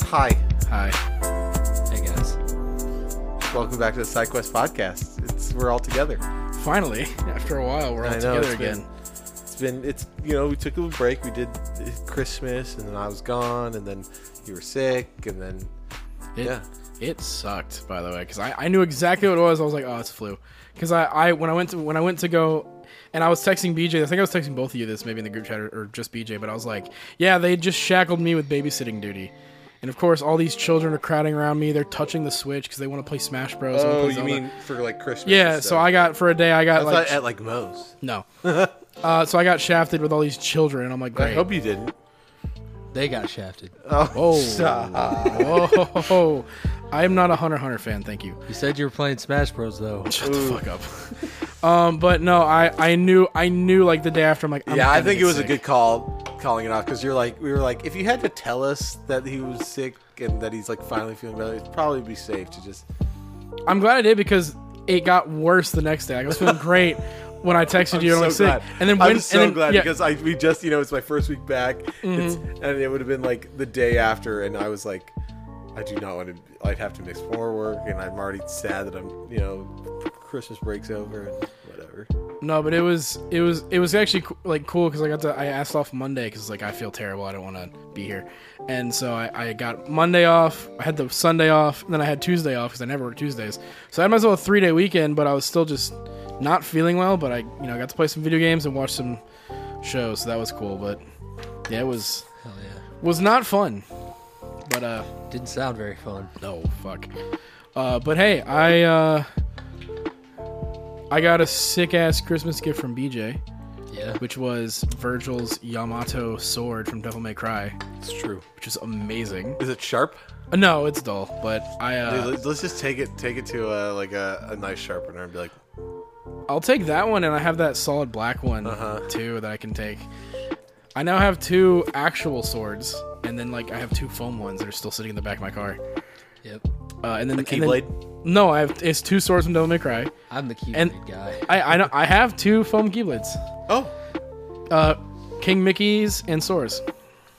Hi, Hi. Hey guys. welcome back to the SideQuest podcast. It's we're all together. Finally, after a while, we're all I know, together it's been- again. It's been it's you know we took a break. We did Christmas, and then I was gone, and then you were sick, and then It, yeah. it sucked, by the way, because I, I knew exactly what it was. I was like, oh, it's flu. Because I, I when I went to when I went to go, and I was texting BJ. I think I was texting both of you this maybe in the group chat or, or just BJ. But I was like, yeah, they just shackled me with babysitting duty. And of course, all these children are crowding around me. They're touching the Switch because they want to play Smash Bros. and oh, play you Zelda. mean for like Christmas? Yeah, and so stuff. I got for a day. I got I like thought at like Moe's. no. uh, so I got shafted with all these children. And I'm like, I great. hope you didn't. They got shafted. Oh, Oh, stop. Whoa. I am Oh, not a Hunter x Hunter fan, thank you. You said you were playing Smash Bros. though. Shut the fuck up. um, but no, I, I knew I knew like the day after I'm like I'm yeah, I gonna think get it was sick. a good call calling it off because you're like we were like if you had to tell us that he was sick and that he's like finally feeling better, it'd probably be safe to just I'm glad I did because it got worse the next day. I was feeling great when I texted you and I'm sick. And then when I'm so and then, glad yeah, Mm-hmm. because I we just you know it's my first week back, it's, and it would have been like the day after, and I was like, I do not want to. I'd have to mix more work, and I'm already sad that I'm you know Christmas breaks over and whatever. No, but it was it was it was actually co- like cool because I got to I asked off Monday because like I feel terrible I don't want to be here, and so I, I got Monday off. I had the Sunday off, and then I had Tuesday off because I never work Tuesdays. So I had myself a three day weekend, but I was still just not feeling well. But I you know got to play some video games and watch some shows, so that was cool. But yeah, it was Hell yeah. was not fun. But uh Didn't sound very fun. no fuck. Uh, but hey, I uh I got a sick ass Christmas gift from BJ Yeah. which was Virgil's Yamato sword from Devil May Cry, It's true. which was amazing. Is it sharp? Uh, No, it's dull, but I Dude, uh, let's- let's just take it take it to a, like a, a nice sharpener and be like, I'll take that one, and I have that solid black one too that I can take. I now have two actual swords, and then like I have two foam ones that are still sitting in the back of my car. Yep. Uh, and then the Keyblade? No, I have it's two swords from Devil May Cry. I'm the Keyblade And- guy. I I, know, I have two foam keyblades, oh, uh, King Mickey's and swords.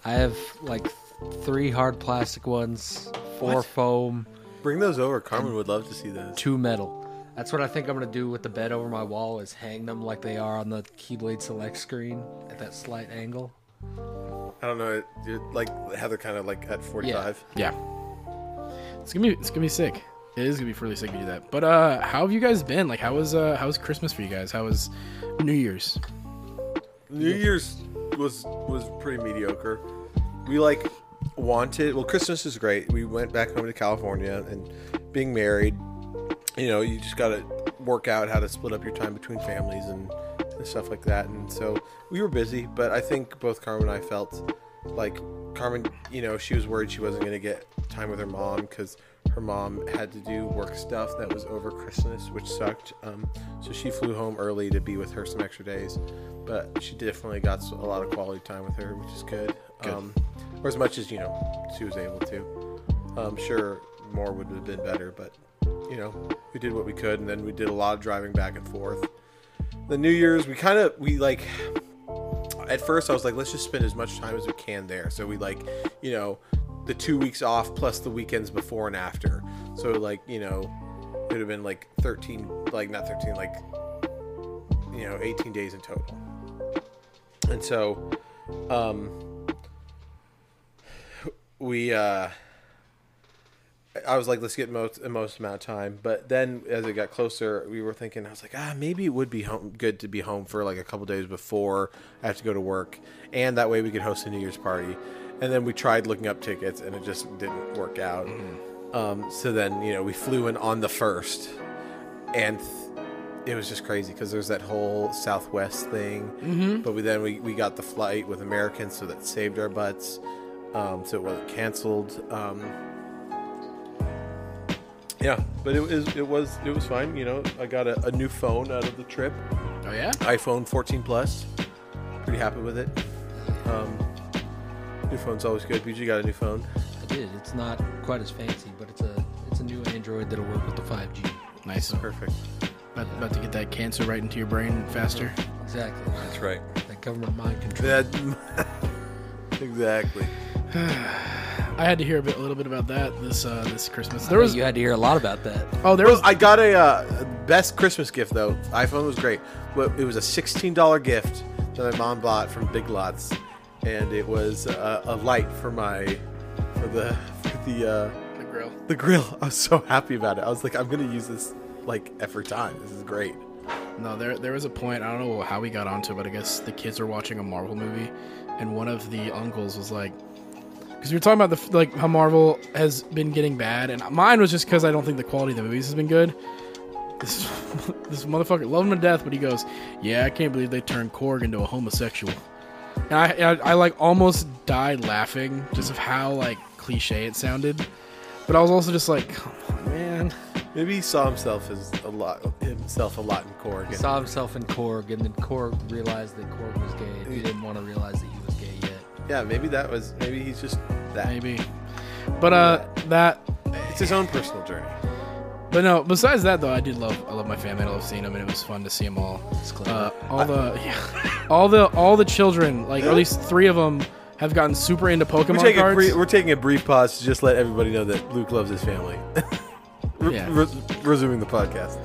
I have like th- three hard plastic ones, four What? foam, bring those over. Carmen would love to see those. two metal. That's what I think I'm gonna do with the bed over my wall is hang them like they are on the Keyblade select screen at that slight angle. I don't know, dude, like Heather kind of like at 45. Yeah. It's gonna be it's gonna be sick. It is gonna be really sick to do that. But uh how have you guys been? Like how was uh how was Christmas for you guys? How was New Year's? New Year's was was pretty mediocre. We like wanted well Christmas is great. We went back home to California and being married, you know, you just gotta work out how to split up your time between families and, and stuff like that. And so we were busy, but I think both Carmen and I felt like Carmen, you know, she was worried she wasn't gonna get time with her mom because her mom had to do work stuff that was over Christmas, which sucked. Um, so she flew home early to be with her some extra days, but she definitely got s- a lot of quality time with her, which is good. Um, or as much as you know she was able to. I'm sure more would have been better, but you know we did what we could, and then we did a lot of driving back and forth. The New Year's, we kind of we like at first I was like, let's just spend as much time as we can there. So we like, you know, the two weeks off plus the weekends before and after. So like, you know, it would have been like 13, like not 13, like, you know, 18 days in total. And so, um, we, uh, I was like, let's get most most amount of time. But then, as it got closer, we were thinking. I was like, ah, maybe it would be home, good to be home for like a couple days before I have to go to work, and that way we could host a New Year's party. And then we tried looking up tickets, and it just didn't work out. Um, so then, you know, we flew in on the first, and th- it was just crazy because there's that whole Southwest thing. But we then we, we got the flight with Americans, so that saved our butts. Um, so it wasn't canceled. Um, yeah, but it was it was it was fine. You know, I got a, a new phone out of the trip, Oh yeah? iPhone 14 Plus. Pretty happy with it. Um, new phone's always good. BG got a new phone. I did. It's not quite as fancy, but it's a it's a new Android that'll work with the 5G. Nice. Perfect. About, about to get that cancer right into your brain faster. Exactly. That's right. That government mind control. That exactly. I had to hear a, bit, a little bit about that this uh, this Christmas. There There was you had to hear a lot about that. oh there was I got a uh, best Christmas gift though. iPhone was great, but it was a sixteen dollar gift that my mom bought from Big Lots, and it was uh, a light for my for the for the uh, the grill. the grill. I was so happy about it. I was like, I'm gonna use this like every time. This is great. No, there there was a point. I don't know how we got onto it, but I guess the kids were watching a Marvel movie, and one of the uncles was like, because we were talking about the f- like how Marvel has been getting bad, and mine was just because I don't think the quality of the movies has been good. This this motherfucker loved him to death, but he goes, "Yeah, I can't believe they turned Korg into a homosexual." And I, I I like almost died laughing just of how like cliche it sounded, but I was also just like, "Come on, man." Maybe he saw himself as a lot himself a lot in Korg. He saw himself in Korg, and then Korg realized that Korg was gay. and He didn't want to realize that he was gay yet. yeah, maybe that was maybe he's just that. Maybe. But uh that It's his own personal journey. but no, besides that though, I did love I love my family. I love seeing them and it was fun to see them all. It's clever. Uh, all the yeah, all the all the children, like or at least 3 of them have gotten super into We're Pokemon taking, a cards. pre- we're taking a brief pause to just let everybody know that Luke loves his family. Re- Yeah. res- resuming the podcast.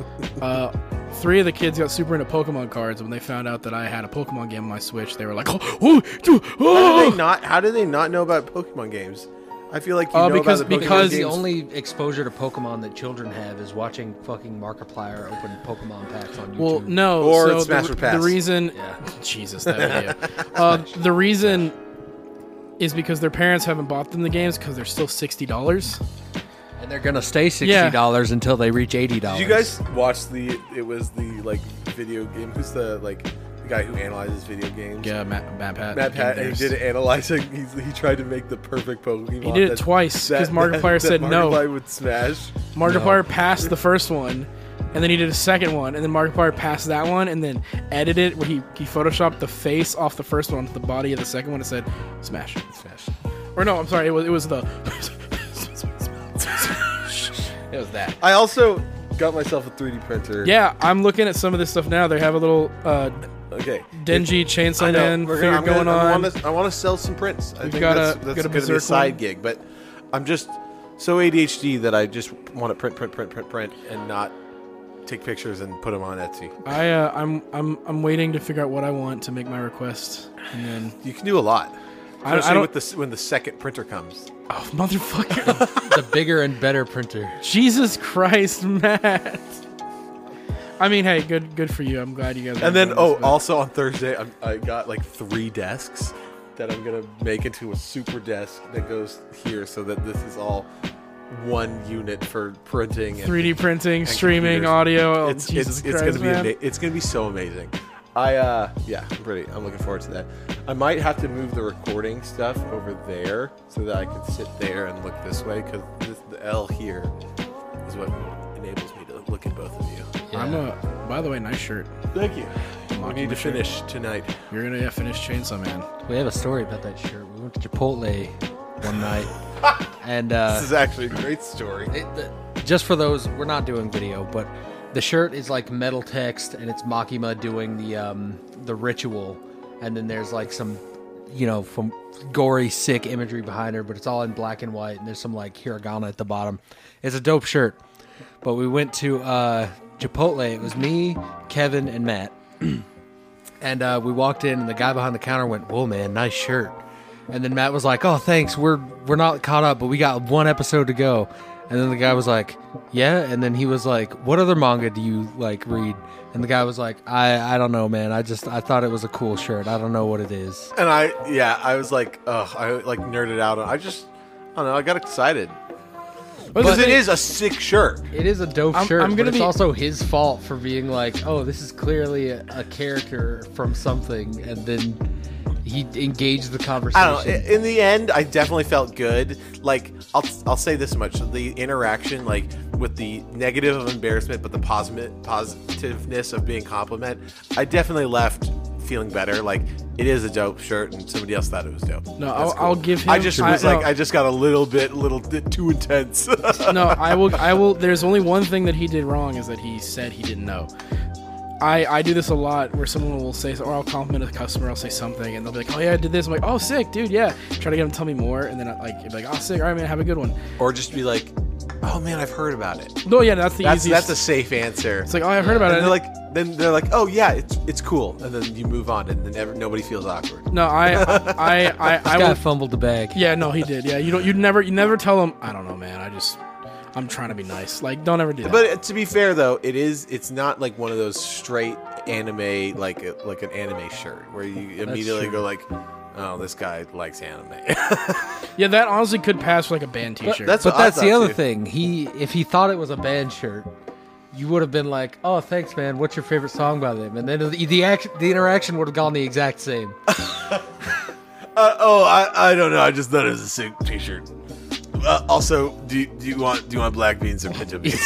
uh 3 of the kids got super into Pokemon cards when they found out that I had a Pokemon game on my Switch. They were like, "Oh, oh, oh, How do they oh. not? How do they not know about Pokemon games? I feel like you Uh, know because- about the Pokemon because games. the only exposure to Pokemon that children have is watching fucking Markiplier open Pokemon packs on YouTube. Well, no. Or so it's Smash the, or Pass. The reason, Yeah. Jesus, that video. uh, the reason is because their parents haven't bought them the games because they're still sixty dollars. and they're gonna stay sixty Yeah. dollars until they reach eighty dollars. Did you guys watch the? It was the like video game. Who's the like the guy who analyzes video games? Yeah, Matt, Matt Pat. Matt Pat. And Gamers. he did analyzing. He's, he tried to make the perfect Pokemon. He did it that- twice that- because Markiplier that said no. Markiplier would smash. Markiplier passed the first one, and then he did a second one, and then Markiplier passed that one, and then edited it where he he photoshopped the face off the first one to the body of the second one and said smash, smash. Or no, I'm sorry, it was it was the. it was that. I also got myself a 3D printer. Yeah, I'm looking at some of this stuff now. They have a little uh, Okay. dingy chainsaw man We're figure I'm going I on. wanna- I want to sell some prints. I think got that's, a- that's got a going to be a Berserk side one. gig, but I'm just so ADHD that I just want to print, print, print, print, print, and not take pictures and put them on Etsy. I uh, I'm I'm I'm waiting to figure out what I want to make my request, and then You can do a lot, I- I especially don't- with this when the second printer comes. oh motherfucker, the bigger and better printer? Jesus Christ, Matt. I mean, hey, good good for you. I'm glad you guys. are And then, doing this, oh, but- also on Thursday, I'm, I got like three desks that I'm going to make into a super desk that goes here, so that this is all one unit for printing. and 3D printing, streaming, computers. audio. Oh, it's Jesus it's, it's gonna Christ, be man. ama- it's gonna be so amazing. I uh yeah, I'm pretty. I'm looking forward to that. I might have to move the recording stuff over there so that I can sit there and look this way because the L here is what enables me to look at both of you. I'm a. By the way, nice shirt. Thank you. We Mocking need to shirt. finish tonight. You're gonna yeah, finish Chainsaw Man. We have a story about that shirt. We went to Chipotle one night, and uh, This is actually a great story. it, the, just for those, we're not doing video, but the shirt is like metal text, and it's Makima doing the um, the ritual, and then there's like some, you know, from gory, sick imagery behind her, but it's all in black and white, and there's some like hiragana at the bottom. It's a dope shirt, but we went to uh, Chipotle. It was me, Kevin, and Matt. And uh, we walked in, and the guy behind the counter went, "Whoa, man, nice shirt." And then Matt was like, "Oh, thanks. We're we're not caught up, but we got one episode to go." And then the guy was like, "Yeah." And then he was like, "What other manga do you like read?" And the guy was like, "I I don't know, man. I just I thought it was a cool shirt. I don't know what it is." And I yeah, I was like, ugh, I like nerded out. on I just I don't know. I got excited because it is a sick shirt. It is a dope I'm- shirt, I'm but gonna it's be- also his fault for being like, "Oh, this is clearly a, a character from something," and then he engaged the conversation. I don't know. i- In the end, I definitely felt good. Like I'll, I'll say this much: the interaction, like with the negative of embarrassment, but the positive positiveness of being compliment, I definitely left feeling better. Like it is a dope shirt, and somebody else thought it was dope. No, That's I'll- I'll give him- I just I- was like, no. I just got a little bit, little bit too intense. no, I will. I will. There's only one thing that he did wrong is that he said he didn't know. I, I do this a lot where someone will say, or I'll compliment a customer, I'll say something, and they'll be like, oh, yeah, I did this. I'm like, oh, sick, dude, yeah. Try to get them to tell me more, and then I, like, it'd be like, oh, sick, all right, man, have a good one. Or just be like, oh man, I've heard about it. No, yeah, that's the That's easiest. that's a safe answer. it's like, oh, I've heard about and it. they're like, then they're like, oh yeah, it's it's cool, and then you move on, and then ever, nobody feels awkward. no, I, I, I, I, This guy will- fumbled the bag. yeah, no, he did. Yeah, you don't, you never, you never tell him, I don't know, man, I just, I'm trying to be nice. Like, don't ever do that. But to be fair though, it is it's not like one of those straight anime like a, like an anime shirt where you immediately true. go like, oh this guy likes anime. yeah, that honestly could pass for like a band t shirt. that's But what I that's the thought, other too. thing. He if he thought it was a band shirt, you would have been like, "Oh, thanks, man. What's your favorite song by them?" And then the the, act, the interaction would have gone the exact same. Uh, oh, I, I don't know. I just thought it was a sick T-shirt. Uh, also, do you, do you want do you want black beans or pinto beans?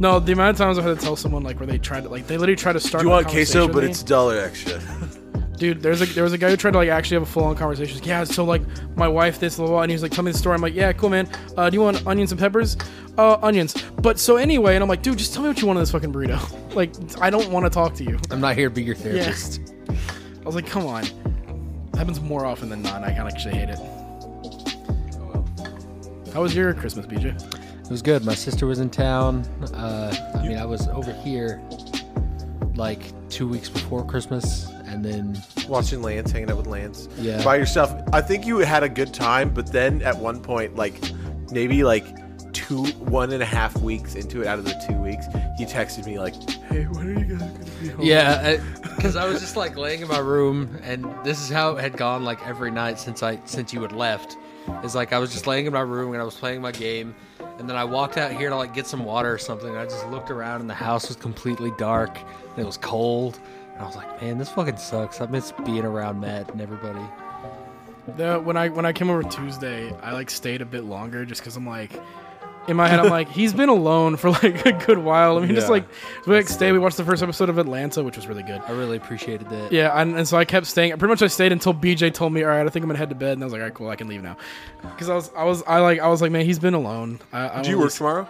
No, the amount of times I've had to tell someone like where they tried to like they literally try to start. do you a want queso, conversation but with it's a dollar extra. me. dude. There's a there was a guy who tried to like actually have a full on conversation. He's like, yeah, so like my wife this blah, blah, blah," and he was like, tell me the story. I'm like, yeah, cool man. Uh, do you want onions and peppers? Uh, onions. But so anyway, and I'm like, dude, just tell me what you want in this fucking burrito. like I don't want to talk to you. I'm not here to be your therapist. I was like, come on. Happens more often than not. I kind of actually hate it. How was your Christmas, BJ? It was good. My sister was in town. Uh, I mean, I was over here like two weeks before Christmas, and then Watching Lance, hanging out with Lance, Yeah. by yourself. I think you had a good time, but then at one point, like maybe like two, one and a half weeks into it, out of the two weeks, he texted me like, "Hey, when are you guys gonna be home?" Yeah, because I was just like laying in my room, and this is how it had gone like every night since I since you had left. Is like I was just laying in my room and I was playing my game, and then I walked out here to like get some water or something. And I just looked around, and the house was completely dark, and it was cold. And I was like, man, this fucking sucks. I miss being around Matt and everybody. The, when I when I came over Tuesday, I like stayed a bit longer just because I'm like, in my head I'm like, he's been alone for like a good while. I mean, just Yeah. like we like stay. We watched the first episode of Atlanta, which was really good. I really appreciated that. Yeah, and, and so I kept staying. Pretty much, I stayed until BJ told me, "All right, I think I'm gonna head to bed." And I was like, "All right, cool, I can leave now," because I was I was I like I was like, man, he's been alone. I, I Do you wanna- work tomorrow?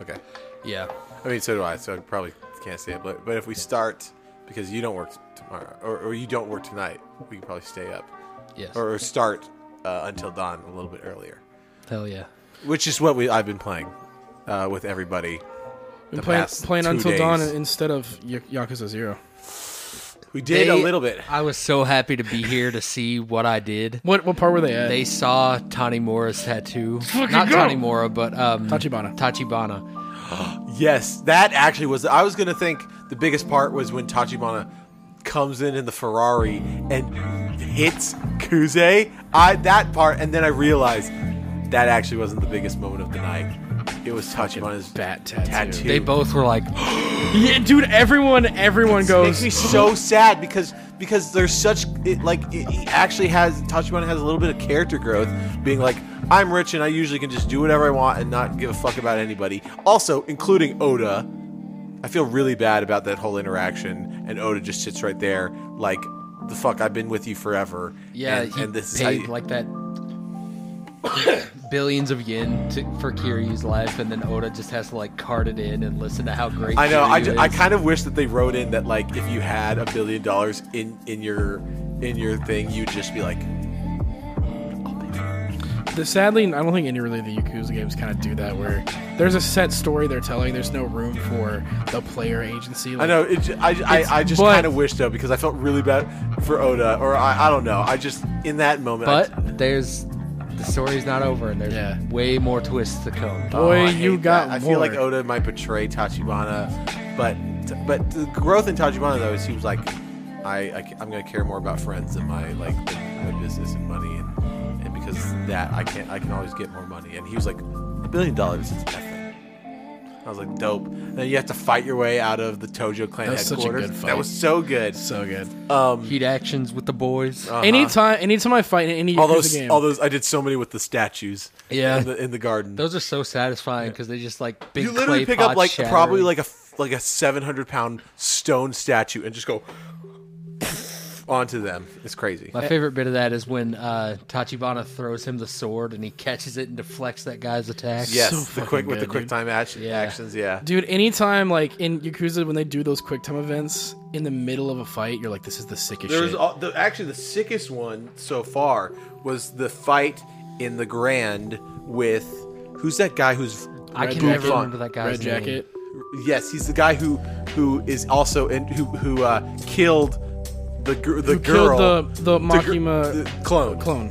Okay. yeah. I mean, so do I. So I probably can't say it, but but if we start because you don't work tomorrow or, or you don't work tonight, we can probably stay up Yes. or, or start uh, until dawn a little bit earlier, Hell yeah. which is what we I've been playing uh, with everybody. been the playing, past playing two Until Dawn days. instead of y- Yakuza Zero. We did a They- little bit. I was so happy to be here to see what I did. What what part were they at? They saw Tani Mora's tattoo. Fucking Not go! Tani Mora, but um, Tachibana. Tachibana. Yes, that actually was. I was gonna think the biggest part was when Tachibana comes in in the Ferrari and hits Kuze. I that part, and then I realized that actually wasn't the biggest moment of the night. It was Tachibana's bat tattoo. tattoo. They both were like, yeah, dude, everyone everyone makes goes. me so sad because because there's such it, like it, it actually has Tachibana has a little bit of character growth, being like I'm rich and I usually can just do whatever I want and not give a fuck about anybody. Also, including Oda, I feel really bad about that whole interaction, and Oda just sits right there like the fuck I've been with you forever. yeah, and, he and this is how paid you- like that billions of yen to, for Kiryu's life, and then Oda just has to like cart it in and listen to how great. I know. I, Kiryu ju- I is. kind of wish that they wrote in that like if you had a billion dollars in in your in your thing, you'd just be like, The, sadly, I don't think any really of the Yakuza games kind of do that, where there's a set story they're telling. There's no room for the player agency. I Like, know. It, ju- I, I, I just but- kind of wish though because I felt really bad for Oda, or I, I don't know. I just in that moment. I- But there's the story's not over, and there's Yeah. way more twists to come. oh, Boy, I hate you got that. I more. feel like Oda might betray Tachibana, but but the growth in Tachibana though is he was like, I, I am gonna care more about friends than my like my business and money, and, and because of that I can't I can always get more money. And he was like, a billion dollars is nothing. I was like, dope. And then you have to fight your way out of the Tojo clan That was such a headquarters. good That fight. was so good. so good. Uh-huh. Um, Heat actions with the boys. Anytime, anytime I fight in any Yakuza all those game, all those i did so many with the statues Yeah. in the, in the garden Those are so satisfying because they just like big you literally clay pick up pots like shattering. probably like a f- like a 700 pound stone statue and just go onto them. It's crazy. Eh. My favorite bit of that is when uh, Tachibana throws him the sword and he catches it and deflects that guy's attack. Yes, so the fucking quick with good, the quick dude. time action Yeah. actions. Yeah, Dude, anytime like in Yakuza when they do those quick time events in the middle of a fight, you're like, this is the sickest there shit. was all, the, actually the sickest one so far was the fight in the Grand with who's that guy who's I can Red never Jacket. remember that guy's Red jacket. yes he's the guy who who is also and who who uh, killed the gr- the Who girl killed the the the gr- Makima the clone clone?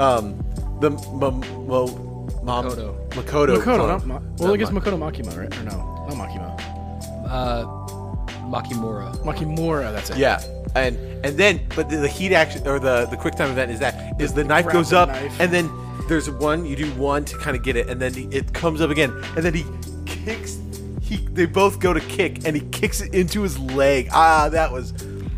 um the mo, mo, mom, Makoto. Makoto Makoto, clone. not Ma- well, I guess Ma- Makoto Makima, right? Or no, not Makima. name. Uh, Makimura. Makimura. That's it. yeah and and then but the, the heat action or the the quick time event is that is the knife grab goes the up knife. and then there's one you do one to kind of get it and then he- it comes up again and then he kicks he they both go to kick and he kicks it into his leg ah that was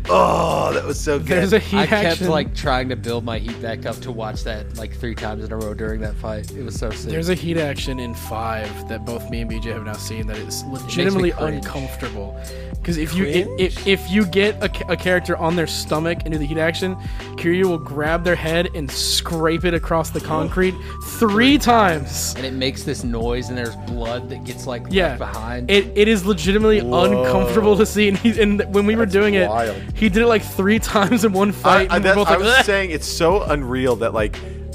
oh that was so good There's a heat I kept action. like trying to build my heat back up to watch that like three times in a row during that fight. It was so sick. There's a heat action in five that both me and BJ have now seen that is legitimately cringe. uncomfortable. Because if you if, if, if you get a, ca- a character on their stomach and do the heat action, Kiryu will grab their head and scrape it across the concrete three times. and it makes this noise, and there's blood that gets like Yeah, left behind. It, it is legitimately uncomfortable to see, and, he, and when we were doing wild. it, he did it like three times in one I, fight. I, and we that, were both I like, was "Ugh." saying it's so unreal that like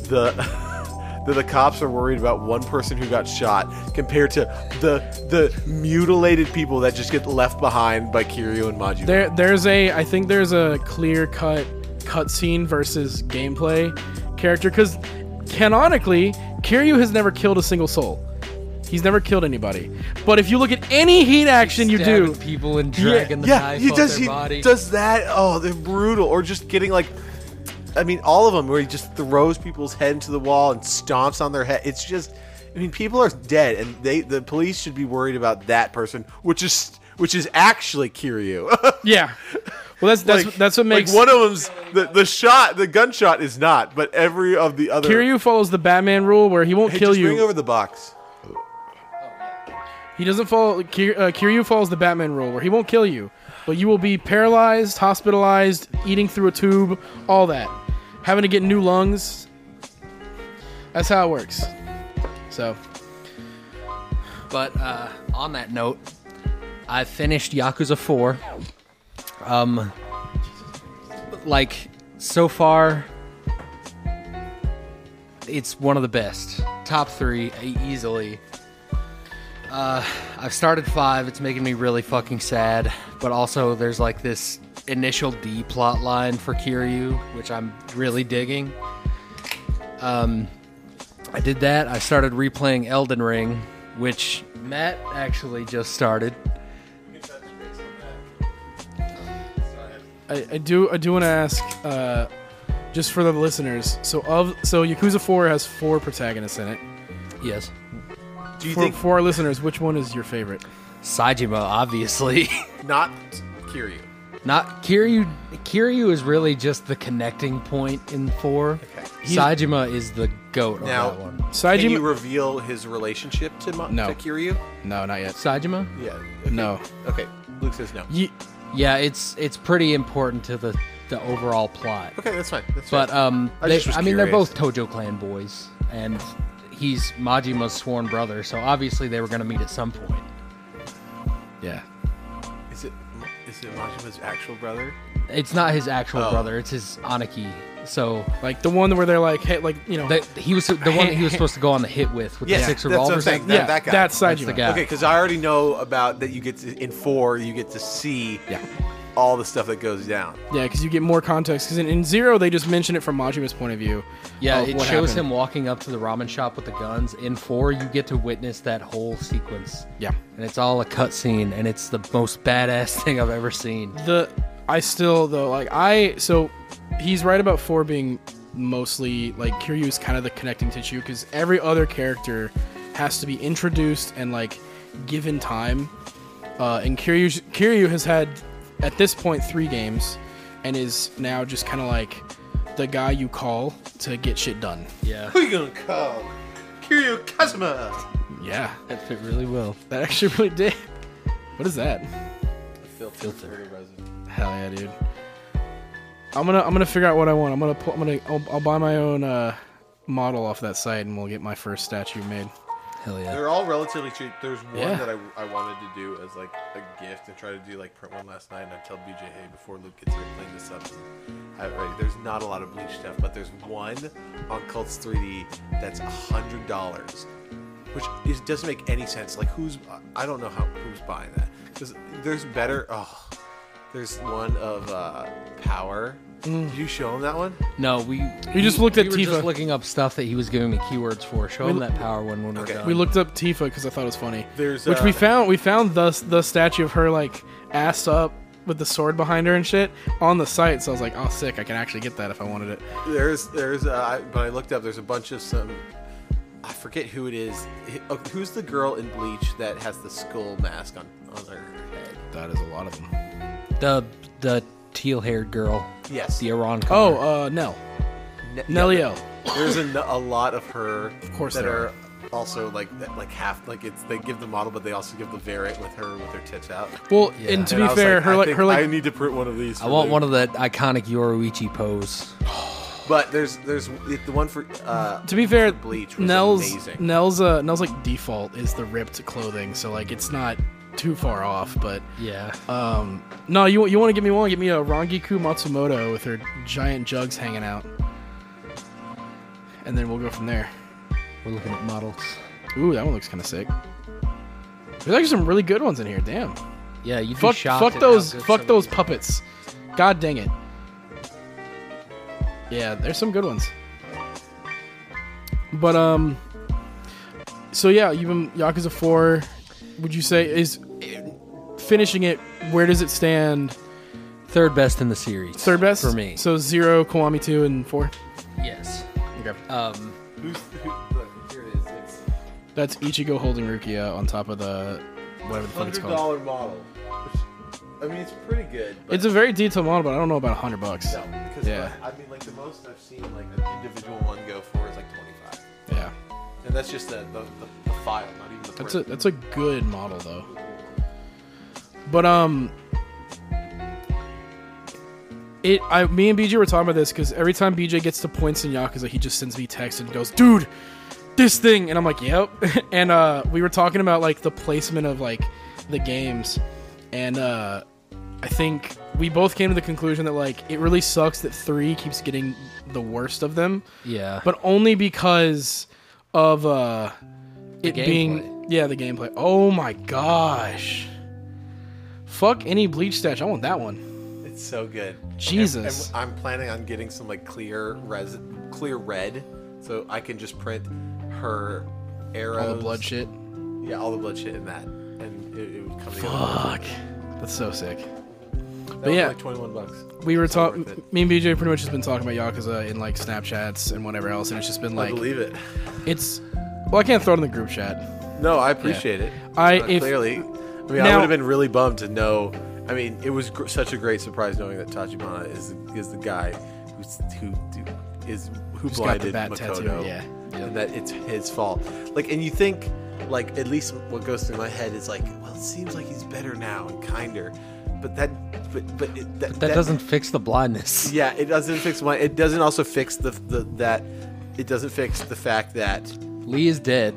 the that the cops are worried about one person who got shot compared to the the mutilated people that just get left behind by Kiryu and Majima. There, there's a. I think there's a clear cut cutscene versus gameplay character because canonically, Kiryu has never killed a single soul. He's never killed anybody. But if you look at any heat action you do, Stabbing people and dragging the yeah, knife he off does their he body. does that. Oh, they're brutal or just getting like I mean all of them where he just throws people's head into the wall and stomps on their head. It's just I mean people are dead and they the police should be worried about that person, which is which is actually Kiryu. yeah. Well, that's that's Like- that's what like makes one of them's the, the shot the gunshot is not but every of the other Kiryu follows the Batman rule where he won't Hey, kill just bring you. over the box He doesn't follow. Kir- uh, Kiryu follows the Batman rule where he won't kill you, but you will be paralyzed, hospitalized, eating through a tube, all that, having to get new lungs. That's how it works. So But uh, on that note, I finished Yakuza 4. Um, like, so far, it's one of the best. Top three, e- easily. Uh, I've started 5. It's making me really fucking sad. But also, there's like this initial D plot line for Kiryu, which I'm really digging. I did that. I started replaying Elden Ring, which Matt actually just started. I, I do I do want to ask, uh, just for the listeners. So of so Yakuza Four has four protagonists in it. Yes. do you For, think for our listeners, which one is your favorite? Sajima, obviously. not Kiryu Not Kiryu. Kiryu is really just the connecting point in four. He's- Sajima is the goat on now that one. can Saiji. you reveal his relationship to, Mo- No. to Kiryu no, not yet. Sajima? yeah okay. No. okay Luke says no Ye- Yeah, it's it's pretty important to the the overall plot. okay that's fine that's But uh, fine. um, I they, just was I mean, they're curious. both Tojo Clan boys, and he's Majima's sworn brother, so obviously they were going to meet at some point. yeah. is it is it Majima's actual brother It's not his actual Oh. brother. It's his Aniki. So Like the one where they're like, hey, like you know, the, he was the one that he was supposed to go on the hit with with Yeah, the six that's what I'm revolvers. saying. yeah, that guy. that's That's Saiji. the guy. okay because I already know about that you get to, in four you get to see Yeah. all the stuff that goes down Yeah, because you get more context. Because in, in Zero, they just mention it from Majima's point of view. Yeah, of it what shows him happened. walking up to the ramen shop with the guns. In four, you get to witness that whole sequence. Yeah. and it's all a cutscene, and it's the most badass thing I've ever seen. The I still though like I so he's right about four being mostly like Kiryu is kind of the connecting tissue because every other character has to be introduced and like given time. Uh, and Kiryu Kiryu has had at this point three games, and is now just kind of like the guy you call to get shit done. Yeah, Who you gonna call? Kiryu Kazuma. Yeah, that fit really well. that actually really did. What is that? Filter. Hell yeah, dude. I'm gonna I'm gonna figure out what I want. I'm gonna pull, I'm gonna I'll, I'll buy my own uh, model off that site, and we'll get my first statue made. Hell yeah. They're all relatively cheap. There's one Yeah. that I, I wanted to do as like a gift and try to do like print one last night. And I tell BJ, hey, before Luke gets here, clean this up. I, like, there's not a lot of bleach stuff, but there's one on Cults 3D that's hundred dollars, which is, doesn't make any sense. Like who's I don't know how who's buying that because there's better. Oh, there's one of uh, Power. Did you show him that one? No, we. We just looked at we were Tifa. just looking up stuff that he was giving me keywords for. Show him that power one when Okay. we're done. We looked up Tifa because I thought it was funny. There's, which uh, we found we found the the statue of her like ass up with the sword behind her and shit on the site. So I was like, oh sick, I can actually get that if I wanted it. There's, there's, uh, I- but I looked up. There's a bunch of some. I forget who it is. H- oh, Who's the girl in Bleach that has the skull mask on on her head? That is a lot of them. the the teal haired girl, Yes. the Iran. color. Oh, uh, Nell, Ne- Nellie yeah, O. There's a, a lot of her. Of course that there are. Also, like that- like half like it's they give the model, but they also give the variant with her with her tits out. Well, and And to I be was fair, like, her I like think her I like need to print one of these. I want one of that iconic Yoruichi pose. But there's there's the one for uh, to be fair, Bleach was Nell's amazing. Nell's uh, Nell's like default is the ripped clothing, so like it's not too far off. But Yeah. um, no, you you want to give me one? Give me a Rangiku Matsumoto with her giant jugs hanging out, and then we'll go from there. We're looking at models. Ooh, that one looks kind of sick. There's actually some really good ones in here. Damn. Yeah, you Fuck, fuck those, fuck those puppets. God dang it. Yeah, there's some good ones. But um, so yeah, you've been Yakuza Four. Would you say is finishing it? Where does it stand? Third best in the series. Third best for me. So zero, Koami two, and four. Uh, yes. Okay. Um, Who's, who, look, here it is. It's That's Ichigo holding Rukia on top of the whatever the fuck it's hundred dollar called. model. Which, I mean, it's pretty good. But It's a very detailed model, but I don't know about a hundred bucks. No, because Yeah. I I mean, like the most I've seen like an individual one go for is like 25, Yeah. and that's just the the, the, the file, not even the print. That's a that's a good model though. But um, it I me and BJ were talking about this because every time BJ gets to points in Yakuza, he just sends me text and goes, "Dude, this thing," and I'm like, "Yep." and uh, we were talking about like the placement of like the games, and uh, I think we both came to the conclusion that like it really sucks that three keeps getting the worst of them yeah. but only because of uh it gameplay. being yeah the gameplay oh my gosh fuck any bleach stash i want that one It's so good. Jesus. And, and I'm planning on getting some like clear res, clear red, so I can just print her arrows, all the blood shit yeah, all the blood shit in that, and it, it would come together. fuck that's so sick That But was yeah. like 21 bucks. we were It's not talking worth it. me and bj pretty much has been talking about yakuza in like snapchats and whatever else and it's just been I like believe it. it's well i can't throw it in the group chat No, I appreciate it. I- Uh, if- clearly, I mean, I Now- would have been really bummed to know. I mean, it was gr- such a great surprise knowing that Tachibana is is the guy who's who do- is who Who's got the blinded bat Makoto, tattoo, yeah. and that it's his fault. Like, and you think, like, at least what goes through my head is like, well, it seems like he's better now and kinder, but that, but but, it, that, that doesn't fix the blindness. yeah, it doesn't fix one. It doesn't also fix the, the that it doesn't fix the fact that Lee is dead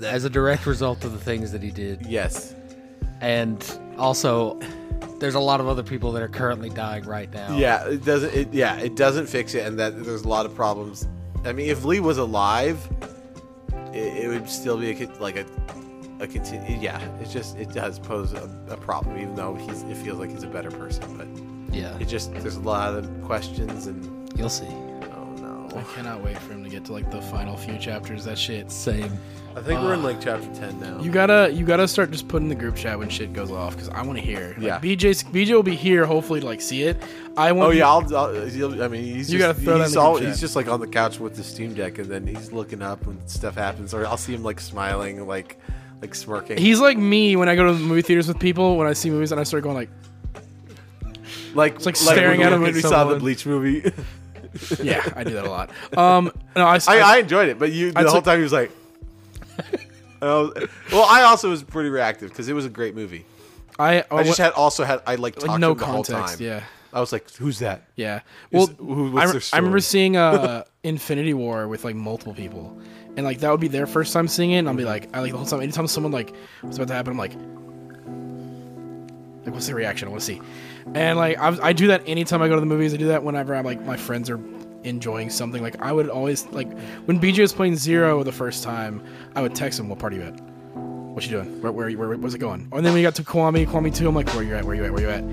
that as a direct result of the things that he did, yes. and also there's a lot of other people that are currently dying right now. Yeah, it doesn't. It, yeah, it doesn't fix it, and that there's a lot of problems. I mean, if Lee was alive, it, it would still be a, con- like a a continue. Yeah, it just it does pose a, a problem, even though he's it feels like he's a better person. Yeah. But it just there's a lot of questions, and You'll see. oh i no. cannot wait for him to get to like the final few chapters that shit's Same. I think we're in like chapter ten now. You gotta you gotta start just putting the group chat when shit goes off because I want to hear. Like, Yeah. BJ's BJ will be here hopefully to like see it. I want. Oh yeah, I'll, I'll, he'll- I mean, he's You just, gotta throw that in he's, the all, group he's chat. just like on the couch with the Steam Deck, and then he's looking up when stuff happens, or I'll see him like smiling, like like smirking. He's like me when I go to the movie theaters with people when I see movies and I start going like, like, like staring when at we- him when at we saw the someone. Bleach movie. yeah, I do that a lot. Um, no, I, I, I- I enjoyed it, but you the I whole took- time he was like, And I was- well, I also was pretty reactive because it was a great movie. I, I I just wa- had also had I like talked no to him the whole context. time. Yeah, I was like, "Who's that?" Yeah. Well, Is- who- what's I, their I story? remember seeing uh, Infinity War with like multiple people, and like that would be their first time seeing it, and I'll be like, I like the whole time. Anytime someone like what's about to happen, I'm like, like what's their reaction? I want to see. And like I, I do that anytime I go to the movies. I do that whenever I'm like my friends are enjoying something. Like I would always like when BJ was playing Zero the first time, I would text him, "What party you at?" What you doing? Where, where, where, where's it going? And then when you got to Kwame, Kwame 2, I'm like, where you at? Where you at? Where you at?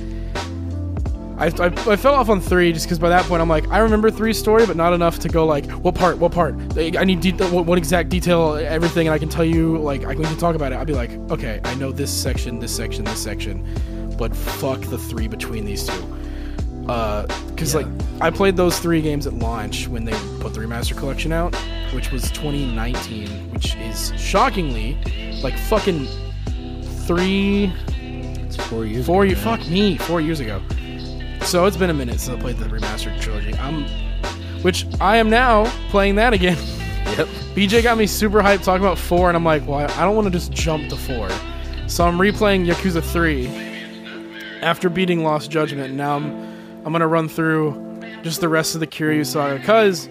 I, I, I fell off on three just because by that point I'm like I remember three story but not enough to go like what part what part Like, I need de- what, what exact detail everything and I can tell you like I can we can talk about it I'd be like okay I know this section this section this section but fuck the three between these two because like I played those three games at launch when they put the remaster collection out which was 2019 which is shockingly like fucking three It's four years. Four ago years, now. fuck me, four years ago. So it's been a minute since I played the remastered trilogy. I'm, which I am now playing that again. Yep. BJ got me super hyped talking about four, and I'm like, well, I don't want to just jump to four. So I'm replaying Yakuza three after beating Lost Judgment. And now I'm, I'm gonna run through just the rest of the Kiryu saga because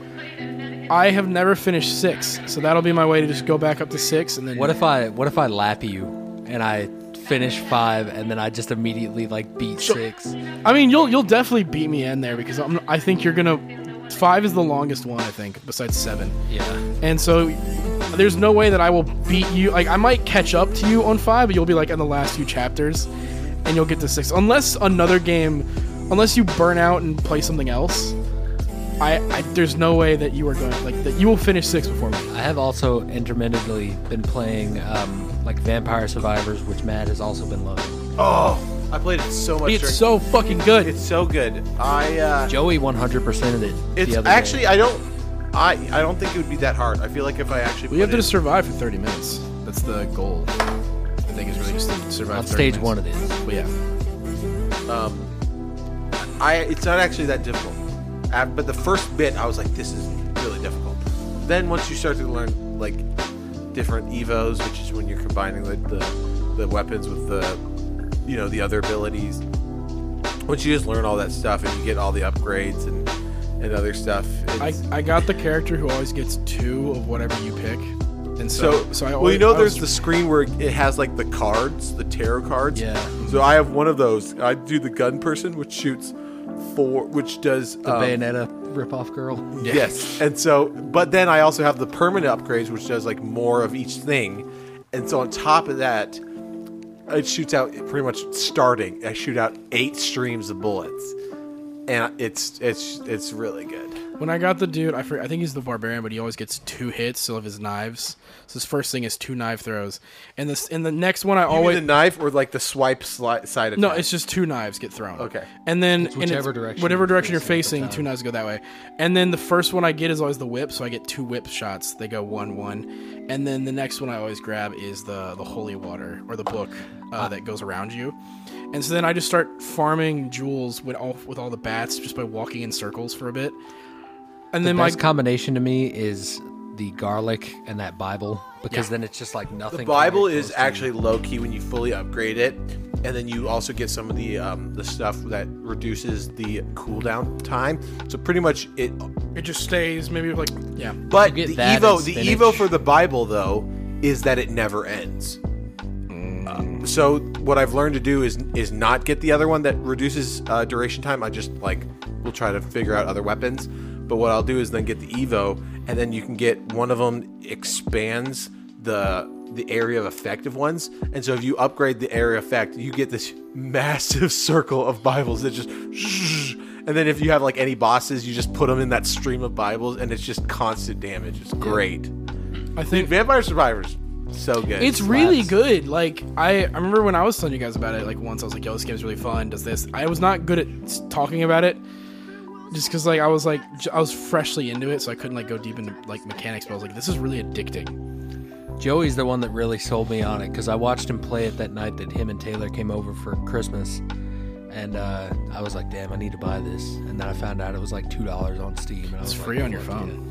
I have never finished six, so that'll be my way to just go back up to six and then What if I what if I lap you and I finish five and then I just immediately like beat six? I mean, you'll you'll definitely beat me in there because I'm, I think you're gonna. Five is the longest one I think, besides seven, Yeah. and so there's no way that I will beat you. Like I might catch up to you on five, but you'll be like in the last few chapters, and you'll get to six unless another game, unless you burn out and play something else. I, I there's no way that you are going like that. You will finish six before me. I have also intermittently been playing um, like Vampire Survivors, which Matt has also been loving. Oh, I played it so much. It's during- so fucking good. it's so good. I uh, Joey 100 percented it. it's the other actually day. I don't I I don't think it would be that hard. I feel like if I actually we have put to it- just survive for 30 minutes. That's the goal. I think is really just to survive on 30 stage minutes. one of these. But yeah. Um, I it's not actually that difficult. Uh, but the first bit, I was like, this is really difficult. Then once you start to learn like different evos, which is when you're combining the the, the weapons with the you know the other abilities. Once you just learn all that stuff and you get all the upgrades and and other stuff, it's, I, I got the character who always gets two of whatever you pick, and so So, so, I always, well, you know, I there's the was- screen where it has like the cards, the tarot cards. Yeah. So I have one of those. I do the gun person, which shoots four, which does The um, Bayonetta ripoff girl. Yes. And so, but then I also have the permanent upgrades, which does like more of each thing. And so on top of that, it shoots out pretty much starting. I shoot out eight streams of bullets, and it's it's it's really good. when I got the dude, I for, I think he's the barbarian, but he always gets two hits of his knives. So his first thing is two knife throws, and this and the next one I Oh, always the knife or like the swipe sli- side attack? no, it's just two knives get thrown. Okay. and then and whichever it's- direction whatever you're direction you're facing, facing at the two knives go that way. And then the first one I get is always the whip, so I get two whip shots. They go one one, and then the next one I always grab is the the holy water or the book uh, that goes around you. And so then I just start farming jewels with all with all the bats just by walking in circles for a bit. And then my Best combination to me is the garlic and that Bible because then it's just like nothing. The can get Bible is close to me. actually low key when you fully upgrade it, and then you also get some of the um, the stuff that reduces the cooldown time. So pretty much it. it just stays maybe like yeah. But get the that Evo, and the spinach. Evo for the Bible though is that it never ends. Uh, so what I've learned to do is is not get the other one that reduces uh, duration time. I just like will try to figure out other weapons. But what I'll do is then get the Evo, and then you can get one of them expands the the area of effective ones. And so if you upgrade the area effect, you get this massive circle of Bibles that just. And then if you have like any bosses, you just put them in that stream of Bibles, and it's just constant damage. It's great. I think Vampire Survivors, so good. It's really good. Like I, I remember when I was telling you guys about it. Like once I was like, "Yo, this game's really fun." Does this? I was not good at s- talking about it, just because like I was like j- I was freshly into it, so I couldn't like go deep into like mechanics. But I was like, "This is really addicting." Joey's the one that really sold me on it because I watched him play it that night that him and Taylor came over for Christmas, and uh, I was like, "Damn, I need to buy this." And then I found out it was like two dollars on Steam. And I was It's like, free on your "Fuck phone.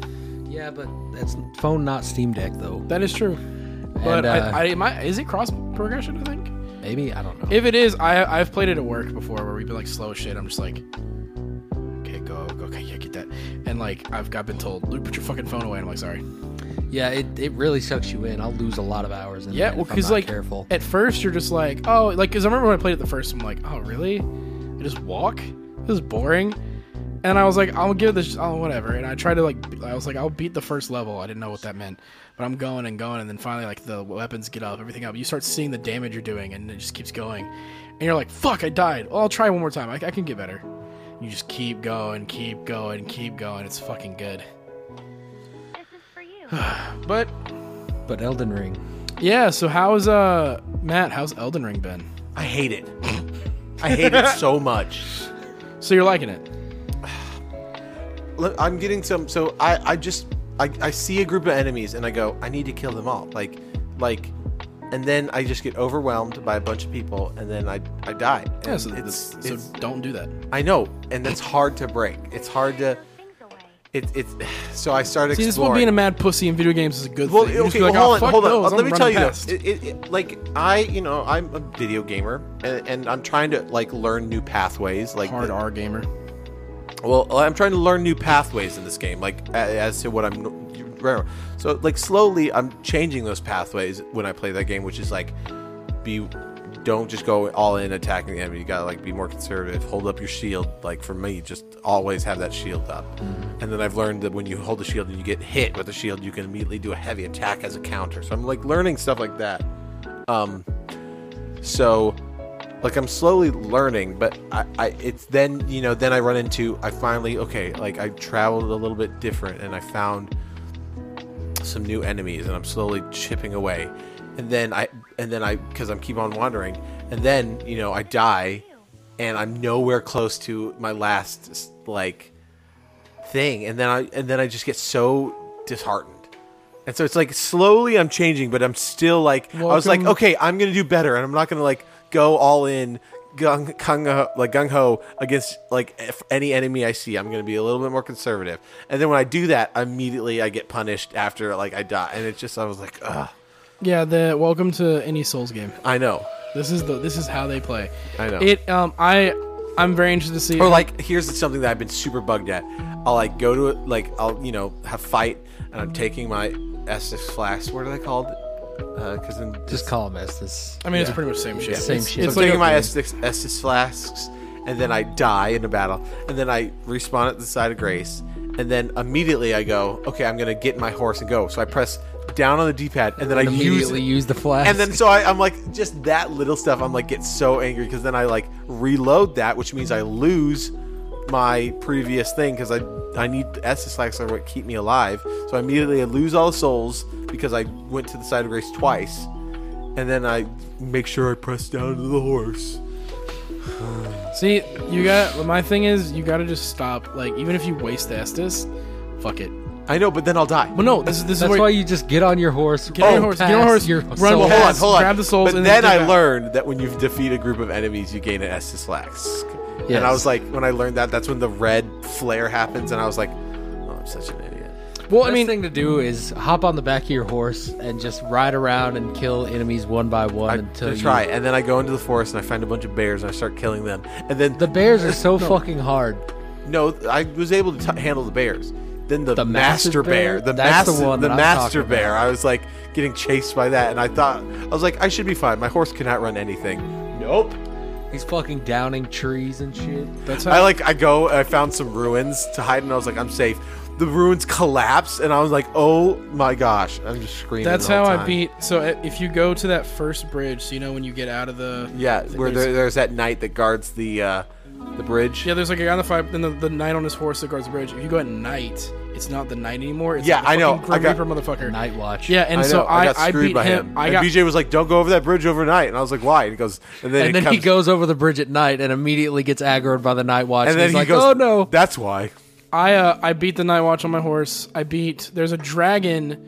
yeah." Yeah, but that's phone, not Steam Deck though. That is true. But And, uh, I, I, am I, is it cross progression? I think. Maybe I don't know. If it is, I I've played it at work before where we've been like slow as shit. I'm just like, okay, go, go, okay, yeah, get that. And like I've got been told, Luke, put your fucking phone away. And I'm like, sorry. yeah, it, it really sucks you in. I'll lose a lot of hours. In Yeah, that well, if I'm because not like careful. at first you're just like, oh, like because I remember when I played it the first, I'm like, oh, really? I just walk? This is boring. And I was like, I'll give this, oh, whatever. And I tried to like, be- I was like, I'll beat the first level. I didn't know what that meant, but I'm going and going, and then finally like the weapons get up, everything up. You start seeing the damage you're doing, and it just keeps going. And you're like, fuck, I died. Well, I'll try one more time. I, I can get better. You just keep going, keep going, keep going. It's fucking good. This is for you. But But Elden Ring. yeah, so how's uh Matt? How's Elden Ring been? I hate it. I hate it so much. So you're liking it? Look, I'm getting some. So I, I just, I, I see a group of enemies and I go, I need to kill them all. Like, like, and then I just get overwhelmed by a bunch of people and then I, I die. Yeah, And so, it's, so it's, don't do that. I know, and that's hard to break. It's hard to, Things away. it, it's. So I started See, this is what exploring. being a mad pussy in video games is a good Well, thing. You just okay, be like, well, hold "Oh, on, fuck hold on. those, Let I'm me tell running you this. past." It, it, it- like I, you know, I'm a video gamer, and, and I'm trying to like learn new pathways. Like, Hard the- R gamer. well, uh, I'm trying to learn new pathways in this game, like a- as to what I'm. you remember. So, like slowly, I'm changing those pathways when I play that game, which is like, be, don't just go all in attacking the enemy. You gotta like be more conservative. Hold up your shield. Like for me, just always have that shield up. And then I've learned that when you hold the shield and you get hit with the shield, you can immediately do a heavy attack as a counter. So I'm like learning stuff like that. Um, so like I'm slowly learning, but I, I it's then you know then I run into I finally okay like I traveled a little bit different and I found some new enemies and I'm slowly chipping away, and then I and then I because I'm keep on wandering and then you know I die, and I'm nowhere close to my last like thing and then I and then I just get so disheartened. And so it's like slowly I'm changing, but I'm still like I was like, Welcome- okay, I'm gonna do better, and I'm not gonna like go all in gung kung ho, like gung ho against like if any enemy I see. I'm gonna be a little bit more conservative, and then when I do that, immediately I get punished after like I die, and it's just I was like, ugh, Yeah, the welcome to any Souls game. I know. This is the this is how they play. I know. It um I I'm very interested to see Or like here's something that I've been super bugged at. I'll like go to it, like I'll you know have fight, and I'm taking my S6 flask. What are they called? Uh, Because in Just call him as this. I mean, it's pretty much the same shit. Same It's- shit. It's So I'm like taking my S6, a- Estus flasks, and then I die in a battle, and then I respawn at the side of grace, and then immediately I go, okay, I'm gonna get my horse and go. So I press down on the D-pad, and then I use, immediately use, the flash. and then so I, I'm like, just that little stuff, I'm like, get so angry because then I like reload that, which means I lose my previous thing because I I need Estus flasks are what keep me alive. So immediately I lose all the souls because I went to the side of grace twice. And then I make sure I press down to the horse. See, you got my thing is you got to just stop. Like even if you waste the Estus, fuck it. I know, but then I'll die. Well, no, this is this is that's where why you just get on your horse. Get on your horse, get on your horse, run Well, past- hold on, hold on. grab the souls But and then then, I get back. learned that when you defeat a group of enemies, you gain an Estus Lax. And I Yes. was like, when I learned that, that's when the red flare happens, and I was like, oh, I'm such an idiot. well, I Best mean, thing to do is hop on the back of your horse and just ride around and kill enemies one by one I until I you try, and then I go into the forest and I find a bunch of bears and I start killing them. And then The bears are so fucking hard. no, I was able to t- handle the bears. Then the, The massive master bear, bear? the That's the master, one the that I'm master talking bear. I was like getting chased by that, and I thought I was like, I should be fine. My horse cannot run anything. Nope. He's fucking downing trees and shit. that's I how. like I go I found some ruins to hide and I was like I'm safe. The ruins collapse and I was like oh my gosh I'm just screaming. That's the how whole I time. beat. So i- if you go to that first bridge, so you know when you get out of the Yeah, where there, there's that knight that guards the uh, the bridge. Yeah, there's like a guy on the five, and the, the knight on his horse that guards the bridge. If you go at night, it's not the knight anymore. It's Yeah, like the I know. fucking I got- Grim Reaper motherfucker. Night watch. Yeah, and I so know, I, got I, screwed beat by him. him. I and got BJ was like, "Don't go over that bridge overnight," and I was like, "Why?" And he goes, and then, And it then he comes- goes over the bridge at night and immediately gets aggroed by the night watch. and then he's he like, goes, "Oh no!" that's why." I uh, I beat the night watch on my horse. I beat. There's a dragon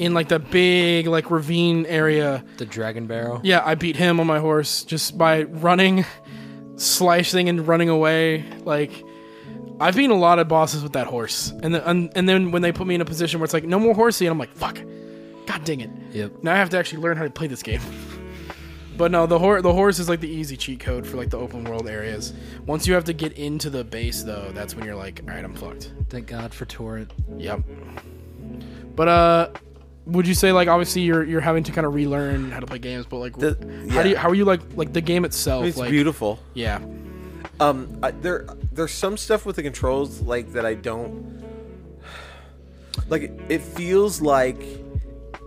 in like the big like ravine area. The dragon barrel. Yeah, I beat him on my horse just by running, slicing and running away. Like I've beaten a lot of bosses with that horse. And the, and, and then when they put me in a position where it's like no more horsey, and I'm like fuck, god dang it. Yep. Now I have to actually learn how to play this game. But no, the horse the horse is like the easy cheat code for like the open world areas. Once you have to get into the base though, that's when you're like, all right, I'm fucked. Thank God for torrent. Yep. But uh, would you say like obviously you're you're having to kind of relearn how to play games, but like The- how do yeah. you how are you like like the game itself? It's like beautiful. Yeah. Um, I, there there's some stuff with the controls like that I don't like. It feels like,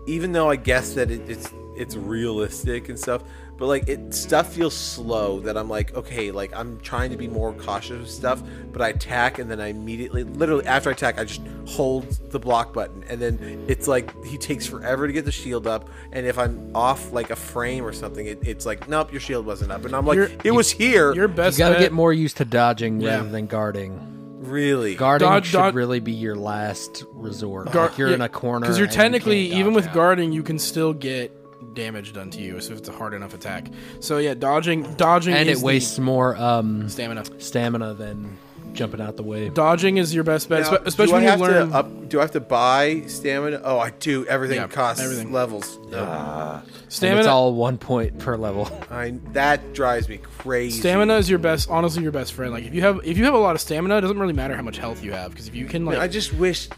even though I guess that it, it's it's realistic and stuff, but like it stuff feels slow. That I'm like, okay, like I'm trying to be more cautious of stuff, but I attack and then I immediately, literally after I attack, I just hold the block button, and then it's like he takes forever to get the shield up, and if I'm off like a frame or something, it, it's like, nope, your shield wasn't up, and I'm like, You're- it was here. Your You best gotta bet- get more used to dodging Yeah. rather than guarding. Really? Guarding Dodge- should dodge- really be your last resort. guard- like you're in yeah, a corner you're and you can't technically even dodge with out. guarding, you can still get damage done to you if it's a hard enough attack. So yeah, dodging dodging and is it the wastes more um, stamina. stamina than jumping out the way. Dodging is your best bet, Now, espe- especially do I when you have learn. to up, do I have to buy stamina? Oh, I do. Everything Yeah, costs everything. levels. Ah, And stamina. it's all one point per level. I that drives me crazy. Stamina is your best, honestly, your best friend. Like if you have if you have a lot of stamina, it doesn't really matter how much health you have because if you can like I just wish.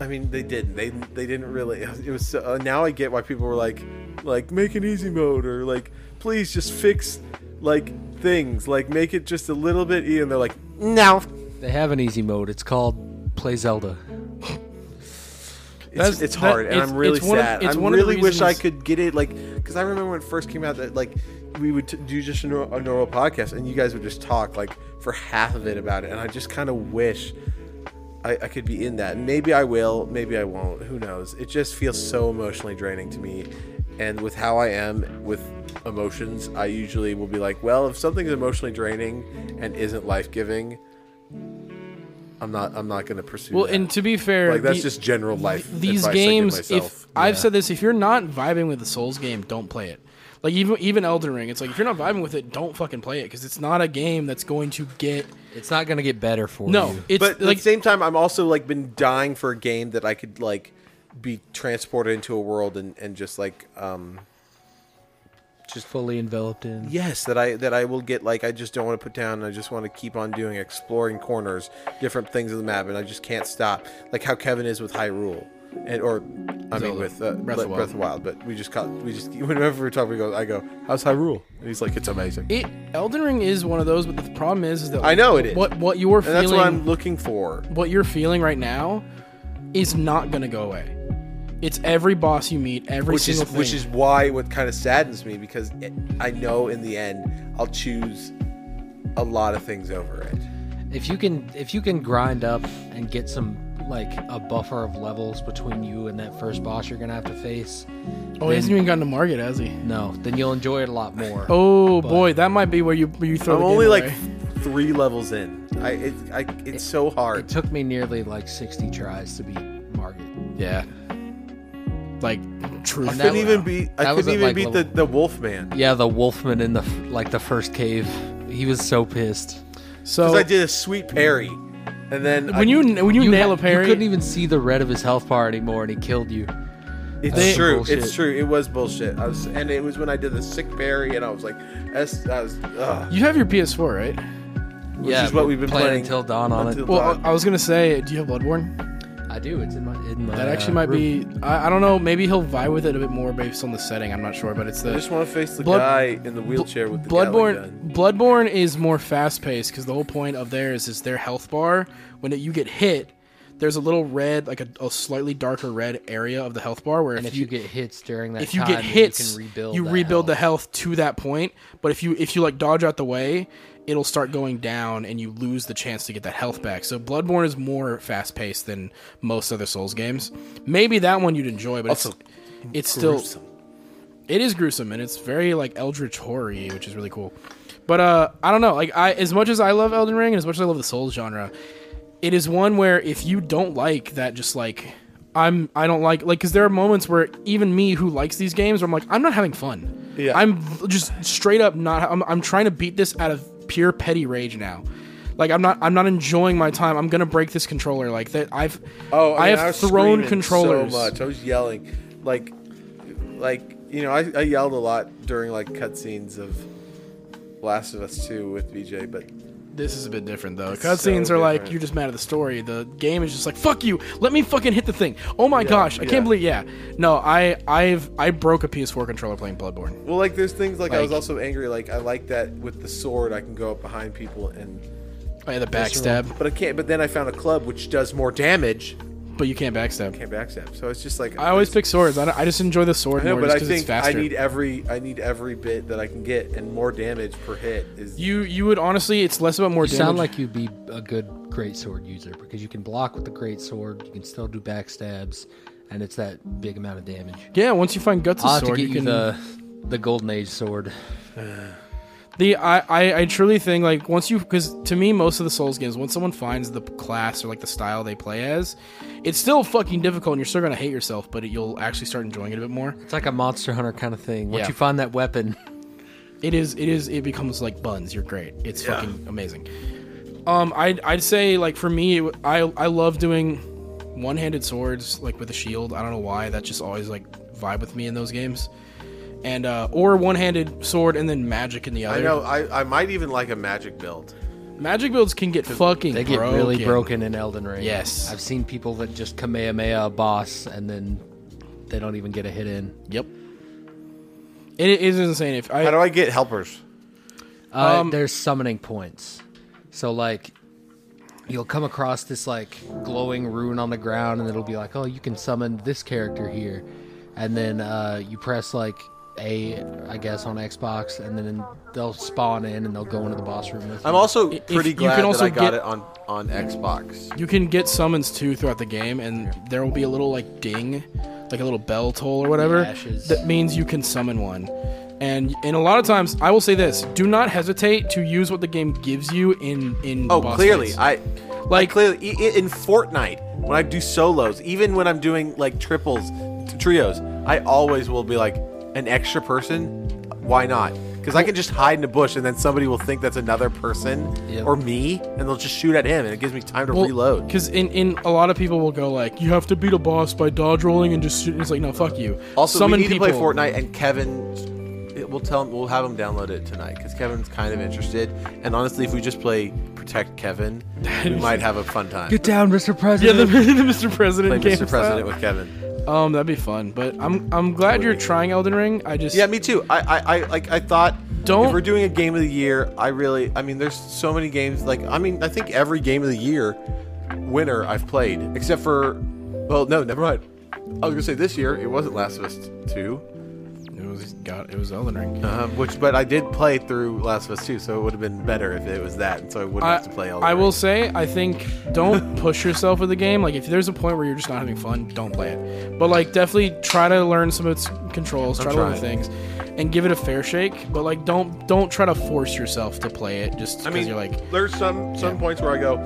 I mean, they didn't. They they didn't really. It was so, uh, now I get why people were like, like make an easy mode or like please just fix like things like make it just a little bit. easier. And they're like, no, They have an easy mode. It's called Play Zelda. it's, That's- it's that- hard, and it's- I'm really it's one of- sad. it's I one of the really wish I reasons- could get it, like, because I remember when it first came out that like we would t- do just a, nor- a normal podcast, and you guys would just talk like for half of it about it, and I just kind of wish I, I could be in that. Maybe I will, maybe I won't. Who knows? It just feels so emotionally draining to me, and with how I am with emotions, I usually will be like, well, if something's emotionally draining and isn't life giving. I'm not. I'm not going to pursue. well. that. And to be fair, like that's the- just general life. these advice I games. give myself. If I've said this, if you're not vibing with the Souls game, don't play it. Like even even Elden Ring, it's like if you're not vibing with it, don't fucking play it because it's not a game that's going to get. It's not gonna get better for No, you. it's but at like the same time, I'm also like been dying for a game that I could like be transported into a world and, and just like um just fully enveloped in. yes that I that I will get like I just don't want to put down. I just want to keep on doing exploring corners, different things of the map, and I just can't stop. Like how Kevin is with Hyrule. And, or I mean Zelda. with uh, Breath, Breath of of Wild, Wild. but we just caught we just whenever we're talking, we go I go how's Hyrule, and he's like it's amazing. it. Elden Ring is one of those, but the problem is, is that I know it is. What what you're and feeling, that's what I'm looking for. what you're feeling right now, is not gonna go away. It's every boss you meet, every which is single thing. which is why what kind of saddens me because it, I know in the end I'll choose a lot of things over it. If you can if you can grind up and get some like a buffer of levels between you and that first boss you're gonna have to face, oh, he hasn't even gotten to Margit, has he? no, then you'll enjoy it a lot more. Oh But- boy, that might be where you where you throw. I'm the only game like away. three levels in. I it, I it's so It hard. took me nearly like sixty tries to beat Margaret. yeah, like truth. And couldn't that- even be I that was couldn't even at, like, beat the level- the Wolfman. Yeah, the Wolfman in the f- like the first cave. He was so pissed. so Because I did a sweet parry, and then I- when you when you, nail ha- a parry, You couldn't even see the red of his health bar anymore, and he killed you. it's they- true, it's bullshit. true. It was bullshit. I was, and it was when I did the sick parry, and I was like, S, I was, ugh. you have your PS4, right? which is what we've been playing, playing, until dawn on until it. uh, Well, dawn. I, I was gonna say, do you have Bloodborne? I do. It's in my. In my That uh, actually might room. be. I, I don't know. Maybe he'll vie with it a bit more based on the setting. I'm not sure, but it's I the just want to face the Blood- guy in the wheelchair with the galley gun. Bloodborne. Bloodborne is more fast paced because the whole point of theirs is their health bar. When it, you get hit, there's a little red, like a, a slightly darker red area of the health bar where And if you, get hits during that, if you time, get hits, you, can rebuild that the health. health to that point. But if you if you like dodge out the way, it'll start going down, and you lose the chance to get that health back. So Bloodborne is more fast paced than most other Souls games. Maybe that one you'd enjoy, but Also, it's, it's still it is gruesome and it's very like eldritch horror which is really cool but uh i don't know like i as much as i love elden ring and as much as i love the souls genre it is one where if you don't like that just like i'm i don't like like because there are moments where even me who likes these games where i'm like i'm not having fun Yeah. i'm just straight up not i'm, I'm trying to beat this out of pure petty rage now like I'm not, I'm not enjoying my time. I'm gonna break this controller. Like that, I've, Oh, I, mean, I have was thrown screaming controllers. so much. I was yelling, like, like you know, I, I yelled a lot during like cutscenes of Last of Us 2 with VJ, but This is a bit different though. It's Cutscenes so are like different. you're just mad at the story. The game is just like fuck you. Let me fucking hit the thing. Oh my gosh, I yeah. can't believe. Yeah, no, I I've I broke a PS4 controller playing Bloodborne. well, like there's things like, I was Like- also angry. Like I like that with the sword, I can go up behind people and, I had a backstab, but I can't. But then I found a club which does more damage. but you can't backstab. Can't backstab. So it's just like I always pick swords. I, don't- I just enjoy the sword I know, more but just I 'cause it's think I faster. need every I need every bit that I can get, and more damage per hit is. you you would honestly, it's less about more You damage. sound like you'd be a good great sword user because you can block with the great sword, you can still do backstabs, and it's that big amount of damage. yeah. Once you find guts I'll of have Ah, to sword, get you you, can the the golden age sword. The I, I I truly think like once you because to me most of the Souls games once someone finds the class or like the style they play as, it's still fucking difficult and you're still gonna hate yourself, but you'll actually start enjoying it a bit more. It's like a monster hunter kind of thing. Once Yeah. you find that weapon, It is it is it becomes like buns. You're great. It's fucking amazing. Um, I'd I'd say like for me, it- I I love doing one-handed swords like with a shield. I don't know why that just always like vibe with me in those games, and uh, or one-handed sword and then magic in the other. I know. I, I might even like a magic build. magic builds can get fucking they get really broken. broken in Elden Ring. Yes. I've seen people that just Kamehameha a boss and then they don't even get a hit in. Yep. It is insane. If I, How do I get helpers? Uh, Um, there's summoning points. So like you'll come across this like glowing rune on the ground and it'll be like, "Oh, you can summon this character here." And then uh, you press like A, I guess on Xbox and then they'll spawn in and they'll go into the boss room with I'm you. also If- pretty you can glad also that I got get- it on on Xbox. you can get summons too throughout the game, and there will be a little like ding, like a little bell toll or whatever. Dashes. That means you can summon one. And and a lot of times, I will say this: do not hesitate to use what the game gives you in in. Oh, boss clearly, fights. I like Like- clearly i- i- in Fortnite when I do solos, even when I'm doing like triples, t- trios, I always will be like an extra person. Why not? Because I can just hide in a bush and then somebody will think that's another person Yep. or me, and they'll just shoot at him, and it gives me time to reload. Because in, in a lot of people will go like, you have to beat a boss by dodge rolling and just shooting. It's like, no, fuck you. Also, Summon we need people. to play Fortnite, and Kevin, it, we'll tell him, we'll have him download it tonight because Kevin's kind of interested. And honestly, if we just play Protect Kevin, we might have a fun time. Get down, Mr. Yeah, the, President. the Mr. President. Play game Mr. style. President with Kevin. Um, that'd be fun. But I'm I'm glad you're trying Elden Ring. I just Yeah, me too. I, I, I like. I thought. Don't- If we're doing a game of the year, I really. I mean, there's so many games. Like, I mean, I think every game of the year winner I've played, except for. Well, no, never mind. I was gonna say this year it wasn't Last of Us Two, It was God. It was Elden Ring. um, which but I did play through Last of Us Two, so it would have been better if it was that, and so I wouldn't I, have to play all. I will say, I think don't push yourself with the game. Like, if there's a point where you're just not having fun, don't play it. But like, definitely try to learn some of its controls, try to learn trying. things, and give it a fair shake. But like, don't don't try to force yourself to play it just because you're like, there's some some points where I go,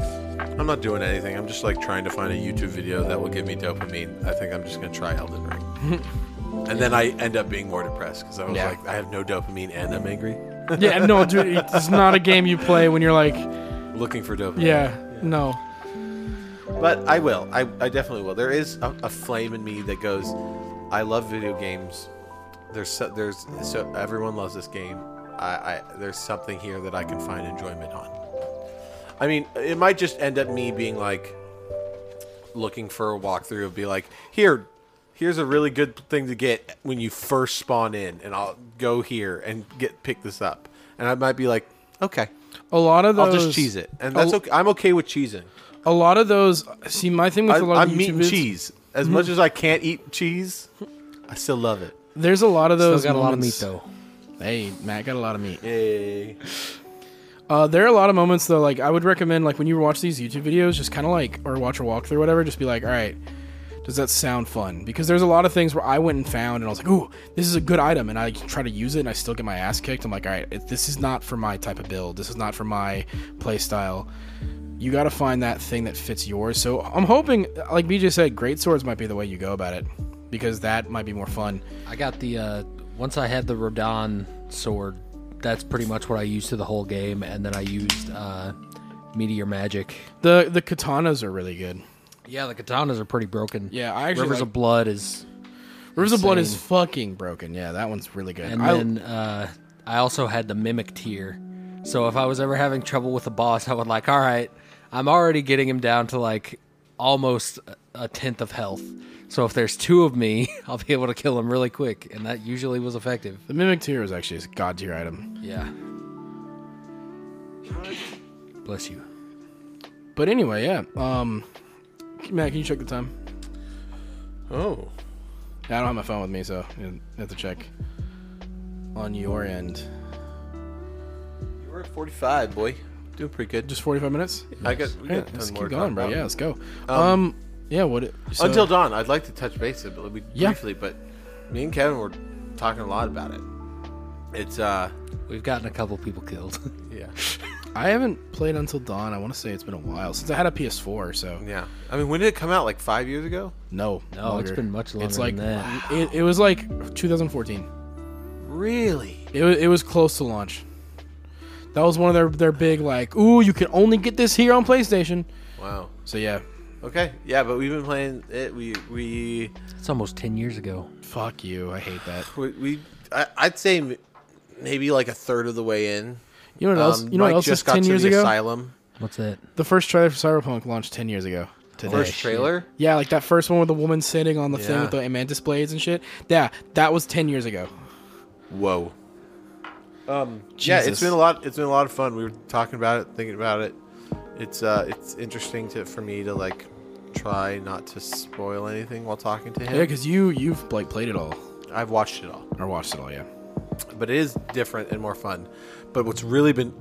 I'm not doing anything. I'm just like trying to find a YouTube video that will give me dopamine. I think I'm just gonna try Elden Ring, and then I end up being more depressed because I was Yeah. like, I have no dopamine and I'm angry, yeah, no, dude, it's not a game you play when you're like, looking for dopamine. yeah, no. But I will. I, I definitely will. There is a, a flame in me that goes, I love video games. There's so, there's so everyone loves this game. I, I there's something here that I can find enjoyment on. I mean, it might just end up me being like looking for a walkthrough of be like, here, here's a really good thing to get when you first spawn in, and I'll go here and get pick this up, and I might be like, okay, A lot of I'll those, just cheese it, and that's a, okay. I'm okay with cheesing. a lot of those. See, my thing with a lot I, of Mm-hmm. am meat YouTube and vids- cheese. As much as I can't eat cheese, I still love it. There's a lot of Still those. got a lot of meat moments- though. Hey, Matt got a lot of meat. Yay. Uh, there are a lot of moments though. Like I would recommend, like when you watch these YouTube videos, just kind of like or watch a walkthrough, or whatever. Just be like, all right, does that sound fun? Because there's a lot of things where I went and found, and I was like, ooh, this is a good item, and I try to use it, and I still get my ass kicked. I'm like, all right, it, this is not for my type of build. This is not for my play style. You got to find that thing that fits yours. So I'm hoping, like BJ said, great swords might be the way you go about it, because that might be more fun. I got the uh once I had the Rodan sword, that's pretty much what I used to the whole game, and then I used uh Meteor Magic. The the katanas are really good. Yeah, the katanas are pretty broken. Yeah, I actually Rivers like- of Blood is Rivers of Blood is insane. fucking broken. Yeah, that one's really good. And I- then uh, I also had the mimic tier. So if I was ever having trouble with a boss, I would like, all right, I'm already getting him down to like almost a tenth of health. So if there's two of me, I'll be able to kill him really quick, and that usually was effective. the Mimic tier was actually a god tier item. Yeah. Bless you. But anyway, yeah. Um, Matt, can you check the time? Oh, I don't have my phone with me, so you have to check on your end. you were at 45, boy. Doing pretty good. Just 45 minutes? I got, we got Alright, a let's ton more to keep going, talk bro. about. Yeah, let's go. Um, yeah, what? it- so- Until dawn, I'd like to touch base a bit we- Yeah. briefly, but me and Kevin were talking a lot about it. It's uh, We've gotten a couple people killed. yeah, I haven't played Until Dawn. I want to say it's been a while since I had a PS4. So yeah. I mean, when did it come out? Like five years ago? no, No, it's been It's much longer like than that. It, it was like 2014. Really? It was, it was close to launch. That was one of their their big like, ooh, you can only get this here on PlayStation. Wow. So yeah, Okay. Yeah, but we've been playing it. We we It's almost 10 years ago. fuck you. I hate that. we. we I, I'd say m- maybe like a third of the way in. You know what else? you know Um, what Mike else is just got ten to years the ago? asylum. What's that? The first trailer for Cyberpunk launched ten years ago. Today. First trailer. Yeah, like that first one with the woman sitting on the thing Yeah. with the mantis blades and shit. Yeah, that was ten years ago. Whoa. Um. Yeah, Jesus. it's been a lot. It's been a lot of fun. We were talking about it, thinking about it. It's uh, it's interesting to for me to like try not to spoil anything while talking to him. Yeah, because you you've like played it all I've watched it all, or watched it all. Yeah. but it is different and more fun. But what's really been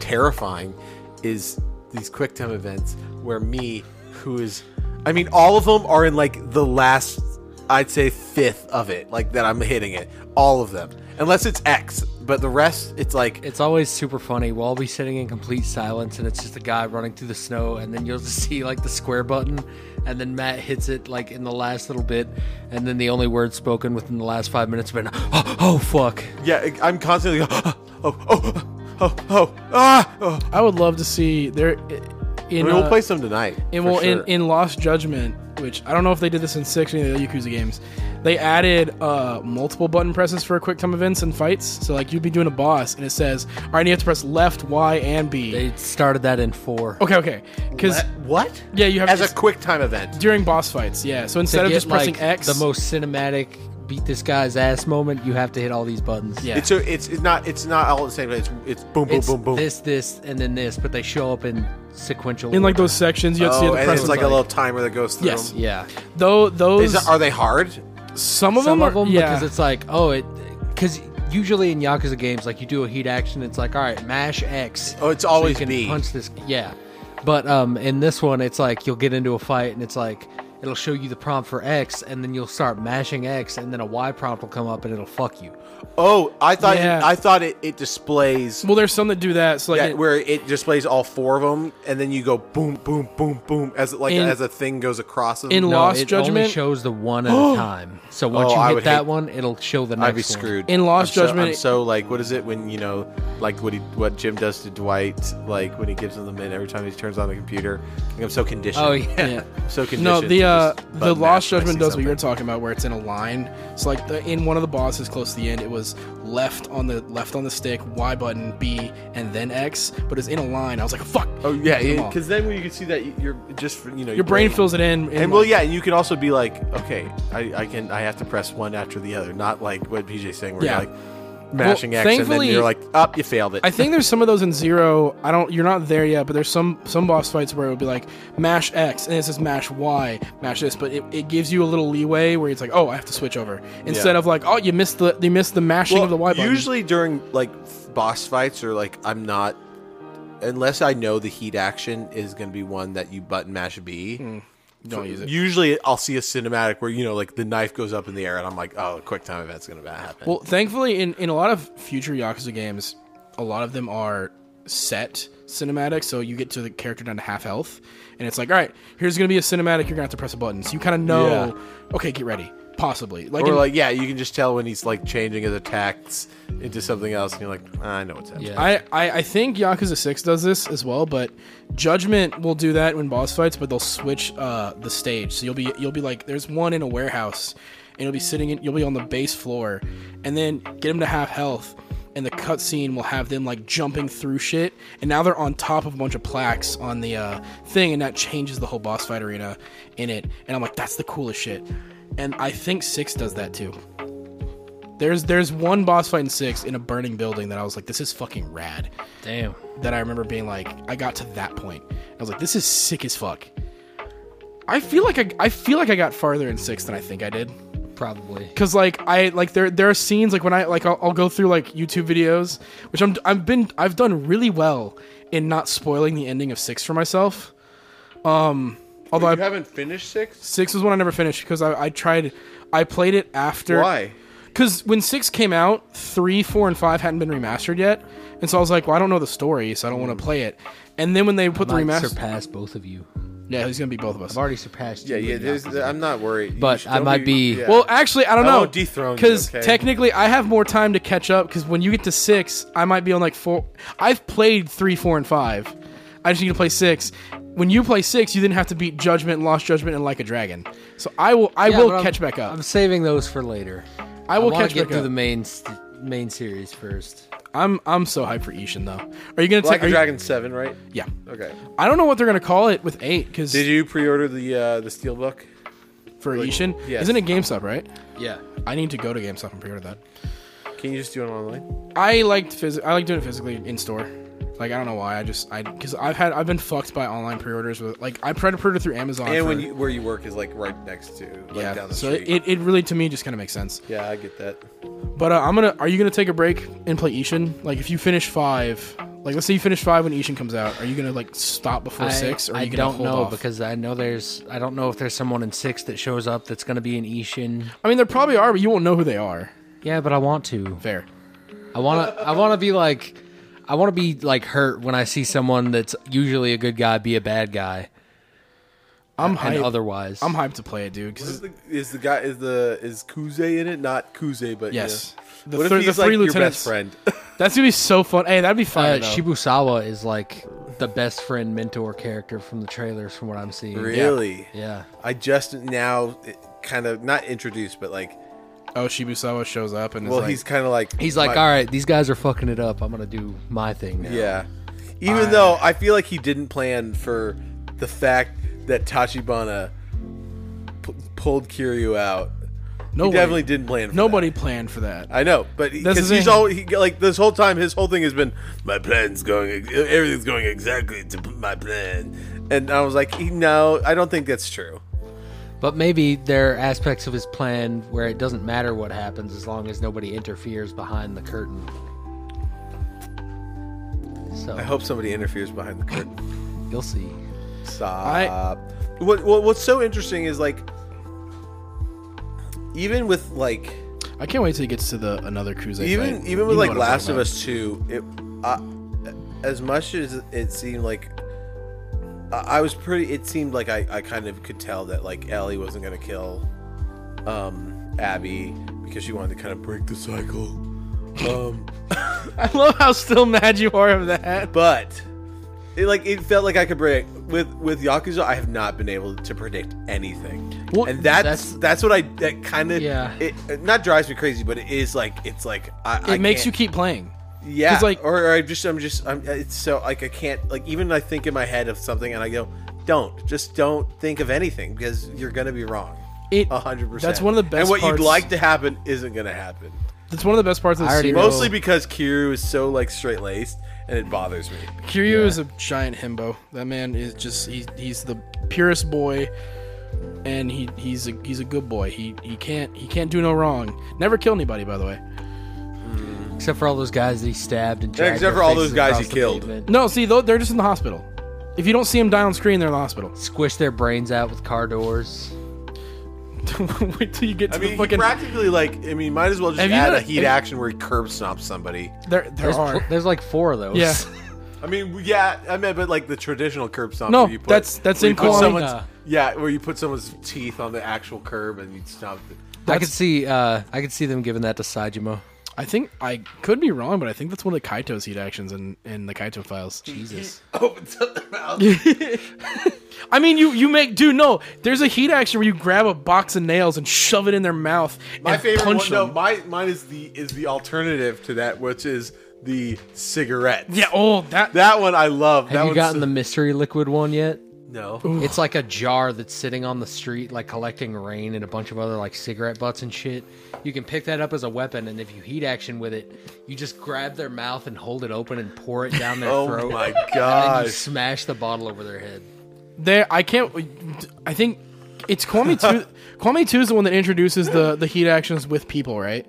terrifying is these quick time events where me, who is, I mean, all of them are in like the last, I'd say fifth of it, like that I'm hitting it, all of them, unless it's X. But the rest, it's like It's always super funny. We'll all be sitting in complete silence, and it's just a guy running through the snow, and then you'll just see like the square button, and then Matt hits it like in the last little bit, and then the only word spoken within the last five minutes have been, oh, oh, fuck. Yeah, I'm constantly oh oh oh oh oh ah. Oh. I would love to see there. In, we'll uh, play some tonight. And for well, sure. in, in Lost Judgment, which I don't know if they did this in six or any of the Yakuza games, they added uh, multiple button presses for quick time events and fights. So like you'd be doing a boss, and it says, "All right, you have to press left, Y, and B." They started that in four. okay, okay, because Le- what? yeah, you have as to- a quick time event. during boss fights. Yeah, so instead of get, just pressing like, X, the most cinematic beat this guy's ass moment, you have to hit all these buttons. yeah, It's so it's it's not it's not all at the same time. It's it's boom boom It's boom boom. this, this, and then this, but they show up in sequential. in like order. those sections, you have to, you oh, have to and press it's like, them. a little timer that goes through. Yes. them. Yeah. Though those Is it- are they hard? some of some them, of them are, yeah. because it's like oh it because usually in yakuza games like you do a heat action it's like all right mash x Oh, it's always so you can B. punch this yeah but um in this one it's like you'll get into a fight and it's like it'll show you the prompt for x and then you'll start mashing x and then a y prompt will come up and it'll fuck you Oh, I thought Yeah. I thought it, it displays well, there's some that do that. So like that it- where it displays all four of them, and then you go boom boom boom boom as it- like In- as a thing goes across them. in no Lost it Judgment- only shows the one at a time so once Oh, I you would hit that hate- one it'll show the next I'd be one. screwed. In Lost I'm so- Judgment- I'm so like, what is it when you know, like what he, what Jim does to Dwight, like when he gives him the mint every time he turns on the computer. Like, I'm so conditioned. oh yeah, yeah. so conditioned. No, to the uh, just the button mash Lost when I Judgment see does what you're something. talking about, where it's in a line. So like the, in one of the bosses close to the end, it was left on the left on the stick, Y button, B, and then X, but it's in a line. I was like, fuck. Oh yeah, Come on. because then when you can see that, you- you're just you know your brain fills it in. in And well, like- yeah, and you can also be like, okay, I, I can I have to press one after the other, not like what PJ's saying, where Yeah. you're like mashing X, and then thankfully- you're like, up, you failed it. I think there's some of those in zero. I don't. You're not there yet, but there's some some boss fights where it would be like mash X and it says mash Y, mash this, but it, it gives you a little leeway where it's like, oh, I have to switch over instead Yeah. of like, oh, you missed the you missed the mashing of the Y button. Usually during like f- boss fights or like I'm not unless I know the heat action is going to be one that you button mash B. Mm-hmm. don't use it. Usually I'll see a cinematic where you know like the knife goes up in the air and I'm like, oh, a quick time event's going to happen. Well, thankfully, in, in a lot of future Yakuza games, a lot of them are set cinematic, so you get to the character down to half health, and it's like, all right, here's gonna be a cinematic. You're gonna have to press a button, so you kind of know, okay, get ready, possibly. Like, or in- like yeah, you can just tell when he's like changing his attacks into something else, and you're like, I know what's happening. Yeah. I, I I think Yakuza Six does this as well, but Judgment will do that when boss fights, but they'll switch uh, the stage. So you'll be you'll be like, there's one in a warehouse, and you'll be sitting in you'll be on the base floor and then get them to half health and the cutscene will have them like jumping through shit and now they're on top of a bunch of plaques on the uh, thing and that changes the whole boss fight arena in it and i'm like that's the coolest shit and i think six does that too there's there's one boss fight in six in a burning building that i was like this is fucking rad Damn. that I remember being like, I got to that point. I was like, this is sick as fuck. I feel like I, I feel like I got farther in six than I think I did. Probably. Cause like I like there there are scenes like when I like I'll, I'll go through like YouTube videos, which I'm I've been I've done really well in not spoiling the ending of six for myself. Um, although You I, haven't finished six. six was one I never finished because I, I tried I played it after Why? because when six came out, three, four, and five hadn't been remastered yet, and so I was like, "Well, I don't know the story, so I don't want to play it." And then when they put the Might remaster, surpass both of you. yeah, he's gonna be both of us. I've already surpassed Yeah, you. yeah. in the There's, opposite. I'm not worried. You But should- I don't might be- yeah. Well, actually, I don't I know. won't dethrone you, because okay? technically, I have more time to catch up. Because when you get to six, I might be on like four. I've played three, four, and five. I just need to play six. When you play six, you then have to beat Judgment, Lost Judgment, and Like a Dragon. So I will, I Yeah, but will I'm- catch back up. I'm saving those for later. I will wanna catch get back through up. the main st- main series first. I'm, I'm so hyped for Ishin though. Are you gonna Like take? a are you- Dragon Seven, right? Yeah. Okay. I don't know what they're gonna call it with eight because Did you pre-order the uh, the steelbook? for Ishin, yes. isn't it GameStop right? Yeah. I need to go to GameStop and pre-order that. Can you just do it online? I liked phys- I like doing it physically in store. Like I don't know why. I just I because I've had I've been fucked by online pre-orders with like I tried to pre-order through Amazon. And for- when you, where you work is like right next to, like yeah, down the so street. it, it really to me just kind of makes sense. yeah, I get that. But uh, I'm gonna are you gonna take a break and play Ishin? Like if you finish five, like let's say you finish five when Ishin comes out, are you gonna like stop before I, six or are I you gonna don't hold know off? because I know there's I don't know if there's someone in six that shows up that's going to be an Ishin. I mean there probably are, but you won't know who they are. Yeah, but I want to. Fair. I want to. I want to be like. I want to be like hurt when I see someone that's usually a good guy be a bad guy, I'm and hyped. otherwise, I'm hyped to play it, dude. 'cause Is the, is the guy is the is Kuze in it? Not Kuze, but Yes. Yeah. The what thir- if the he's three like your lieutenants. best friend? That's gonna be so fun. Hey, that'd be uh, fun. though. Shibusawa is like the best friend mentor character from the trailers, from what I'm seeing. really? Yeah. I just now kind of not introduced, but like, oh, Shibusawa shows up and well, is like, he's kind of like He's like, my- all right, these guys are fucking it up. I'm gonna do my thing now. yeah. Even though I feel like he didn't plan for the fact that Tachibana p- pulled Kiryu out. no He way. definitely didn't plan. For Nobody planned for that. that. I know, but That's because the he's thing. all he, like this whole time, his whole thing has been my plan's going, ex- everything's going exactly to p- my plan, and I was like, no, I don't think that's true. But maybe there are aspects of his plan where it doesn't matter what happens as long as nobody interferes behind the curtain. So I hope somebody interferes behind the curtain. you'll see. Stop. I- what, what what's so interesting is like even with like I can't wait till he gets to the another cruise. even even with like Last of Us Two, it I, as much as it seemed like I, I was pretty, it seemed like I I kind of could tell that like Ellie wasn't gonna kill um Abby because she wanted to kind of break the cycle. Um, I love how still mad you are of that. but it like it felt like I could predict with with Yakuza. I have not been able to predict anything, Well, and that's, that's that's- what I that kind of Yeah. It, it not drives me crazy, but it is like it's like I, It makes you keep playing. you yeah 'cause, like- or, or I just I'm just I'm it's so like I can't like even I think in my head of something and I go don't just don't think of anything because you're gonna be wrong. It. A hundred percent. That's one of the best And what parts- you'd like to happen isn't going to happen. That's one of the best parts of the I already series. know. Mostly because Kiryu is so like straight laced, and it bothers me. Kiryu is a giant himbo. That man is just he, he's the purest boy, and he he's a he's a good boy. He he can't he can't do no wrong. Never kill anybody, by the way. Except for all those guys that he stabbed and dragged except their for all faces those guys he across the killed. pavement, No, see, though they're just in the hospital. If you don't see him die on screen, they're in the hospital. Squished their brains out with car doors. Wait till you get to I mean, the he fucking. practically like I mean, might as well just Have you add done a it- heat action where he curb stomps somebody. there there There's, pl- are. there's like four of those. Yeah. I mean, yeah, I mean, but like the traditional curb stomp. No, where you put, that's- that's where in you put Kuwamina. someone's, Yeah, where you put someone's teeth on the actual curb and you stomp. It. I could see. Uh, I could see them giving that to Sajima. I think I could be wrong, but I think that's one of the Kaito's heat actions in, in the Kaito files. Jesus. Opens up their mouth. I mean, you you make dude. No, there's a heat action where you grab a box of nails and shove it in their mouth. My and favorite one, punch no, them. my, mine is the is the alternative to that, which is the cigarette. yeah. Oh, that. that one I love. that Have you one's gotten the mystery liquid one yet? no? It's like a jar that's sitting on the street, like collecting rain and a bunch of other like cigarette butts and shit. You can pick that up as a weapon, and if you heat action with it, you just grab their mouth and hold it open and pour it down their Oh throat. my And you gosh! smash the bottle over their head. There, I can't. uh, I think it's Kwame Two. Kwame Two is the one that introduces the the heat actions with people, right?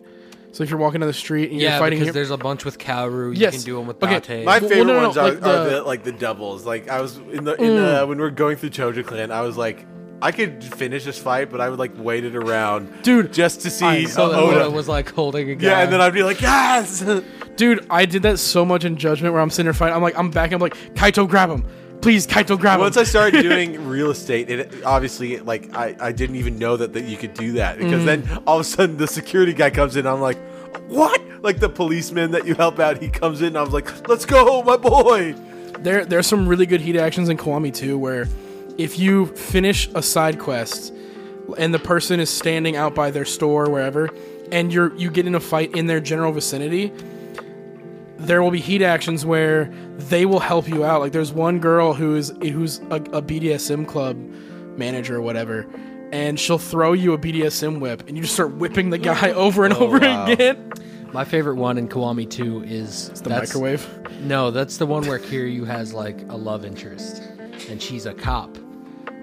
So if you're walking down the street and you're Yeah, fighting, because him- there's a bunch with Kaoru. You Yes. can do them with Okay, Date. My Well, favorite no, no, no, ones are, like are the- Mm. the, like the doubles. Like I was in the in the when we were going through Choja Clan, I was like, I could finish this fight, but I would like wait it around, Dude, just to see so Oh, that Oda. Oda was like holding a gun. yeah, and then I'd be like, yes. dude, I did that so much in Judgment where I'm sitting there fighting. I'm like, I'm back. I'm like, Kaito, grab him, please, Kaito, grab him. Once I started doing real estate, it obviously like I, I didn't even know that, that you could do that because then all of a sudden the security guy comes in. I'm like, what? Like the policeman that you help out, he comes in. And I was like, let's go, my boy. There, there's some really good heat actions in Kiwami too, where if you finish a side quest and the person is standing out by their store or wherever, and you're you get in a fight in their general vicinity, there will be heat actions where they will help you out. Like there's one girl who is who's a, a BDSM club mmanager or whatever, and she'll throw you a BDSM whip, and you just start whipping the guy over and over again. My favorite one in Kiwami 2 is The microwave. No, that's the one where Kiryu has like a love interest, and she's a cop,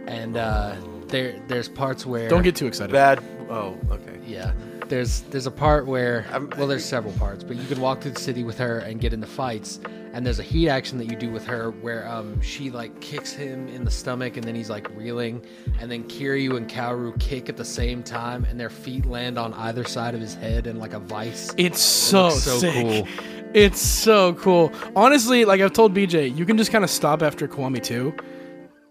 and uh, there there's parts where Don't get too excited. Bad. Oh, okay. yeah. There's there's a part where I'm- well there's several parts, but you can walk through the city with her and get into fights, and there's a heat action that you do with her where um she like kicks him in the stomach and then he's like reeling, and then Kiryu and Kaoru kick at the same time and their feet land on either side of his head in like a vice. It's so, looks so sick. cool. It's so cool. Honestly, like I've told BJ, you can just kind of stop after Kiwami 2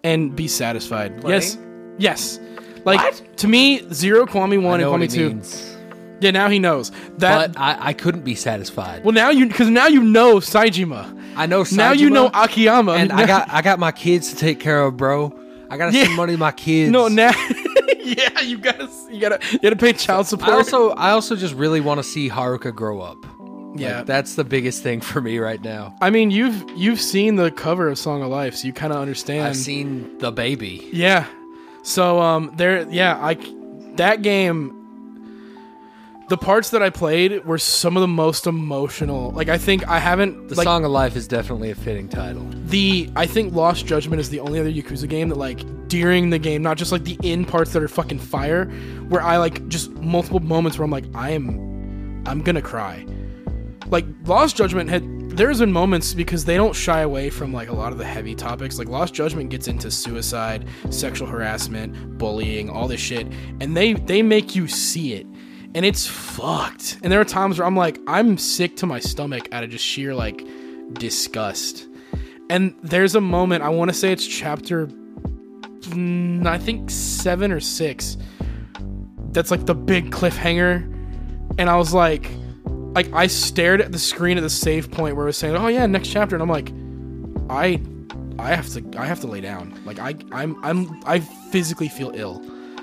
and be satisfied. Yes. Yes. Like to me, zero Kwami one I know and what Kwami it two. means, Yeah, now he knows that. but I, I couldn't be satisfied. well, now you because now you know Saijima. I know. Sajima, Now you know Akiyama. Oh, and Now- I got I got my kids to take care of, bro. I gotta Yeah. send money to my kids. no now. yeah, you gotta you gotta you gotta pay child support. I also I also just really want to see Haruka grow up. Like, yeah. that's the biggest thing for me right now. I mean, you've you've seen the cover of Song of Life, so you kind of understand. I've seen the baby. Yeah. So um there yeah, I c- that game the parts that I played were some of the most emotional. Like I think I haven't The like Song of Life is definitely a fitting title. the I think Lost Judgment is the only other Yakuza game that like during the game, not just like the end parts that are fucking fire, where I like just multiple moments where I'm like I am I'm gonna cry. Like Lost Judgment had there's been moments because they don't shy away from like a lot of the heavy topics. Like Lost Judgment gets into suicide, sexual harassment, bullying, all this shit, and they they make you see it. And it's fucked. And there are times where I'm like, I'm sick to my stomach out of just sheer like disgust. And there's a moment, I want to say it's chapter, mm, I think seven or six, that's like the big cliffhanger. And I was like, like I stared at the screen at the save point where it was saying, "Oh yeah, next chapter," and I'm like, I, I have to, I have to lay down. Like I, I'm, I'm, I physically feel ill.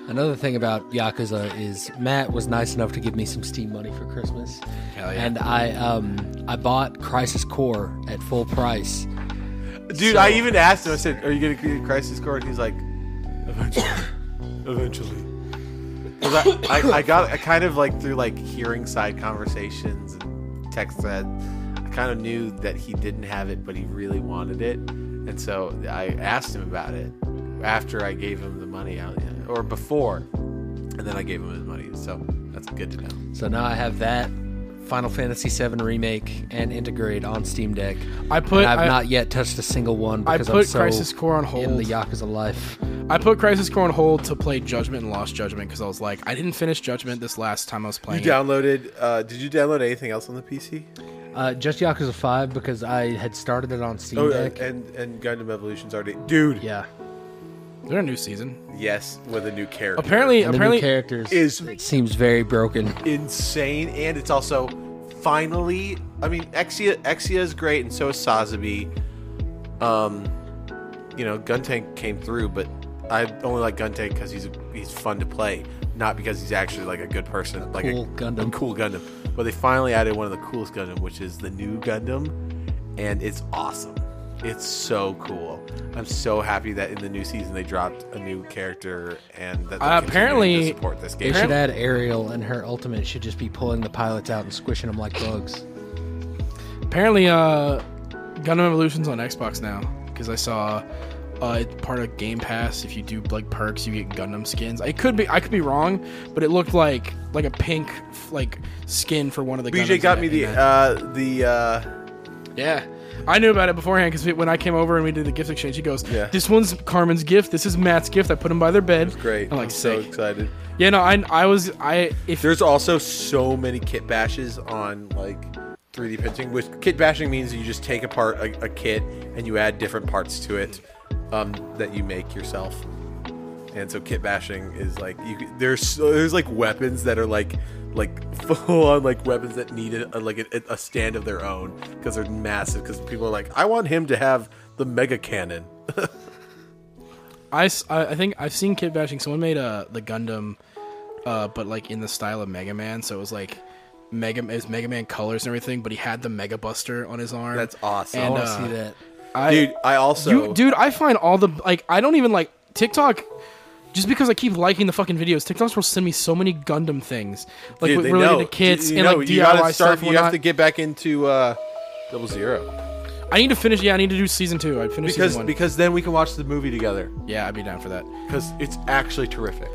Another thing about Yakuza is Matt was nice enough to give me some Steam money for Christmas, Hell yeah. and I um I bought Crisis Core at full price. Dude, I even asked him. I said, "Are you gonna create a crisis core?" And he's like, "Eventually, eventually." 'Cause I, I, I got I kind of like through like hearing side conversations and text that I kind of knew that he didn't have it, but he really wanted it, and so I asked him about it after I gave him the money out, or before, and then I gave him his money. So that's good to know. So now I have that Final Fantasy VII remake and Integrate on Steam Deck. I put- And I've I- not yet touched a single one I because am put so Crisis Core on hold. in the Yakuza life. I put Crisis Core on hold to play Judgment and Lost Judgment because I was like, I didn't finish Judgment this last time I was playing. it. downloaded? Uh, did you download anything else on the PC? Uh, just Yakuza Five because I had started it on Steam Oh, Deck. and and Gundam Evolution's already, dude. yeah, They're a new season. Yes, with a new character. Apparently, and the new apparently, characters is seems very broken. insane, and it's also finally, I mean, Exia Exia is great, and so is Sazabi. Um, you know, Guntank came through, but I only like Guntank because he's he's fun to play, not because he's actually like a good person, like cool a, Gundam. a cool Gundam. But they finally added one of the coolest Gundam, which is the new Gundam, and it's awesome. It's so cool. I'm so happy that in the new season they dropped a new character and that they're Uh, continuing to apparently- support this They game. should add Ariel, and her ultimate should just be pulling the pilots out and squishing them like bugs. Apparently, uh, Gundam Evolution's on Xbox now because I saw uh, it's part of Game Pass. If you do like perks, you get Gundam skins. I could be I could be wrong, but it looked like like a pink f- like skin for one of the. BJ Gundams got in me it- the in that. uh, the uh, yeah. I knew about it beforehand because when I came over and we did the gift exchange, he goes, Yeah. "This one's Carmen's gift. This is Matt's gift. I put them by their bed. great. I'm like I'm so Oh, sick. excited. yeah, no, I, I was I if There's also so many kit bashes on like 3D printing, which kit bashing means you just take apart a, a kit and you add different parts to it um, that you make yourself. And so kit bashing is like you c- there's so- there's like weapons that are like like full on like weapons that need a, like a, a stand of their own because they're massive because people are like I want him to have the mega cannon. I, s- I- I think I've seen kit bashing. Someone made a the Gundam, uh, but like in the style of Mega Man. So it was like Mega it was Mega Man colors and everything. But he had the Mega Buster on his arm. That's awesome. And, I wanna uh, See that? I- dude, I also you, dude, I find all the like I don't even like TikTok. Just because I keep liking the fucking videos, TikToks will send me so many Gundam things, like Dude, with- they related know. to kits You and know, like you DIY gotta start- stuff. and You have whatnot. to get back into uh, Double Zero I need to finish. Yeah, I need to do season two. I finished because season one. because then we can watch the movie together yeah, I'd be down for that. because it's actually terrific.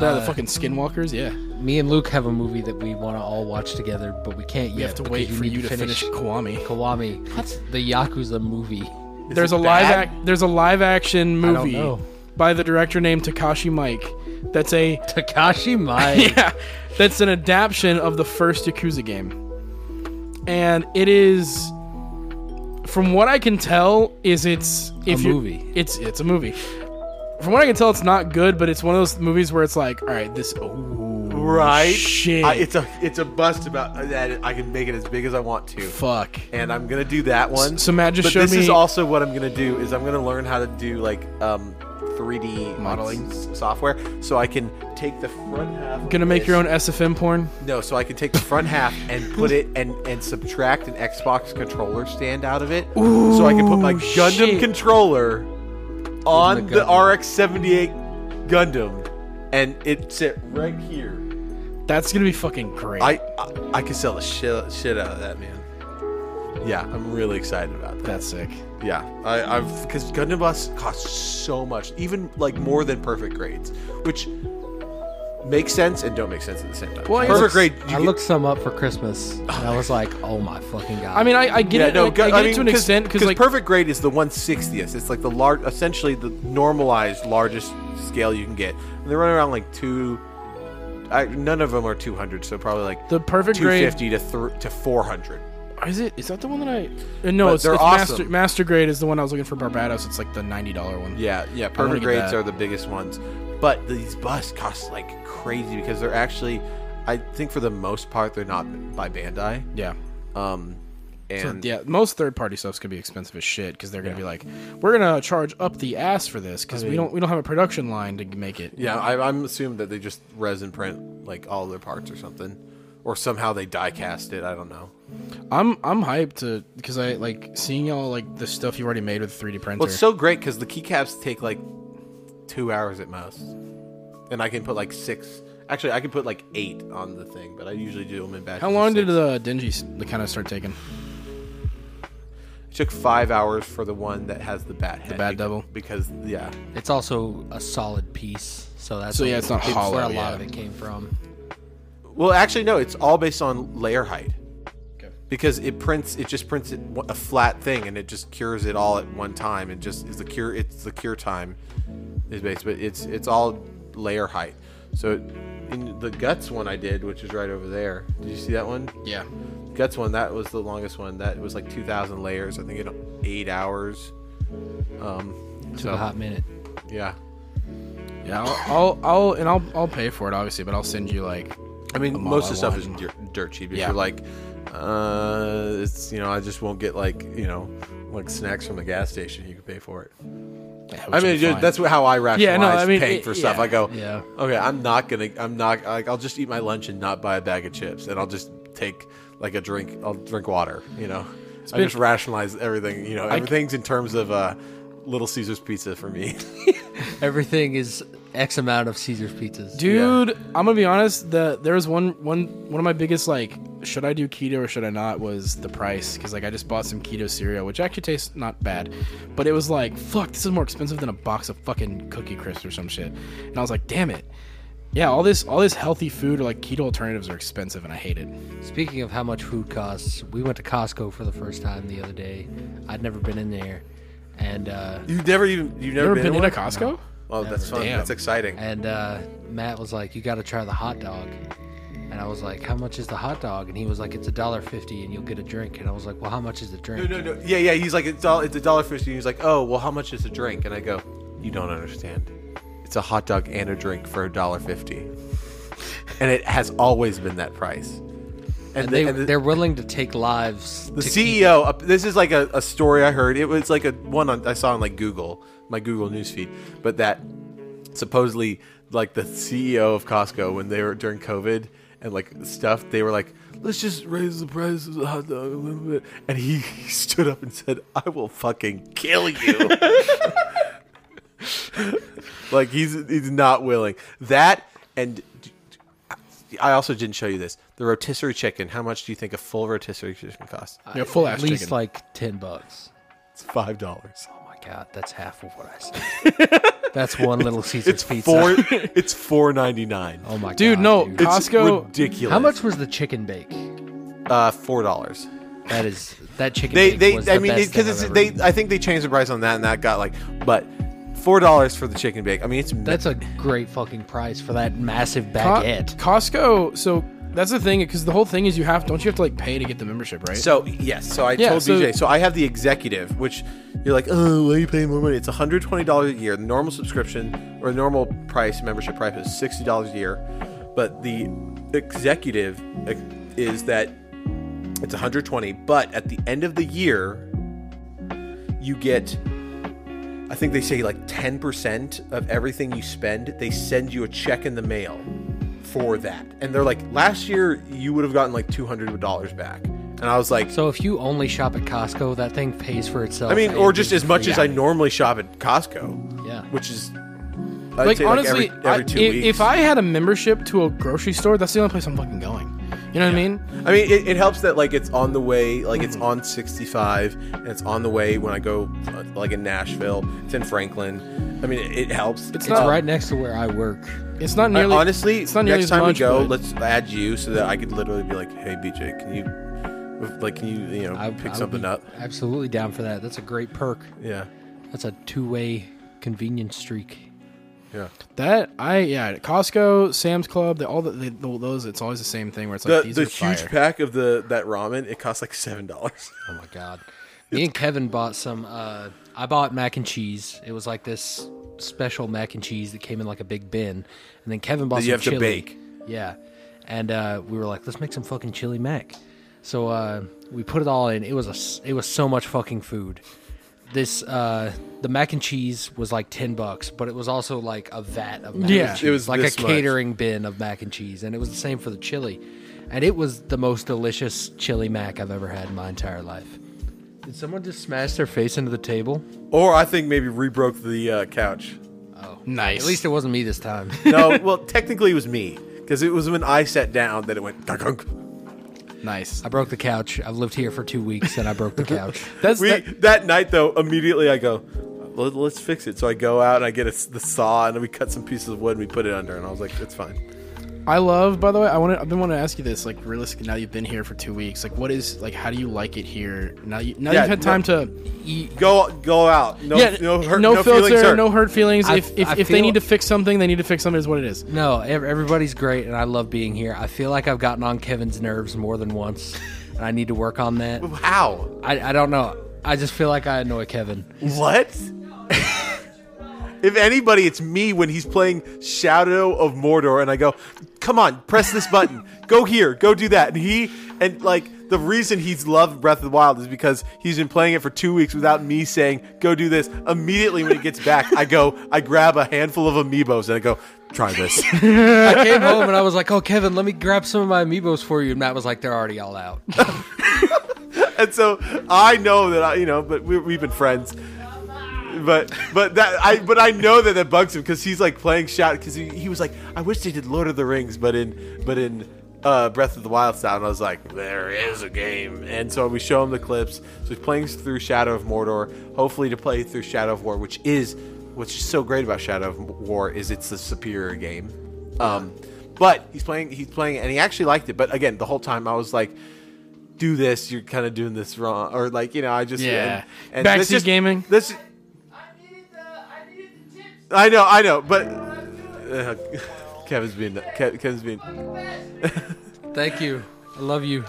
No, the fucking Skinwalkers. Yeah, Me and Luke have a movie that we want to all watch together, but we can't yet. we have to because wait for need you to finish, Kiwami. Kiwami. It's the Yakuza movie. there's it a live bad? act there's a live action don't movie know. by the director named Takashi Mike that's a Takashi Mai. yeah that's an adaptation of the first Yakuza game and it is from what I can tell is it's if you- movie. it's it's a movie from what I can tell it's not good but it's one of those movies where it's like all right this oh Right? shit I, it's a it's a bust about uh, that. I can make it as big as I want to, fuck and I'm gonna do that one. so Matt just but showed this is me- also what I'm gonna do is I'm gonna learn how to do like um 3D like, Modeling. s- software, so I can take the front half. of gonna make this- your own SFM porn No, so I can take the front half and put it and and subtract an Xbox controller stand out of it. so I can put my Ooh, Gundam shit. controller on the the, Gundam. RX-78 Gundam, and it sit right here. that's gonna be fucking great I I, I could sell the shit, shit out of that man. Yeah, I'm really excited about that. that's sick Yeah, I, I've because Gundam Bus costs so much, even like more than Perfect Grades, which makes sense and don't make sense at the same time. Well, it's- perfect Grade, I you get- looked some up for Christmas, and I was like, "Oh my fucking god!" I mean I, I get it like, gu- I get it to an extent because like perfect grade is the one sixtieth. It's like the large, essentially the normalized largest scale you can get, and they're running around like two. I, none of them are two hundred, so probably like The perfect two grade- fifty to th- to four hundred. Is it? Is that the one that I? uh, no, But it's, they're it's master, awesome. master grade is the one I was looking for Barbados. It's like the ninety dollar one. Yeah, yeah. wanna Perfect get grades that. are the biggest ones, but these busts cost like crazy because they're actually, I think for the most part, they're not by Bandai. yeah, Um, and yeah. Most third party stuff's gonna be expensive as shit because they're gonna be like, we're gonna charge up the ass for this because we don't we don't have a production line to make it. Yeah, I, I'm assuming that they just resin print like all their parts or something, or somehow they die cast it. I don't know. I'm I'm hyped to because I like seeing all like the stuff you already made with three D printer. Well, it's so great because the keycaps take like two hours at most, and I can put like six. Actually, I can put like eight on the thing, but I usually do them in batches. How of long six. did the dingy s- the kind of start taking? It took five hours for the one that has the bat head. bad bec- double? Because yeah, it's also a solid piece, so that's So, yeah, a- it's not hollow, where a lot yeah. of it came from. well, actually, no, it's all based on layer height. Okay. Because it prints, it just prints it one- a flat thing, and it just cures it all at one time, and just is the cure. It's the cure time, is based, but it's it's all layer height. So, in the guts one I did, which is right over there. Did you see that one? Yeah, Guts one that was the longest one. That was like two thousand layers. I think in eight hours. Um, Took so a hot minute. yeah, yeah. I'll I'll, I'll and I'll I'll pay for it obviously, but I'll send you like I mean I'm all most I of the stuff want. is dir- dirt cheap. If Yeah. you're like, uh, it's you know, I just won't get like you know, like snacks from the gas station. You can pay for it. I mean, ju- that's how I rationalize Yeah, no, I mean, paying it- for stuff. yeah, I go, yeah. okay, I'm not gonna, I'm not like, I'll just eat my lunch and not buy a bag of chips, and I'll just take like a drink. I'll drink water. You know, I been- just rationalize everything. You know, everything's in terms of uh, Little Caesar's pizza for me. Everything is X amount of Caesar's pizzas. dude. I'm gonna be honest. The there was one one one of my biggest like, should I do keto or should I not? Was the price because like I just bought some keto cereal, which actually tastes not bad, but it was like, fuck, this is more expensive than a box of fucking cookie crisps or some shit. And I was like, damn it. Yeah, all this all this healthy food or like keto alternatives are expensive, and I hate it. Speaking of how much food costs, we went to Costco for the first time the other day. I'd never been in there, and uh, You've never even, you've never, Ever been, been in in a one? Costco? Oh, that's fun. Damn. That's exciting. and uh, Matt was like, "You got to try the hot dog." And I was like, "How much is the hot dog?" And he was like, "It's a dollar fifty, and you'll get a drink." And I was like, "Well, how much is the drink?" No, no, no. Yeah, yeah. He's like, it's all, it's a dollar fifty. He's like, oh, well, how much is a drink? And I go, you don't understand. It's a hot dog and a drink for a dollar fifty, and it has always been that price. And they the, and the- they're willing to take lives. the to keep- CEO. uh, This is like a, a story I heard. It was like a one on, I saw on like Google, my Google newsfeed. But that supposedly, like the CEO of Costco, when they were during COVID and like stuff, they were like, "Let's just raise the price of the hot dog a little bit." And he, he stood up and said, "I will fucking kill you." like he's he's not willing that and. I also didn't show you this. The rotisserie chicken. How much do you think a full rotisserie chicken costs? Yeah, full at ass least chicken. like ten bucks. It's five dollars. Oh my god, that's half of what I said. that's one little Caesar's It's pizza. four. it's four ninety nine. Oh my Dude, god, no, dude. it's Costco- ridiculous. How much was the chicken bake? Uh, four dollars. That is that chicken. They bake they. was I the mean, best because thing it's I've ever they. eaten. I think they changed the price on that, and that got like, but four dollars for the chicken bake. I mean, it's That's a great fucking price for that massive Co- baguette. Costco. So that's the thing, because the whole thing is you have don't you have to like pay to get the membership, right? So yes, so I Yeah, told so- DJ. So I have the executive, which you're like, oh, why are you paying more money? It's 120 dollars a year. The normal subscription or normal price membership price is 60 dollars a year, but the executive ex- is that it's 120. But at the end of the year, you get. I think they say like 10% of everything you spend, they send you a check in the mail for that. And they're like, last year you would have gotten like $200 back. And I was like, So if you only shop at Costco, that thing pays for itself. I mean, and or just it's as much free. as I normally shop at Costco, Yeah. which is I'd like say, honestly, every, every two I, if, weeks. if I had a membership to a grocery store, that's the only place I'm fucking going. You know what I mean? I mean, it, it helps that like it's on the way, like it's on 65, and it's on the way when I go, uh, like in Nashville, it's in Franklin. I mean, it, it helps. It's It's not right next to where I work. It's not I- nearly. honestly, it's not nearly next as time much, we go, but- let's add you so that I could literally be like, "Hey, BJ, can you, like, can you, you know, I I pick would something be up?" Absolutely down for that. That's a great perk. Yeah, That's a two-way convenience streak. yeah. that I yeah, Costco, Sam's Club, the, all the, the, those. It's always the same thing where it's like the these the are huge fire. pack of the that ramen it costs like seven dollars. Oh my god. Me and Kevin bought some. Uh, I bought mac and cheese. It was like this special mac and cheese that came in like a big bin, and then Kevin bought That some you have to chili. bake. Yeah, and uh, we were like, let's make some fucking chili mac. So uh, we put it all in. It was a. s- It was so much fucking food. This uh, the mac and cheese was like ten bucks, but it was also like a vat of mac Yeah. and It cheese, was like a this much. catering catering bin of mac and cheese, and it was the same for the chili. And it was the most delicious chili mac I've ever had in my entire life. Did someone just smash their face into the table? Or I think maybe rebroke the uh, couch. Nice. At least it wasn't me this time. No, well, technically it was me because it was when I sat down that it went. "Gunk, gunk." nice. I broke the couch. I've lived here for two weeks, and I broke the couch. That's We that- that night though, immediately I go, Let, us fix it." So I go out and I get a s the saw and we cut some pieces of wood and we put it under, and I was like, "It's fine." I love. By the way, I want. I've been wanting to ask you this. Like, realistically, now you've been here for two weeks. Like, what is like? How do you like it here? Now you now Yeah, you've had no- time to eat. Go go out. No no, hurt, no, no filter, feelings hurt. no hurt feelings. I- if if, I if they feel- need to fix something, they need to fix something. Is what it is. No, ev- everybody's great, and I love being here. I feel like I've gotten on Kevin's nerves more than once, and I need to work on that. How? I, I don't know. I just feel like I annoy Kevin. What? If anybody, it's me when he's playing Shadow of Mordor, and I go, "Come on, press this button. go here. Go do that." And he and like the reason he's loved Breath of the Wild is because he's been playing it for two weeks without me saying, "Go do this." Immediately when he gets back, I go, I grab a handful of amiibos, and I go, "Try this." I came home and I was like, "Oh, Kevin, let me grab some of my amiibos for you." And Matt was like, "They're already all out." and so I know that I, you know, but we, we've been friends. But but that I but I know that that bugs him because he's like playing shot because he, he was like I wish they did Lord of the Rings but in but in uh, Breath of the Wild style and I was like there is a game and so we show him the clips so he's playing through Shadow of Mordor hopefully to play through Shadow of War which is what's so great about Shadow of War is it's the superior game um, but he's playing he's playing it, and he actually liked it but again the whole time I was like do this, you're kind of doing this wrong, or like you know, I just Yeah. And, and that's Backseat gaming. This I know, I know, but uh, Kevin's being Ke- Kevin's being Thank you. I love you.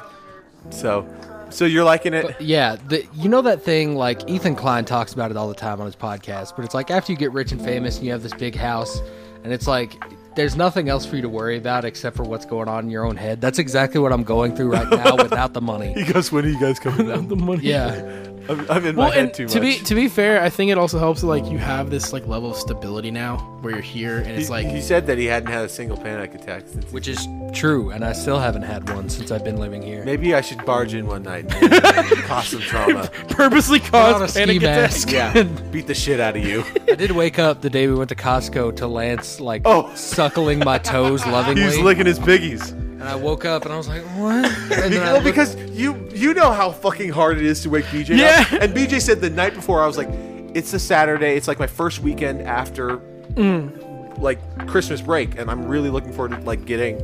so. So you're liking it? Yeah, the, you know that thing like Ethan Klein talks about it all the time on his podcast, but it's like after you get rich and famous and you have this big house and it's like there's nothing else for you to worry about except for what's going on in your own head. That's exactly what I'm going through right now without the money. He goes, when are you guys coming down? the money. Yeah. I'm, I'm in Well, my head and too to much. be to be fair, I think it also helps that, like you have this like level of stability now where you're here and he, it's like he said that he hadn't had a single panic attack since. Which is true, and I still haven't had one since I've been living here. Maybe I should barge in one night, and cause some trauma. purposely on a caused ski panic attacks. mask. Yeah, beat the shit out of you. I did wake up the day we went to Costco to Lance like Oh. suckling my toes lovingly, He's licking his piggies. and I woke up and I was like, "What?" And then I Well, looked- Oh, because you you know how fucking hard it is to wake BJ up. Yeah. And BJ said the night before I was like, it's a Saturday. It's like my first weekend after Mm. like Christmas break, and I'm really looking forward to like getting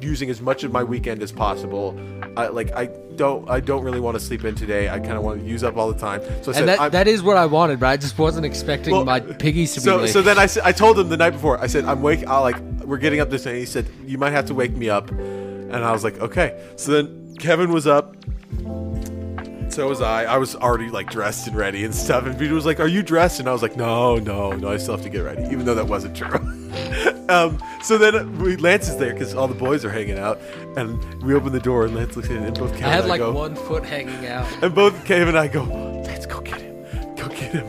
using as much of my weekend as possible. I like I don't I don't really want to sleep in today. I kind of want to use up all the time. So I said and that, I'm, that is what I wanted, but I just wasn't expecting Well, my piggies to be so licked. so then I, s- I told him the night before I said I'm wake I like we're getting up this night. He said you might have to wake me up, and I was like okay. So then Kevin was up. So was I. I was already like dressed and ready and stuff. And Peter was like, "Are you dressed?" And I was like, "No, no, no. I still have to get ready," even though that wasn't true. um, so then we, Lance is there because all the boys are hanging out, and we open the door and Lance looks in and both Kevin I had and like I go, one foot hanging out. and both Cave and I go, let's go get him. Go get him.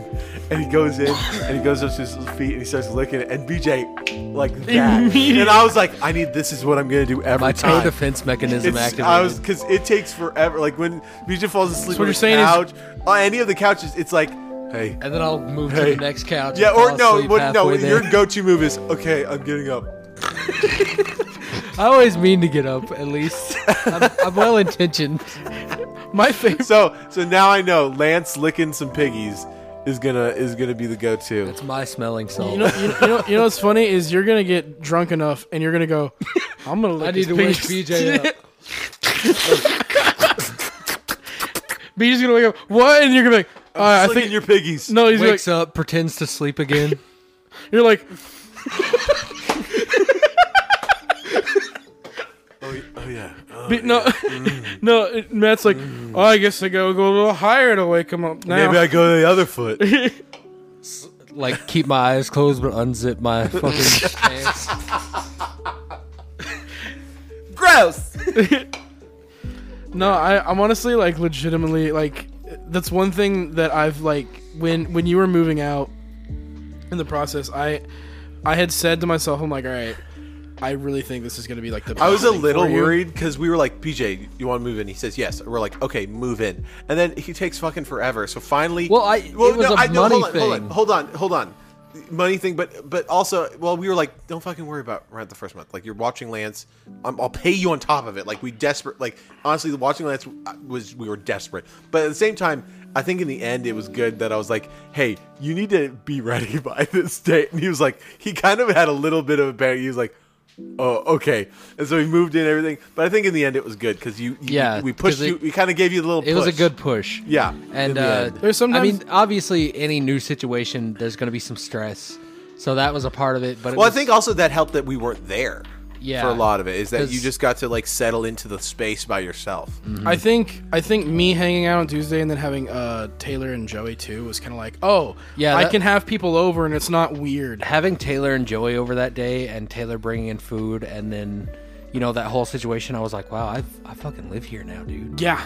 And he goes in and he goes up to his feet and he starts licking it. And BJ, like that. Immediately. and I was like, I need this is what I'm going to do every My toe time. defense mechanism It's- activated. I was because it takes forever. Like when BJ falls asleep on what the you're saying is- couch, on any of the couches, it's like, hey, and then I'll move Hey. to the next couch. yeah, and or fall no, asleep what, no. halfway there. Your go-to move is okay. I'm getting up. I always mean to get up. At least I'm, I'm well intentioned. My favorite. So, so now I know Lance licking some piggies is gonna is gonna be the go-to. It's my smelling salt. You know, you know, you know, you know what's funny is you're gonna get drunk enough and you're gonna go. I'm gonna. Lick I need to wake BJ up. BJ's gonna wake up. What? And you're gonna be like, all right, I Licking think your piggies. No, he's like, Wakes up, pretends to sleep again. you're like, Oh, y- oh yeah. Oh, be- no, no. it- Matt's like, oh, I guess I go go a little higher to wake him up now. Maybe I go to the other foot. Like keep my eyes closed, but unzip my fucking pants. Gross. No, I, I'm honestly like legitimately like that's one thing that I've like when when you were moving out in the process, I I had said to myself, I'm like, all right, I really think this is gonna be like the. I was a best thing little for you." worried because we were like, PJ, you want to move in? He says yes. We're like, okay, move in. And then he takes fucking forever. So finally, Well, I- it was a a money hold on, Hold on, thing. hold on, hold on. Money thing, but but also, well, we were like, don't fucking worry about rent the first month. Like you're watching Lance, I'm, I'll pay you on top of it. Like we desperate, like honestly, watching Lance was we were desperate, but at the same time, I think in the end it was good that I was like, hey, you need to be ready by this date. And he was like, he kind of had a little bit of a panic. He was like. Oh, okay. And so we moved in and everything, but I think in the end it was good because you, you, Yeah, we pushed 'cause it- you. We kind of gave you a little. It was a push. good push. Yeah, in And the uh, end. There's sometimes- I mean, obviously, any new situation, there's going to be some stress. So that was a part of it. But it Well, I was- think also that helped that we weren't there. Yeah. for a lot of it is that you 'Cause- Mm. just got to like settle into the space by yourself. I think I think me hanging out on Tuesday and then having uh, Taylor and Joey too was kind of like, oh, Yeah, I that- can have people over and it's not weird. having Taylor and Joey over that day and Taylor bringing in food and then you know that whole situation I was like wow I I fucking live here now dude Yeah,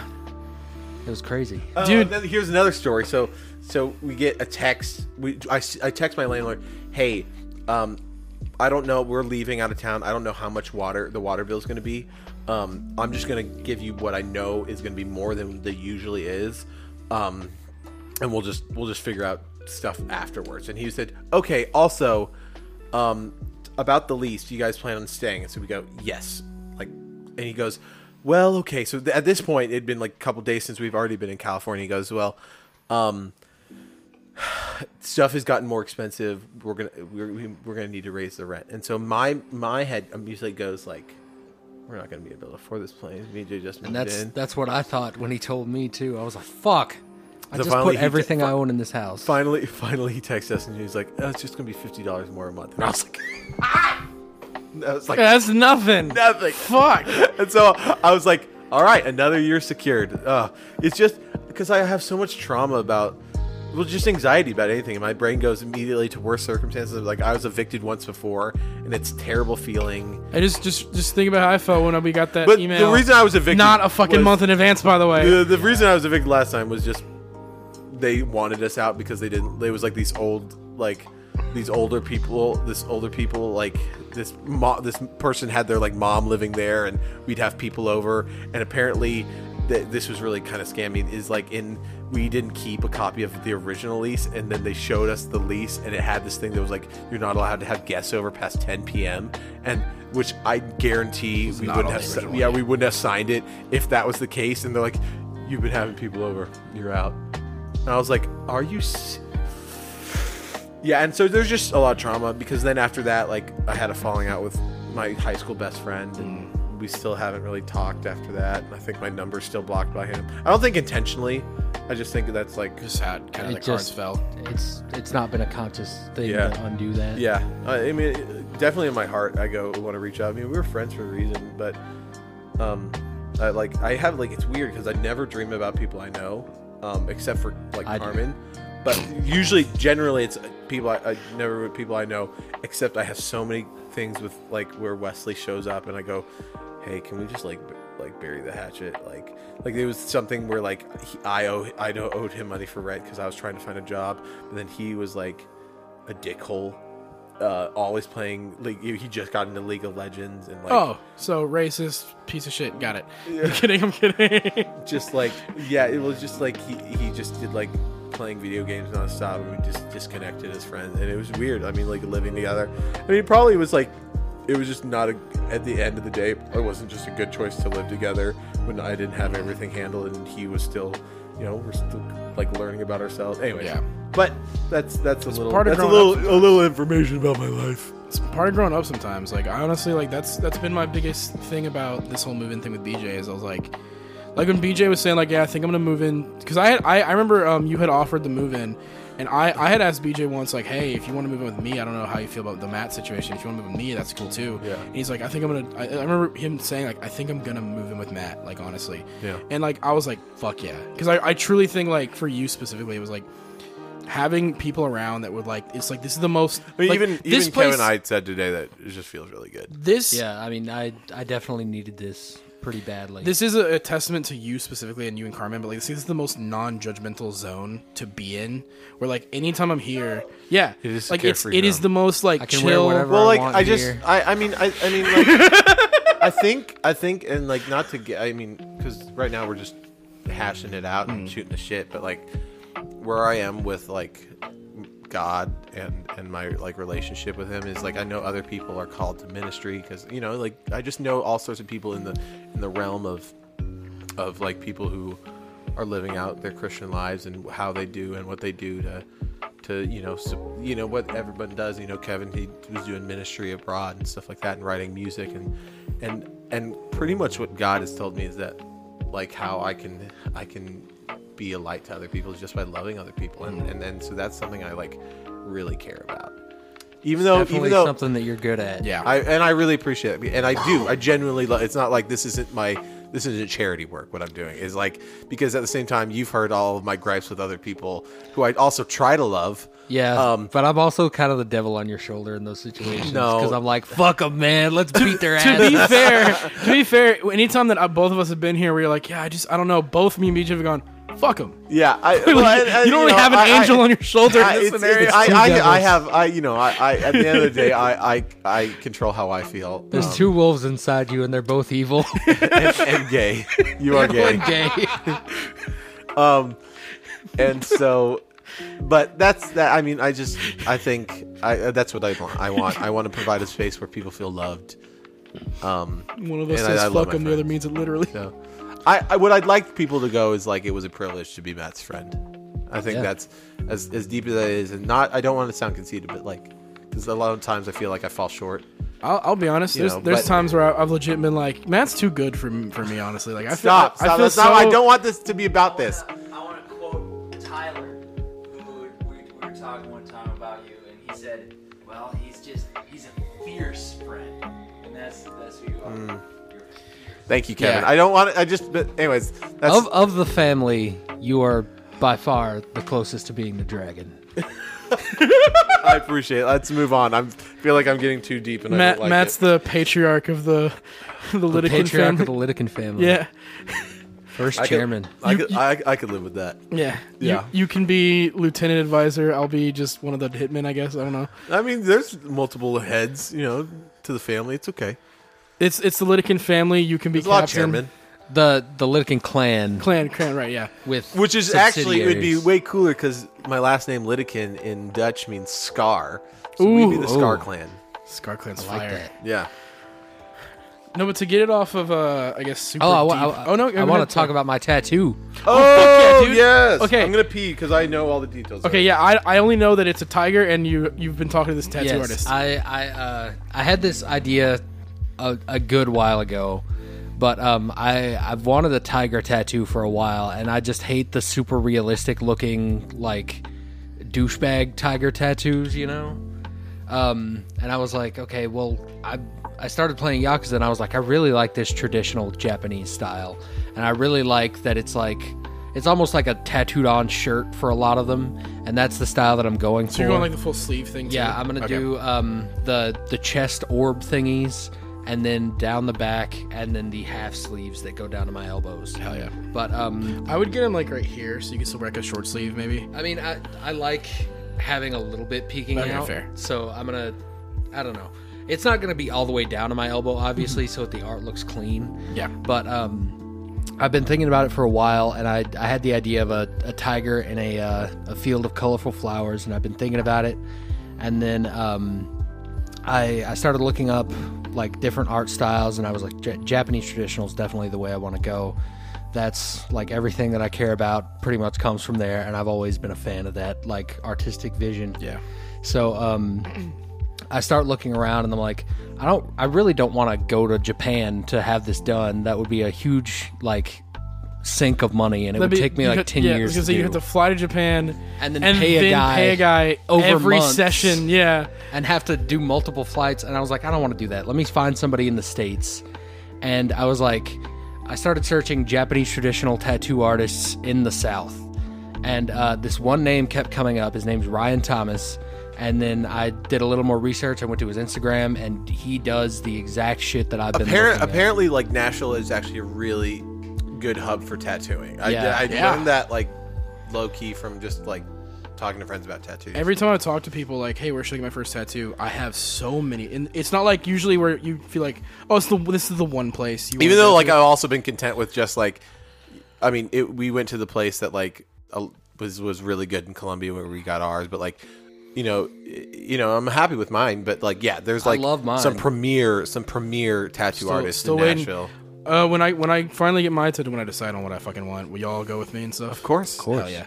it was crazy Oh, Dude. then here's another story. So, so we get a text. We I, s- I text my landlord, hey, um, I don't know. We're leaving out of town. I don't know how much water the water bill is going to be. Um, I'm just going to give you what I know is going to be more than the usually is. Um, and we'll just we'll just figure out stuff afterwards. And he said, okay. Also, um, about the lease, do you guys plan on staying? And so we go, yes. Like, and he goes, well, okay. So th- at this point, it'd been like a couple days since we've already been in California. He goes, well, um, stuff has gotten more expensive. We're gonna we're, we- we're gonna need to raise the rent. And so my my head usually goes like, we're not gonna be able to afford this plane. Me and Jay just and moved that's in. that's what I thought when he told me too I was like fuck I So just finally put he did- everything I own in this house finally finally he texts us and he's like, oh, it's just gonna be fifty dollars more a month. And I was like, I was like, that's nothing. nothing. Fuck. and so I was like, all right, another year secured. Uh, it's just because I have so much trauma about, well, just anxiety about anything. And my brain goes immediately to worse circumstances. Like I was evicted once before, and it's a terrible feeling. I just just just think about how I felt when we got that But email. the reason I was evicted, not a fucking was- month in advance, by the way. The, the reason I was evicted last time was just they wanted us out because they didn't. They was like these old like these older people. This older people like this mo- this person had their like mom living there, and we'd have people over. And apparently, th- this was really kind of scammy. Is like in we didn't keep a copy of the original lease, and then they showed us the lease, and it had this thing that was like you're not allowed to have guests over past 10 p.m. and which I guarantee we not wouldn't on have. the si- original, yeah, we wouldn't have signed it if that was the case. And they're like, "You've been having people over. You're out." And I was like, "Are you?" s Yeah, and so there's just a lot of trauma because then after that, like, I had a falling out with my high school best friend, and we still haven't really talked after that. And I think my number's still blocked by him. I don't think intentionally. I just think that's like, just how kind of the It cards just- fell. it's it's not been a conscious thing Yeah. to undo that yeah. I, I mean, definitely in my heart, I go want to reach out. I mean, we were friends for a reason, but um, I like I have like it's weird because I never dream about people I know, um, except for like I do. Carmen. But usually, generally, it's uh, people I, I never with people I know. Except I have so many things with like where Wesley shows up, and I go, "Hey, can we just like b- like bury the hatchet?" Like like it was something where like he, I owe I know owed him money for rent because I was trying to find a job, and then he was like a dickhole. Uh, always playing like he he just got into League of Legends and like Oh, so racist piece of shit. Got it. I'm kidding. I'm kidding. just like yeah, it was just like he, he just did like playing video games nonstop and we just disconnected as friends and it was weird. I mean like living together. I mean it probably was like it was just not a at the end of the day it wasn't just a good choice to live together when I didn't have everything handled and he was still you know, we're still like learning about ourselves. Anyway. Yeah. But that's that's a little part of that's a growing little up a little information about my life. it's part of growing up sometimes like I honestly like that's that's been my biggest thing about this whole move in thing with bj is i was like like when bj was saying like yeah i think i'm gonna move in because I, had, I i remember um you had offered the move in and i i had asked bj once like hey if you want to move in with me i don't know how you feel about the matt situation if you want to move with me that's cool too Yeah. and he's like i think i'm gonna I, I remember him saying like i think i'm gonna move in with matt like honestly Yeah. and like i was like fuck yeah because I, I truly think like for you specifically it was like having people around that would like it's like this is the most But like, even this even place, Kevin and I said today that it just feels really good. this yeah I mean I I definitely needed this pretty badly this is a, a testament to you specifically and you and Carmen, but like this is the most non-judgmental zone to be in. Where like anytime I'm here, yeah, It is a like it's carefree it is zone. the most like I can wear chill. whatever. well I like want i just here. I, I mean i, I mean like i think i think and like not to get i mean because right now we're just hashing it out Mm. and shooting the shit but like where i am with like god and and my like relationship with him is like i know other people are called to ministry because you know like i just know all sorts of people in the in the realm of of like people who are living out their Christian lives and how they do and what they do to to you know su- you know what everyone does you know Kevin he was doing ministry abroad and stuff like that and writing music and and and pretty much what God has told me is that like how I can I can be a light to other people is just by loving other people and and then so that's something I like really care about Even though, Definitely even though something that you're good at. Yeah. I and I really appreciate it, and I do. I genuinely love. It's not like this isn't my this isn't charity work. What I'm doing is like because at the same time you've heard all of my gripes with other people who I also try to love. Yeah, Um, but I'm also kind of the devil on your shoulder in those situations No. because I'm like, "Fuck them, man! Let's beat their to be ass." fair, to be fair, anytime that uh, both of us have been here, where you're like, yeah, I just, I don't know, both me and BJ have gone, fuck them. Yeah, I, you well, and- and, don't really know, have an I- I- angel on your shoulder in this it's- scenario. it's- I, Two devils. I, I have, I, you know, I, I, at the end of the day, I, I, I control how I feel. There's two wolves inside you, and they're both evil. and, and gay. You are gay. One gay. and so but that's that i mean i just i think i that's what i want i want i want to provide a space where people feel loved um One of us and I- says I fuck 'em, love fuck my them, the other friends. means it literally. so I, I what i'd like people to go is like it was a privilege to be matt's friend i think Yeah. that's as as deep as that is and not i don't want to sound conceited but like because a lot of times i feel like i fall short I'll, I'll be honest. You There's know, there's but- times where I- I've legit been like, Matt's too good for m- for me. Honestly, like I feel, stop I stop feel that's so. not i don't want this to be about this I want to quote Tyler, who we, we were talking one time about you, and he said, "Well, he's just he's a fierce friend," and that's that's who you are. Hmm. You're fierce. thank you kevin Yeah. i don't want to i just but anyways that's of of the family, you are by far the closest to being the dragon. i appreciate it let's move on i feel like i'm getting too deep and i Matt don't like Matt's it. the patriarch of the the, Lidocaine Patriarch family. of the Lydican family. yeah, First I could- chairman. I You- could, you- I, I could live with that. yeah, You- Yeah. You, can be lieutenant advisor. I'll be just one of the hitmen. I guess I don't know. I mean, there's multiple heads, you know, to the family. It's okay. It's it's the Lidocaine family. You can be There's a lot of captain. chairman, the the Lydican clan Clan, clan, right? Yeah, with which is actually it would be subsidiaries. way cooler because my last name Lidekin in Dutch means scar, so we'd be the Ooh. Scar Clan. Scar Clan's I like fire. that. Yeah, No, but to get it off of, uh, I guess. Super Oh, I, wa- deep. I- oh no, I want to talk about my tattoo. Oh, dude. yes. Okay. I'm gonna pee because I know all the details. Okay, yeah, I, I only know that it's a tiger, and you you've been talking to this tattoo yes, artist. I I uh, I had this idea a, a good while ago, but um, I I've wanted a tiger tattoo for a while, and I just hate the super realistic looking like douchebag tiger tattoos, you know. Um, and I was like, okay, well, I I started playing Yakuza, and I was like, I really like this traditional Japanese style, and I really like that it's like. It's almost like a tattooed-on shirt for a lot of them, and that's the style that I'm going for. so you're going like the full sleeve thing. too? Yeah, I'm gonna Okay. do um, the the chest orb thingies, and then down the back, and then the half sleeves that go down to my elbows. Hell Oh, yeah. But um, I would get him like right here, so you can still wear like a short sleeve, maybe. I mean, I I like having a little bit peeking Okay, out. fair. So I'm gonna, I don't know. It's not gonna be all the way down to my elbow, obviously, so that the art looks clean. Mm-hmm. Yeah. But um, I've been thinking about it for a while, and I, I had the idea of a, a tiger in a, uh, a field of colorful flowers, and I've been thinking about it. And then um, I, I started looking up like different art styles, and I was like, J- Japanese traditional is definitely the way I want to go. That's like everything that I care about pretty much comes from there, and I've always been a fan of that like artistic vision. Yeah. So um, I start looking around and I'm like, I don't, I really don't want to go to Japan to have this done. That would be a huge like sink of money, and it would take me you like had- ten yeah, I was years. gonna To say you do. have to fly to Japan And then pay a guy pay a guy over every months. session. Yeah, and have to do multiple flights. And I was like, I don't want to do that. Let me find somebody in the States. And I was like, I started searching Japanese traditional tattoo artists in the South. And uh, this one name kept coming up. His name's Ryan Thomas. And then I did a little more research. I went to his Instagram, and he does the exact shit that I've been. Apparent, looking at. apparently, like Nashville is actually a really good hub for tattooing. I, Yeah. I Yeah. learned that like low key from just like talking to friends about tattoos. every time I talk to people like, "Hey, where should I get my first tattoo?" I have so many, and it's not like usually where you feel like, "Oh, it's the this is the one place." You even wanna though go like to. I've also been content with just like, I mean, it, we went to the place that like a, was was really good in Colombia where we got ours, but like, you know, i- you know, I'm happy with mine, but like, yeah, there's like love mine. some premier some premier tattoo artists still in waiting. Nashville. uh, when I when I finally get my tattoo, when I decide on what I fucking want, will y'all go with me and stuff? Of course. course. Hell yeah.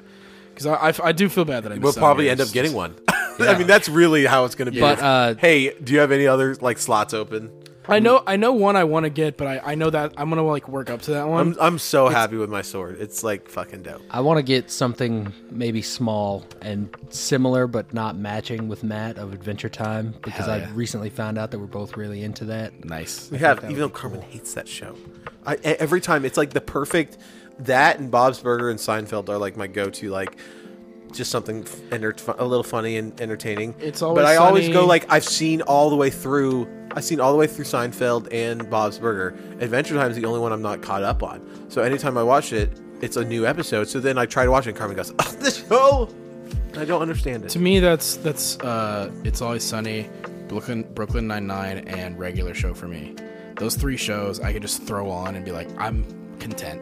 Because I, I f- I do feel bad that I We'll missed out on probably end yours. up getting one. I mean, that's really how it's going to be. But, uh, hey, do you have any other like slots open? I know, I know one I want to get, but I, I know that I'm gonna like work up to that one. I'm I'm so happy with my sword. It's like fucking dope. I want to get something maybe small and similar, but not matching with Matt of Adventure Time because Hell I yeah. recently found out that we're both really into that. nice. We have, even though Carmen hates that show. I, e- every time it's like the perfect that and Bob's Burger and Seinfeld are like my go-to, like just something f- enter- a little funny and entertaining. It's but always I always go sunny. like I've seen all the way through. I've seen all the way through Seinfeld and Bob's Burger. Adventure Time is the only one I'm not caught up on. So anytime I watch it, it's a new episode. So then I try to watch it, and Carmen goes, oh, "This show, I don't understand it." To me, that's that's uh, it's always sunny, Brooklyn Brooklyn Nine Nine, and regular show for me. Those three shows I can just throw on and be like, I'm content.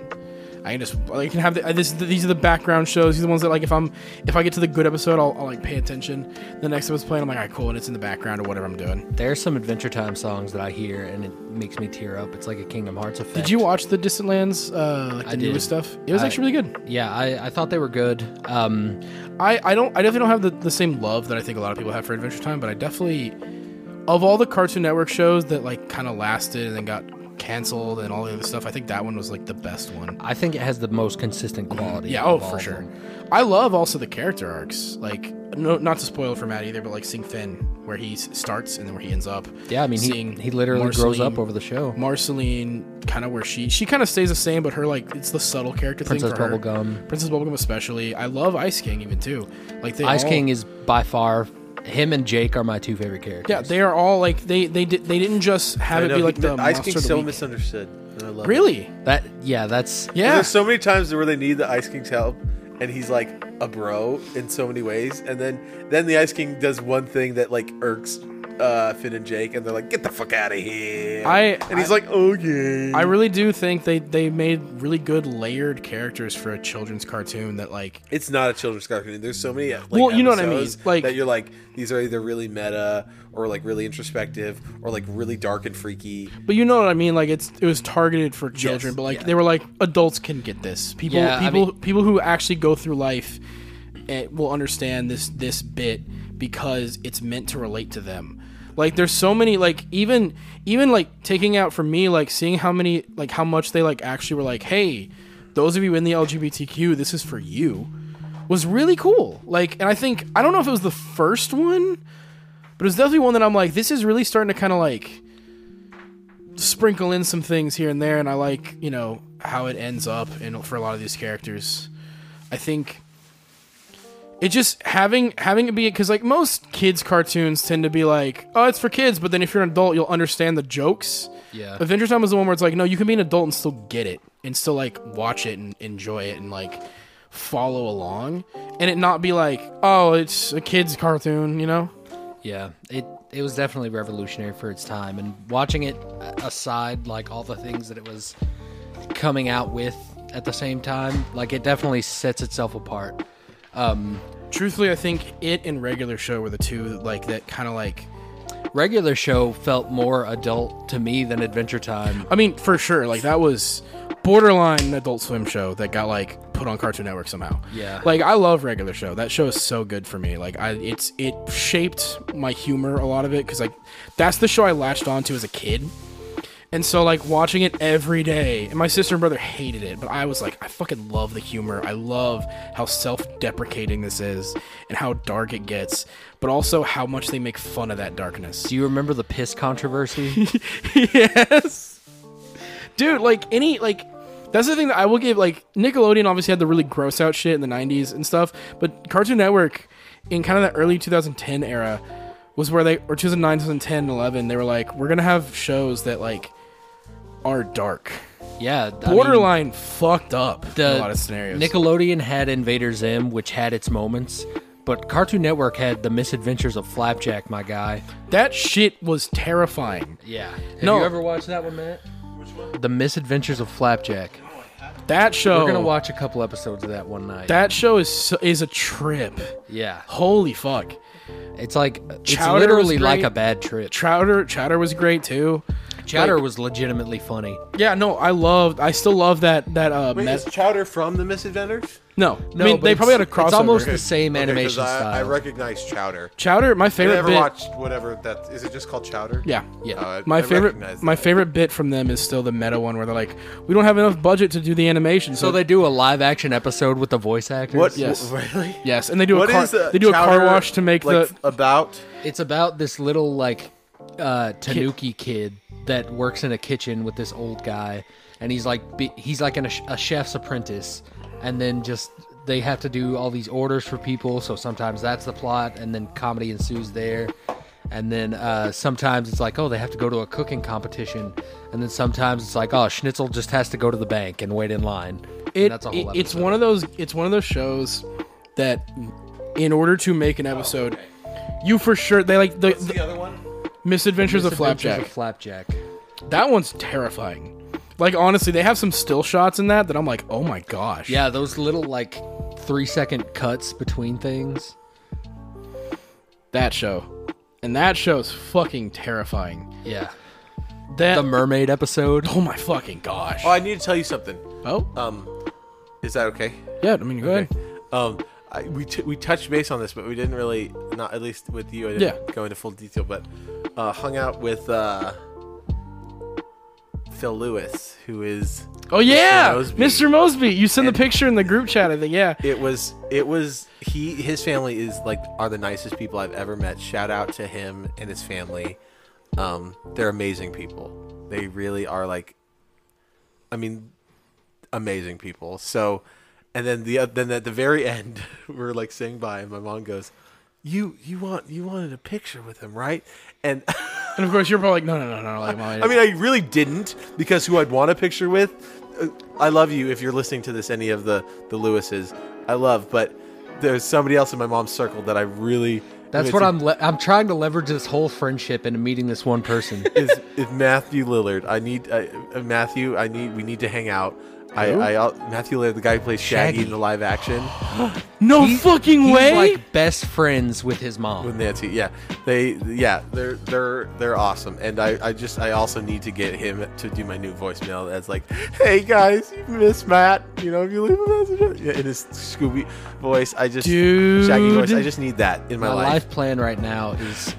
I can just I can have the, this. These are the background shows. These are the ones that like if I'm if I get to the good episode, I'll, I'll like pay attention. The next episode's playing, I'm like, all right, cool, and it's in the background or whatever I'm doing. There are some Adventure Time songs that I hear and it makes me tear up. It's like a Kingdom Hearts effect. Did you watch the Distant Lands, uh, like the I did. newest stuff? It was I- actually really good. Yeah, I, I thought they were good. Um, I, I don't I definitely don't have the, the same love that I think a lot of people have for Adventure Time, but I definitely of all the Cartoon Network shows that like kind of lasted and then got canceled and all the other stuff, I think that one was like the best one. I think it has the most consistent quality. Yeah, oh of all for of sure. them. I love also the character arcs. Like no not to spoil it for Matt either, but like seeing Finn where he s- starts and then where he ends up. Yeah, I mean, he, Seeing he literally grows Marceline- up over the show. Marceline kind of where she she kind of stays the same, but her like it's the subtle character Princess thing for her. Bubblegum. Princess Bubblegum especially. I love Ice King even too. Like they Ice all- King is by far, him and Jake are my two favorite characters. Yeah, they are all like they they did they didn't just have I it know, be like he- the Ice monster King's of the so week. misunderstood. and I love it. Really? That, yeah, that's. Yeah. There's so many times where they need the Ice King's help, and he's like a bro in so many ways, and then then the Ice King does one thing that like irks uh, Finn and Jake, and they're like, "Get the fuck out of here!" I- and he's like, "Okay." I really do think they they made really good layered characters for a children's cartoon that like it's not a children's cartoon. There's so many. Like, Well, you know what I mean, episodes like- that you're like these are either really meta or like really introspective or like really dark and freaky. but you know what I mean like it's it was targeted for children but like yeah. they were like adults can get this. People Yeah, I people mean- people who actually go through life eh, will understand this this bit because it's meant to relate to them. Like there's so many like even even like taking out for me like seeing how many like how much they like actually were like hey those of you in the LGBTQ this is for you was really cool. Like and I think I don't know if it was the first one but it was definitely one that I'm like this is really starting to kind of like sprinkle in some things here and there and I like you know how it ends up and for a lot of these characters. I think it just having having it be because like most kids cartoons tend to be like oh it's for kids but then if you're an adult you'll understand the jokes Yeah. adventure time is the one where it's like no you can be an adult and still get it and still like watch it and enjoy it and like follow along and it not be like oh it's a kids cartoon you know Yeah, it it was definitely revolutionary for its time, and watching it a- aside, like all the things that it was coming out with at the same time, like it definitely sets itself apart. truthfully i think it and regular show were the two like that kind of like Regular show felt more adult to me than Adventure Time. I mean, for sure. Like that was borderline Adult Swim show that got like put on Cartoon Network somehow. Yeah. Like I love regular show. That show is so good for me. Like I, it's it shaped my humor a lot of it because like that's the show I latched onto as a kid. And so, like, watching it every day, and my sister and brother hated it, but I was like, I fucking love the humor. I love how self deprecating this is and how dark it gets, but also how much they make fun of that darkness. Do you remember the piss controversy? yes. Dude, like any like that's the thing that I will give like Nickelodeon obviously had the really gross out shit in the 90s and stuff, but Cartoon Network in kind of the early 2010 era was where they or 2009, 2010, and 11, they were like we're going to have shows that like are dark. yeah, I mean, Borderline fucked up in the a lot of scenarios. Nickelodeon had Invader Zim, which had its moments, but Cartoon Network had the Misadventures of Flapjack, my guy. that shit was terrifying. Yeah, have No. you ever watched that one, Matt? Which one? The Misadventures of Flapjack. That show We're gonna watch a couple episodes of that one night. Oh. that show is so, is a trip. yeah, Holy fuck. it's like it's Chowder was literally like great. a bad trip. Chowder Chowder was great too. Chowder was legitimately funny. Yeah, no, I loved. I still love that that uh. Wait, mes- is Chowder from the Misadventures? no, No, I mean but they probably had a it's- crossover. It's almost Okay. the same Okay, 'cause animation I, style. I recognize Chowder. Chowder. My Have you favorite ever bit. watched whatever that is? It just called Chowder? Yeah, Yeah. Oh, I- my I favorite recognize my that. favorite bit from them is still the meta one where they're like, we don't have enough budget to do the animation, so they do a live action episode with the voice actors. What? Yes. Really? yes, and they do What a car, is the they do a car Chowder, wash to make like, the about? It's about this little like uh, Tanuki kid that works in a kitchen with this old guy, and he's like be- he's like an, a chef's apprentice, and then just they have to do all these orders for people. So sometimes that's the plot, and then comedy ensues there. And then uh, sometimes it's like, oh, they have to go to a cooking competition, and then sometimes it's like, oh, Schnitzel just has to go to the bank and wait in line. And it, that's a whole it- it's episode. one of those it's one of those shows that in order to make an episode you for sure they like the, the other one? misadventures, of Misadventures flapjack of Flapjack. that one's terrifying like honestly they have some still shots in that that i'm like oh my gosh Yeah, those little like three second cuts between things. that show and that show's fucking terrifying Yeah. that The mermaid episode. oh my fucking gosh Oh, I need to tell you something. oh Um, is that okay? yeah i mean go ahead Um, I, we t- we touched base on this, but we didn't really not at least with you. I didn't Yeah. go into full detail, but uh, hung out with uh, Phil Lewis, who is oh yeah Mosby. mr mosby you send the picture in the group chat i think yeah it was it was he his family is like are the nicest people I've ever met. Shout out to him and his family. Um, they're amazing people. They really are like, I mean, amazing people. So, and then the then at the very end, we're like saying bye, and my mom goes, "You you want you wanted a picture with him, right?" And and of course you're probably like no no no no like Molly, I mean, I really didn't because who I'd want a picture with. uh, I love you if you're listening to this. Any of the the Lewises, I love, but there's somebody else in my mom's circle that I really. That's it's- what I'm. Le- I'm trying to leverage this whole friendship into meeting this one person. Is, is Matthew Lillard? I need I, uh, Matthew. I need. We need to hang out. I, I I'll- Matthew Lillard, the guy who plays Shaggy, Shaggy. in the live action no He- fucking he's way Like best friends with his mom. with Nancy. Yeah, they yeah they're they're they're awesome. And I I just I also need to get him to do my new voicemail that's like, hey guys, you miss Matt. You know, if you leave a message Yeah, in his Scooby voice, I just Shaggy voice. Dude. I just need that in my, My life. life plan right now is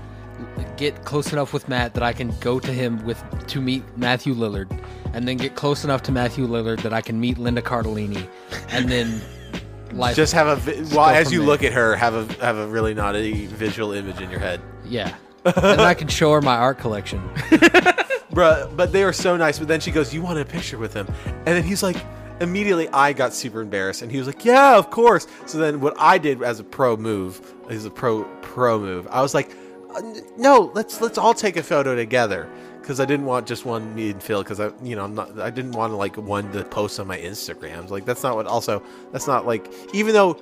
get close enough with Matt that I can go to him with to meet Matthew Lillard, and then get close enough to Matthew Lillard that I can meet Linda Cardellini, and then life. Just have a vi- while, as from you there. look at her, have a have a really naughty visual image in your head. yeah. and I can show her my art collection. Bruh, but they were so nice. But then she goes, You want a picture with him? And then he's like, Immediately, I got super embarrassed. And he was like, Yeah, of course. So then, what I did as a pro move, is a pro pro move, I was like, "Uh, n- No, let's let's all take a photo together. Because I didn't want just one me and Phil. Because I, you know, I'm not. I didn't want like one to post on my Instagrams. Like that's not what. Also, that's not like. Even though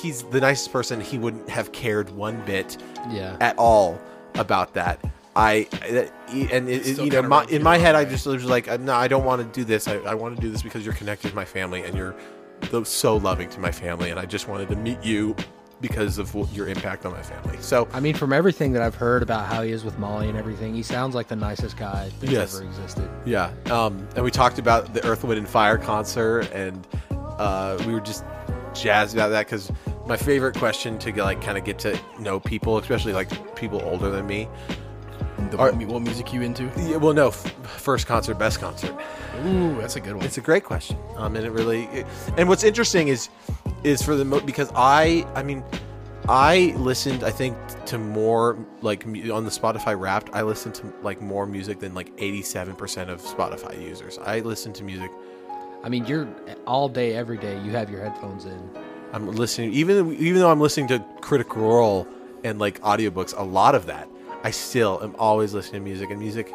he's the nicest person, he wouldn't have cared one bit Yeah. at all about that. I that- and it, Still you know kinda my, runs in you my wrong, head I right? just was like I'm- no I don't want to do this I, I want to do this because you're connected to my family and you're th- so loving to my family and I just wanted to meet you because of what, your impact on my family so I mean, from everything that I've heard about how he is with Molly and everything, he sounds like the nicest guy that's Yes. ever existed. yeah um and we talked about the Earth Wind and Fire concert and uh, we were just jazzed about that because my favorite question to like kind of get to know people especially like people older than me The, Are- what, mu- what music you into? yeah, well no f- first concert best concert Ooh, that's a good one. It's a great question, um, and it really. and what's interesting is, is for the mo- because I, I mean, I listened. I think to more like mu- on the Spotify Wrapped. I listened to like more music than like eighty-seven percent of Spotify users. I listen to music. I mean, you're all day, every day, you have your headphones in. I'm listening even even though I'm listening to Critical Role and like audiobooks. A lot of that, I still am always listening to music and music,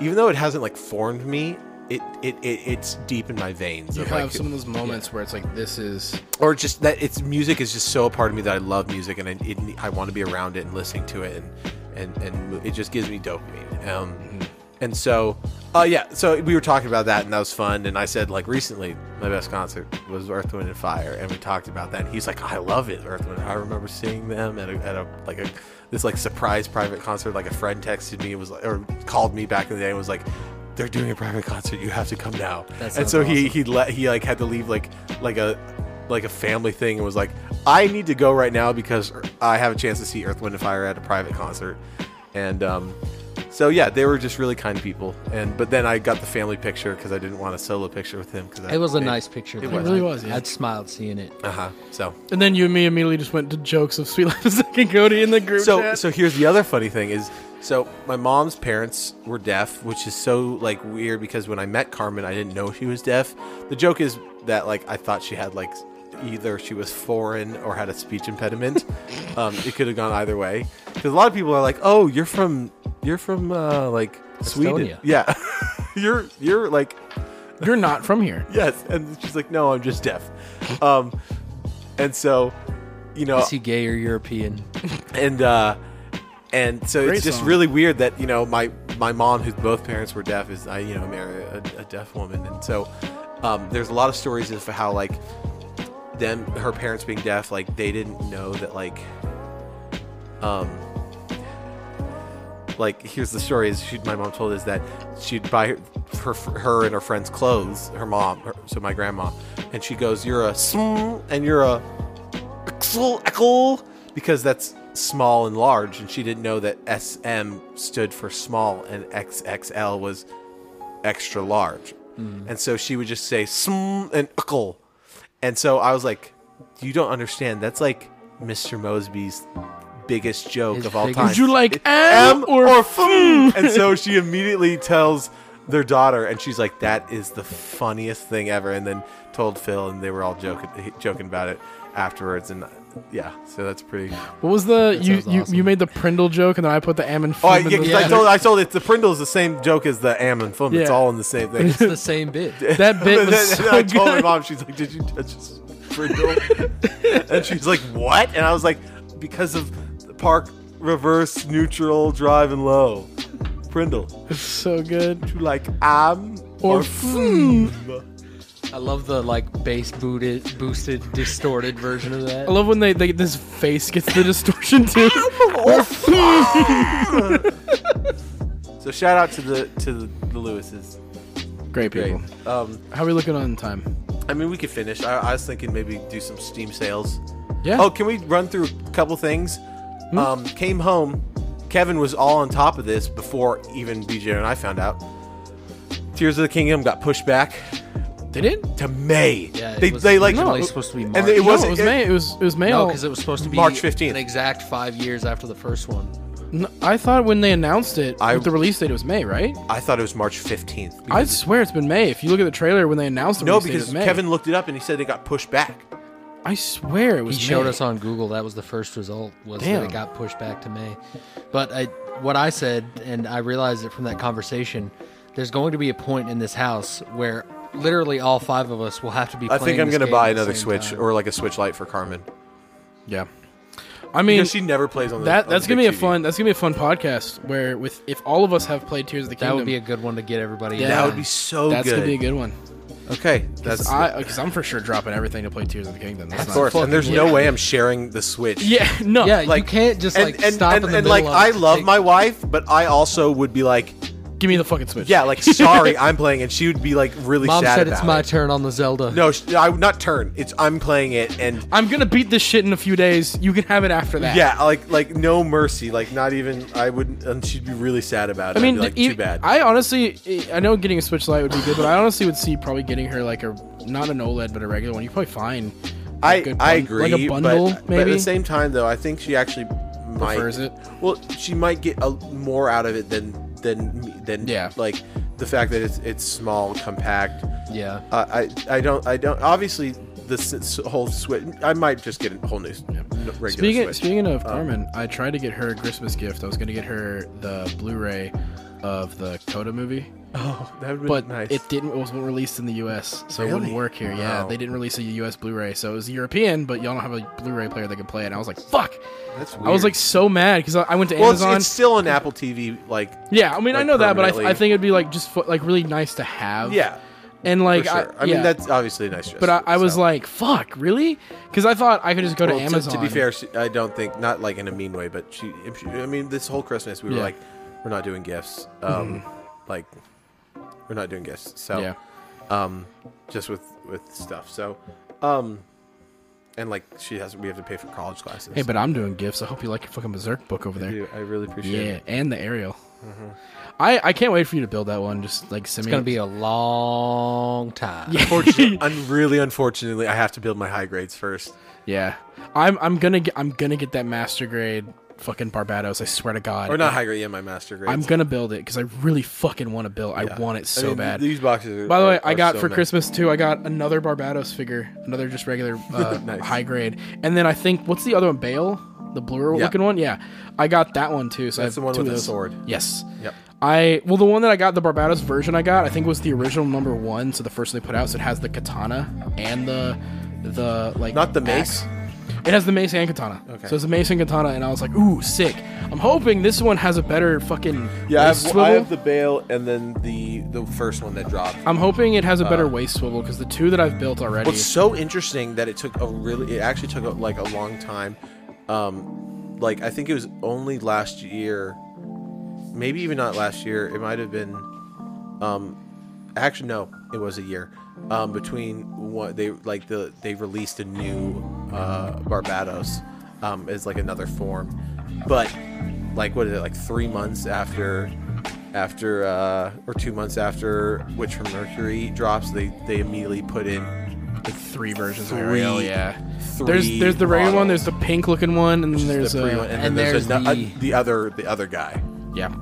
even though it hasn't like formed me. It, it, it it's deep in my veins. You of, have like, some of those moments where it's like, this is. or just that it's music is just so a part of me that I love music and I, it, I want to be around Hmm. it and listening to it and and and it just gives me dopamine. Um, and so Uh, yeah, so we were talking about that, and that was fun. And I said, like, recently, my best concert was Earth, Wind, and Fire, and we talked about that. And he's like, I love it, Earth, Wind. and- I remember seeing them at a, at a like a this like surprise private concert. Like a friend texted me, and was like, or called me back in the day, and was like, they're doing a private concert. You have to come now. That and sounds so he awesome. he let he like had to leave like like a like a family thing and was like, I need to go right now because I have a chance to see Earth, Wind, and Fire at a private concert. And um, so yeah, they were just really kind people. And but then I got the family picture because I didn't want a solo picture with him. Because It was a nice picture. It was. It really was, yeah. I'd smiled seeing it. Uh huh. So And then you and me immediately just went to jokes of Sweet Life of Zack and Cody in the group so chat. so here's the other funny thing is so my mom's parents were deaf which is so like weird because when i met carmen i didn't know she was deaf the joke is that like i thought she had like either she was foreign or had a speech impediment um, it could have gone either way because a lot of people are like oh you're from you're from uh, like sweden Estonia. yeah you're you're like You're not from here. yes and she's like no i'm just deaf um, and so you know Is he gay or European? and uh and so Great it's just song. really weird that you know my my mom whose both parents were deaf is i you know marry a, a deaf woman and so um there's a lot of stories of how like them her parents being deaf like they didn't know that like um like here's the story is she, my mom told us that she'd buy her, her her and her friends clothes her mom her, so my grandma and she goes you're a sm and you're a Axel, Axel, because that's small and large, and she didn't know that SM stood for small and XXL was extra large. And so she would just say sm and uckle. And so I was like, you don't understand. That's like Mr. Mosby's biggest joke His of all biggest- time. Would you like M, M or, or fum? and so she immediately tells their daughter, and she's like, "That is the funniest thing ever." And then told Phil, and they were all joking joking about it afterwards. And uh, yeah, so that's pretty. Oh, What was the you, sounds you awesome. you made the Prindle joke and then I put the M and Oh, fum I, in yeah, 'cause the- I told I told it the Prindle is the same joke as the Am and Fum. It's Yeah. all in the same thing. It's the same bit. that bit And then- was so and I told my good. mom, she's like, "Did you touch this Prindle?" and she's like, "What?" And I was like, "Because of the park reverse neutral drive and low." Prindle, It's so good. you like am Or or fum? I love the like bass booted, boosted, distorted version of I that. love when they, they this face gets the distortion too. So shout out to the to the, the Lewises. Great Great. people. Um, How are we looking on time? I mean, we could finish. I, I was thinking maybe do some Steam sales. Yeah. Oh, can we run through a couple things? Hmm? Um, came home. Kevin was all on top of this before even BJ and I found out. Tears of the Kingdom got pushed back They did? to May. Yeah, it they was they like originally supposed to be and March. it It was, wasn't. no, it was May. It was it was May. Oh, No, all- because it was supposed to be March 15th. an exact five years after the first one. N- I thought when they announced it, I- like, the release date was May, right? I thought it was March fifteenth. I swear it's been May. If you look at the trailer when they announced the no, release date, it because was May. Kevin looked it up and he said it got pushed back. I swear it was. He showed May. us on Google that was the first result was Damn. that it got pushed back to May. But I, what I said, and I realized it from that conversation, there's going to be a point in this house where literally all five of us will have to be. I playing think I'm this gonna game buy at the another same Switch time. or like a Switch Lite for Carmen. Yeah. I mean, Because she never plays on the, that on that's the gonna be big a TV. fun that's gonna be a fun podcast where with if all of us have played Tears of the that Kingdom, would be a good one to get everybody. Yeah. That would be so that's good. gonna be a good one. okay, that's Because I because I'm for sure dropping everything to play Tears of the Kingdom. That's of not, course. And there's fucking no yeah. way I'm sharing the Switch. Yeah, no, Yeah, Like- you can't just and like and, stop and, in the and, middle like of I it to love take- my wife, but I also would be like, give me the fucking switch. yeah, like sorry, I'm playing, and she would be like really Mom sad said it's about my it. turn on the Zelda. No, sh- I would not turn. It's I'm playing it, and I'm gonna beat this shit in a few days. You can have it after that. yeah, like like no mercy, like not even I wouldn't, and she'd be really sad about it. I mean, I'd be the- e-, like, too bad. I honestly, I know getting a Switch Lite would be good, but I honestly would see probably getting her like a not an OLED but a regular one. You probably find. a I, good I bun- agree, like a bundle but, but at maybe. the same time, though, I think she actually might. Prefers it. Well, she might get a, more out of it than than me- than Yeah. Like the fact that it's it's small, compact. Yeah. Uh, I I don't I don't obviously the s- s- whole switch. I might just get a whole new s- n- regular Speaking switch. Um, speaking of Carmen, I tried to get her a Christmas gift. I was gonna get her the Blu-ray of the Coda movie, Oh, that would be but nice. it didn't. It wasn't released in the U.S., so it Really? wouldn't work here. Yeah, Wow. they didn't release a U.S. Blu-ray, so it was European. But y'all don't have a Blu-ray player that could play it. And I was like, fuck. That's I was like so mad because I, I went to well, it's, Amazon. it's still on Apple TV. Like, yeah, I mean I like, know that, but I, th- permanently. I think it'd be like just fu- like really nice to have. yeah, and for like sure. I, yeah. mean, that's obviously a nice. But I, I was like, fuck, really? Because I thought I could just go Well, to to- Amazon. To, be fair, she, I don't think not like in a mean way, but she, if she- I mean, this whole Christmas we were Yeah. Mm-hmm. like, we're not doing gifts. Um, like, we're not doing gifts. So, yeah, um, just with with stuff. So, um, and like she has, we have to pay for college classes. Hey, but I'm doing gifts. I hope you like your fucking Berserk book over there. Dude, I really appreciate Yeah, it. and the aerial. Mm-hmm. I I can't wait for you to build that one. Just like send It's me. gonna be a long time. Unfortunately, un- really unfortunately, I have to build my high grades first. yeah. I'm I'm gonna get I'm gonna get that master grade fucking Barbados. I swear to God. Or not high grade, yeah, my master grades. I'm gonna build it because I really fucking want to build. I want it I so mean, bad. These boxes. Are, By the way, are- I are got so for nice. Christmas too. I got another Barbados figure, another just regular uh, Nice. high grade, and then I think what's the other one? Bale, the blur Yeah. looking one. Yeah, I got that one too. That's So I have the one two with of the those. sword. Yes. Yep. I well, the one that I got, the Barbados version I got, I think was the original number one. So the first they put out, so it has the katana and the the like Not the mace? axe. It has the mace and katana. Okay. So it's a mace and katana, and I was like, ooh, sick. I'm hoping this one has a better fucking Yeah, I waist have, I swivel. have the bail and then the the first one that dropped. I'm hoping it has a better waist swivel because the two that I've built already. Uh, What's so interesting that it took a really, it actually took a, like a long time. Um, like I think it was only last year, maybe even not last year. It might have been, um, actually no, it was a year. Um, between what they like the they released a new uh, Barbados um, as like another form, but like what is it like three months after after uh, or two months after Witch from Mercury drops, they they immediately put in like three versions three- of Ariel. Yeah, three there's there's the regular one, models. there's the pink looking one, and then There's there's the a pre- and, then and there's, there's ano- uh, the- the, other the other guy. yeah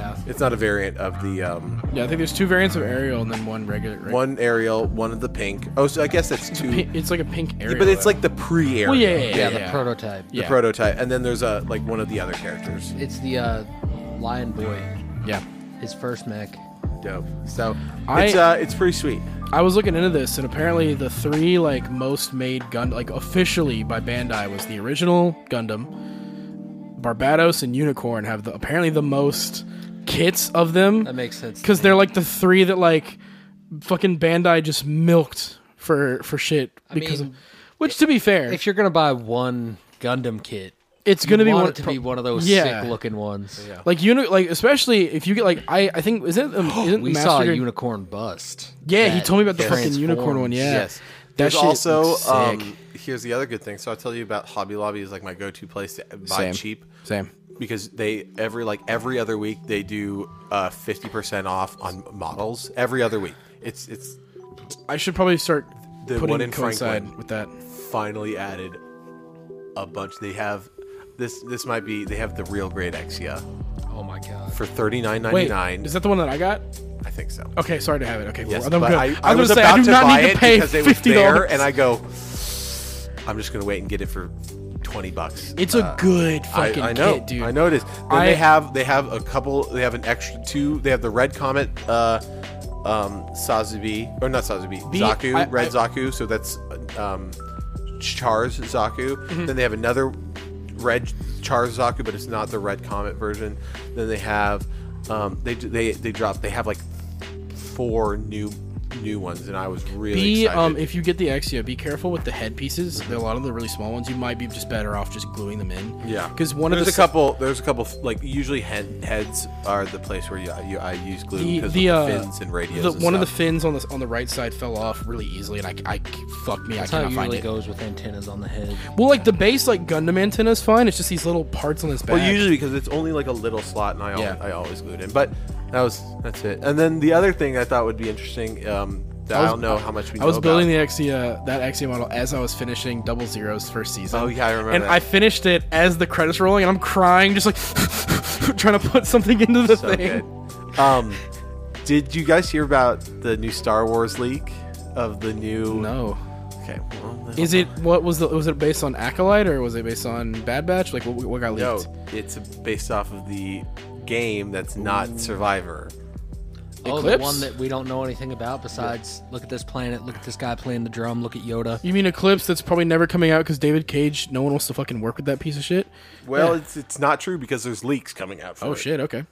Yeah. It's not a variant of the um, yeah. I think there's two variants of Ariel and then one regular. Right? one Ariel, one of the pink. Oh, so I guess that's two. Pi- it's like a pink Ariel, but it's though. like the pre Ariel. Well, yeah, yeah, yeah, Yeah, yeah, the prototype. the yeah. prototype, and then there's a like one of the other characters. It's the uh, Lion Boy, yeah. his first mech. Dope. So I- it's uh, it's pretty sweet. I was looking into this, and apparently the three like most made gun like officially by Bandai was the original Gundam, Barbados, and Unicorn have the apparently the most kits of them. That makes sense. to because me. they're like the three that like fucking Bandai just milked for for shit because mean, of, which to be fair if you're gonna buy one Gundam kit, it's you gonna be want one it to be one of those Yeah. sick looking ones. like you know like especially if you get like I I think isn't um, isn't We Master saw a Grade- unicorn bust. yeah he that told me about the fucking transforms. unicorn one yeah Yes. that There's shit also looks sick. um, here's the other good thing. So I'll tell you about Hobby Lobby is like my go-to place to buy Same. cheap same because they every like every other week they do uh, fifty percent off on models every other week. It's it's I should probably start The putting one in coincide Franklin. with that finally added a bunch. They have this. This might be they have the real Great Exia Oh my god. for thirty nine ninety wait nine. is that the one that I got I think so. okay sorry to have it okay cool. Yes, I'm good. but I, was I gonna was say, about I do to not buy need to it pay because it was fifty there, dollars and I go, I'm just gonna wait and get it for twenty bucks. it's a good Uh, I, fucking I know, kit dude I know it is. Then I- they have they have a couple. They have an extra two. They have the Red Comet, uh, um, Sazubi or not Sazubi, The- Zaku, I- Red I- Zaku. So that's um, Char's Zaku. Mm-hmm. Then they have another Red Char's Zaku, but it's not the Red Comet version. Then they have um, they they they drop. They have like four new new ones, and I was really Be excited. um, if you get the Exia, be careful with the headpieces. There are A lot of the really small ones, you might be just better off just gluing them in. Yeah, because one there's of the a couple. There's a couple like usually head, heads are the place where you, you I use glue the, because the, of uh, the fins and radios. the- and one of the stuff. fins on the on the right side fell off really easily, and I, I fuck me, That's I how it cannot find usually it. goes with antennas on the head. Well, like the base like Gundam antenna is fine. It's just these little parts on his back. well usually because it's only like a little slot and I al- Yeah. I always glued in. But that was that's it. And then the other thing I thought would be interesting. Um, that I, was- don't know how much we. I was know building about. the Exia that Exia model as I was finishing Double Zero's first season. Oh, yeah, I remember And that. I finished it as the credits were rolling, and I'm crying, just like trying to put something into the so thing. good. Um, did you guys hear about the new Star Wars leak of the new? No. Okay. Well, Is it what was the was it based on Acolyte or was it based on Bad Batch? Like what, what got leaked? No, it's based off of the game that's not Survivor? Oh, the Eclipse? one that we don't know anything about besides look at this planet, look at this guy playing the drum, look at Yoda. You mean Eclipse? That's probably never coming out because David Cage. No one wants to fucking work with that piece of shit. Well, it's it's not true because there's leaks coming out. For Oh it. shit. Okay.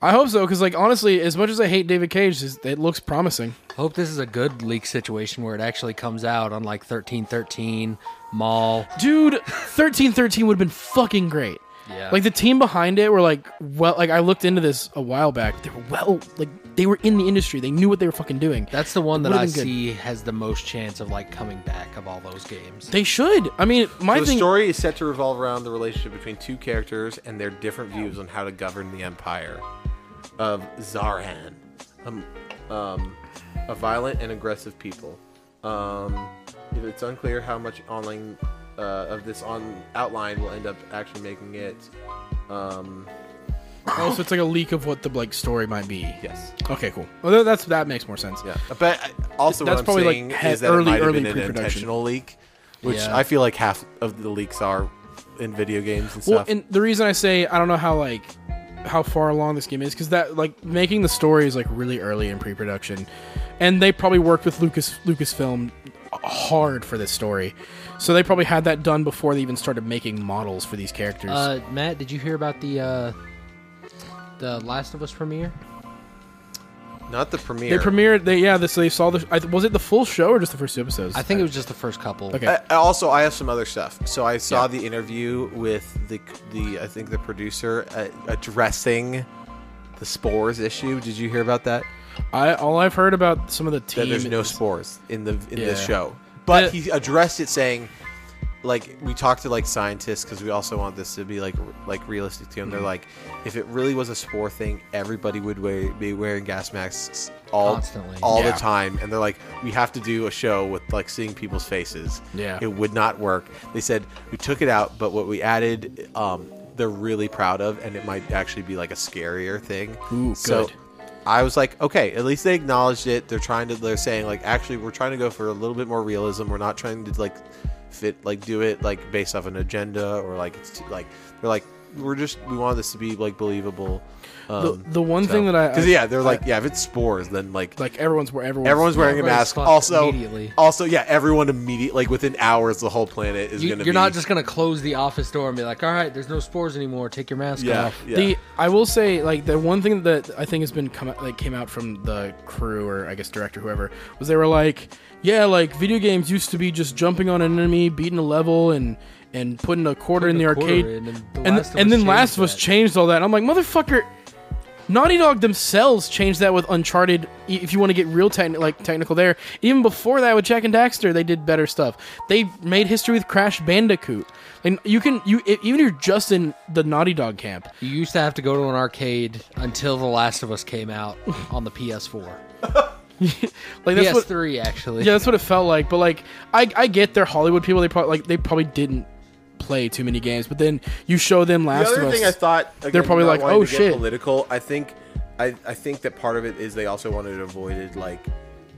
I hope so, because like honestly, as much as I hate David Cage, is- it looks promising. Hope this is a good leak situation where it actually comes out on like thirteen thirteen mall. Dude, thirteen thirteen would have been fucking great. Yeah. Like the team behind it were like, well, like I looked into this a while back. They were well, like they were in the industry. They knew what they were fucking doing. That's the one that Would've I been good. see has the most chance of like coming back of all those games. They should. I mean, my the thing. story is set to revolve around the relationship between two characters and their different views on how to govern the empire of Zarhan, um, um, a violent and aggressive people. Um, it's unclear how much online uh, of this on outline will end up actually making it. Um, oh, so it's like a leak of what the like story might be. yes, Okay, cool. Well, that's that makes more sense. yeah, but I- also That's what I'm probably, like, saying he- is that early- it might have early been an pre-production. intentional leak, which Yeah. I feel like half of the leaks are in video games and Well, stuff. and the reason I say I don't know how like how far along this game is because that like making the story is like really early in pre-production, and they probably worked with Lucas Lucasfilm hard for this story, so they probably had that done before they even started making models for these characters. Uh, Matt, did you hear about the uh, the Last of Us premiere? Not the premiere. they premiered. They yeah. This they saw the. I, was it the full show or just the first two episodes? I think it was just the first couple. Okay. Uh, also, I have some other stuff. So I saw the interview with the the I think the producer uh, addressing the spores issue. Did you hear about that? I all I've heard about some of the team. That there's no is- spores in the in Yeah. the show, but Uh, he addressed it saying, like we talked to like scientists because we also want this to be like r- like realistic too. And Mm-hmm. they're like, if it really was a spore thing, everybody would wear, be wearing gas masks all Constantly. all Yeah. the time. And they're like, we have to do a show with like seeing people's faces. Yeah. it would not work. They said we took it out, but what we added, um, they're really proud of, and it might actually be like a scarier thing. Ooh, so good. I was like, okay, at least they acknowledged it. They're trying to, they're saying like, actually, we're trying to go for a little bit more realism. We're not trying to like fit, like do it like based off an agenda or like it's too, like they're like we're just we want this to be like believable. Um, the one thing that I- because I- yeah, they're like yeah, if it's spores, then like like everyone's where everyone's, everyone's wearing a Everybody's mask. fucked Also, immediately. also yeah, everyone immediate like within hours, the whole planet is You, gonna. you're be, not just gonna close the office door and be like, "All right, there's no spores anymore. Take your mask yeah, off." yeah. The I will say like the one thing that I think has been come out- like came out from the crew or I guess director whoever was they were like yeah like video games used to be just jumping on an enemy beating a level and and putting a quarter Putting in the a quarter arcade in, and The and Last of and then Us changed Last of Us that. changed all that and I'm like motherfucker Naughty Dog themselves changed that with Uncharted. i- If you want to get real techni- like technical, there even before that with Jack and Daxter, they did better stuff. They made history with Crash Bandicoot. Like you can you i- even if you're just in the Naughty Dog camp, You used to have to go to an arcade until The Last of Us came out on the PS4, like that's what PS3 actually. yeah that's what it felt like. But like I I get they're Hollywood people. They probably like they probably didn't play too many games. But then you show them The Last other of Us. thing I thought again, probably not like, wanting "Oh, to get shit." political. I think, I, I think that part of it is they also wanted to avoid it, like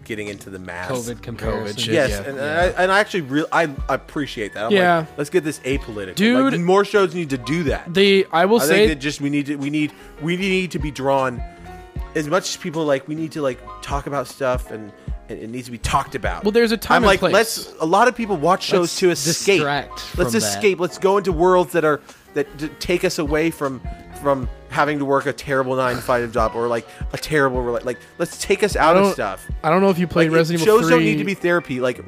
getting into the mass COVID comparison. shit. Yes, Yeah. and, and I, and I actually really I appreciate that. I'm Yeah. like, let's get this apolitical, Dude. Like, more shows need to do that. they I will I say think that just we need to we need we need to be drawn as much as people like we need to like talk about stuff and, and it needs to be talked about. Well, there's a time I'm and like place. let's a lot of people watch shows Let's to escape. distract from let's that. escape. Let's go into worlds that are that d- take us away from from having to work a terrible nine to five job or like a terrible rela- like let's take us out I of don't stuff. I don't know if you played Like, Resident it- Evil shows 3. don't need to be therapy. Like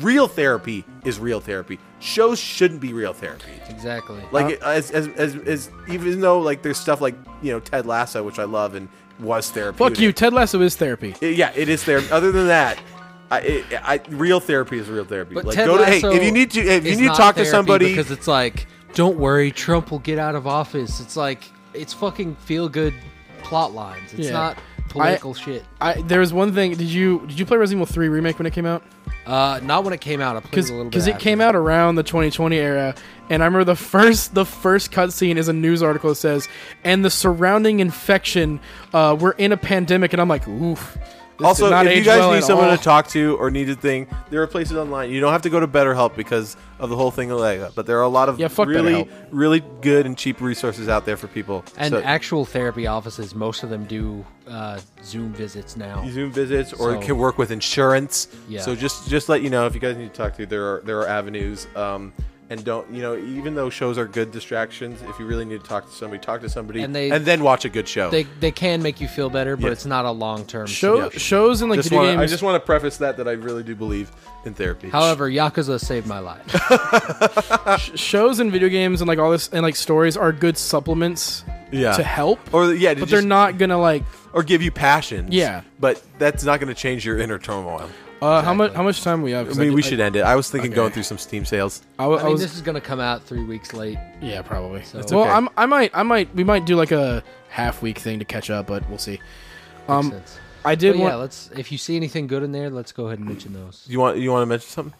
real therapy is real therapy. Shows shouldn't be real therapy. exactly. Like Uh, as, as as as even though like there's stuff like you know Ted Lasso, which I love and was therapy. Fuck you, Ted Lasso is therapy. yeah, it is therapy. Other than that. I, it, I real therapy is real therapy. But like Ted go to hey Lasso if you need to if you is need to not talk to therapy somebody because it's like, don't worry, Trump will get out of office. It's like it's fucking feel good plot lines. It's Yeah. not political shit. I there was one thing. Did you did you play Resident Evil 3 remake when it came out? Uh, not when it came out. I played it a little bit because it after. came out around the 2020 era and i remember the first the first cutscene is a news article that says and the surrounding infection uh, we're in a pandemic and i'm like oof Also, not if you age guys well need at someone all. to talk to or need a thing, there are places online. You don't have to go to BetterHelp because of the whole thing like that. But there are a lot of Yeah, fuck really, BetterHelp. really good and cheap resources out there for people. And So, actual therapy offices, most of them do uh, Zoom visits now. Zoom visits or So- it can work with insurance. Yeah. So just just let you know if you guys need to talk to, there are there are avenues. Um, and don't you know? Even though shows are good distractions, if you really need to talk to somebody, talk to somebody, And they- then watch a good show. They they can make you feel better, but Yeah. it's not a long term. Show, Yeah. Shows and like just video wanna, I games. just want to preface that that I really do believe in therapy. However, Yakuza saved my life. shows and video games and like all this and like stories are good supplements Yeah. to help or yeah, to but they're just- not gonna like or give you passions. Yeah. but that's not going to change your inner turmoil. uh, how much how much time we have I 'Cause mean, did- we should end it. I was thinking Okay. going through some Steam sales. I, wa- I I mean, was this is gonna come out three weeks late. yeah probably It's well okay. I'm, i might i might we might do like a half week thing to catch up but we'll see um Since- i did But yeah, want let's. If you see anything good in there, let's go ahead and mention those. You want you want to mention something?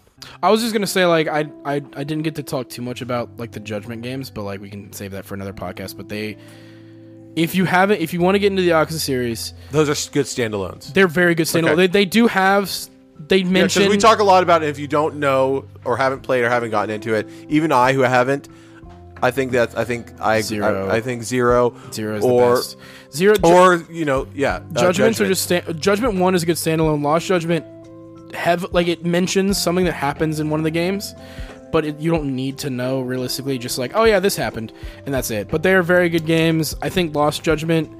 i was just gonna say like I, I i didn't get to talk too much about like the judgment games but like we can save that for another podcast but they if you haven't if you want to get into the Yakuza series Those are s- good standalones. they're very good standalone Okay. they, they do have s- they Because mention we talk a lot about it. If you don't know or haven't played or haven't gotten into it, even I who haven't, I think that's I think I Zero. I, I think zero Zero is or the best. Zero or you know yeah uh, judgments are Judgment. just sta- judgment one is a good standalone. Lost Judgment have like it mentions something that happens in one of the games, but it, you don't need to know realistically. Just like oh yeah, this happened, and that's it. But they are very good games. I think Lost Judgment,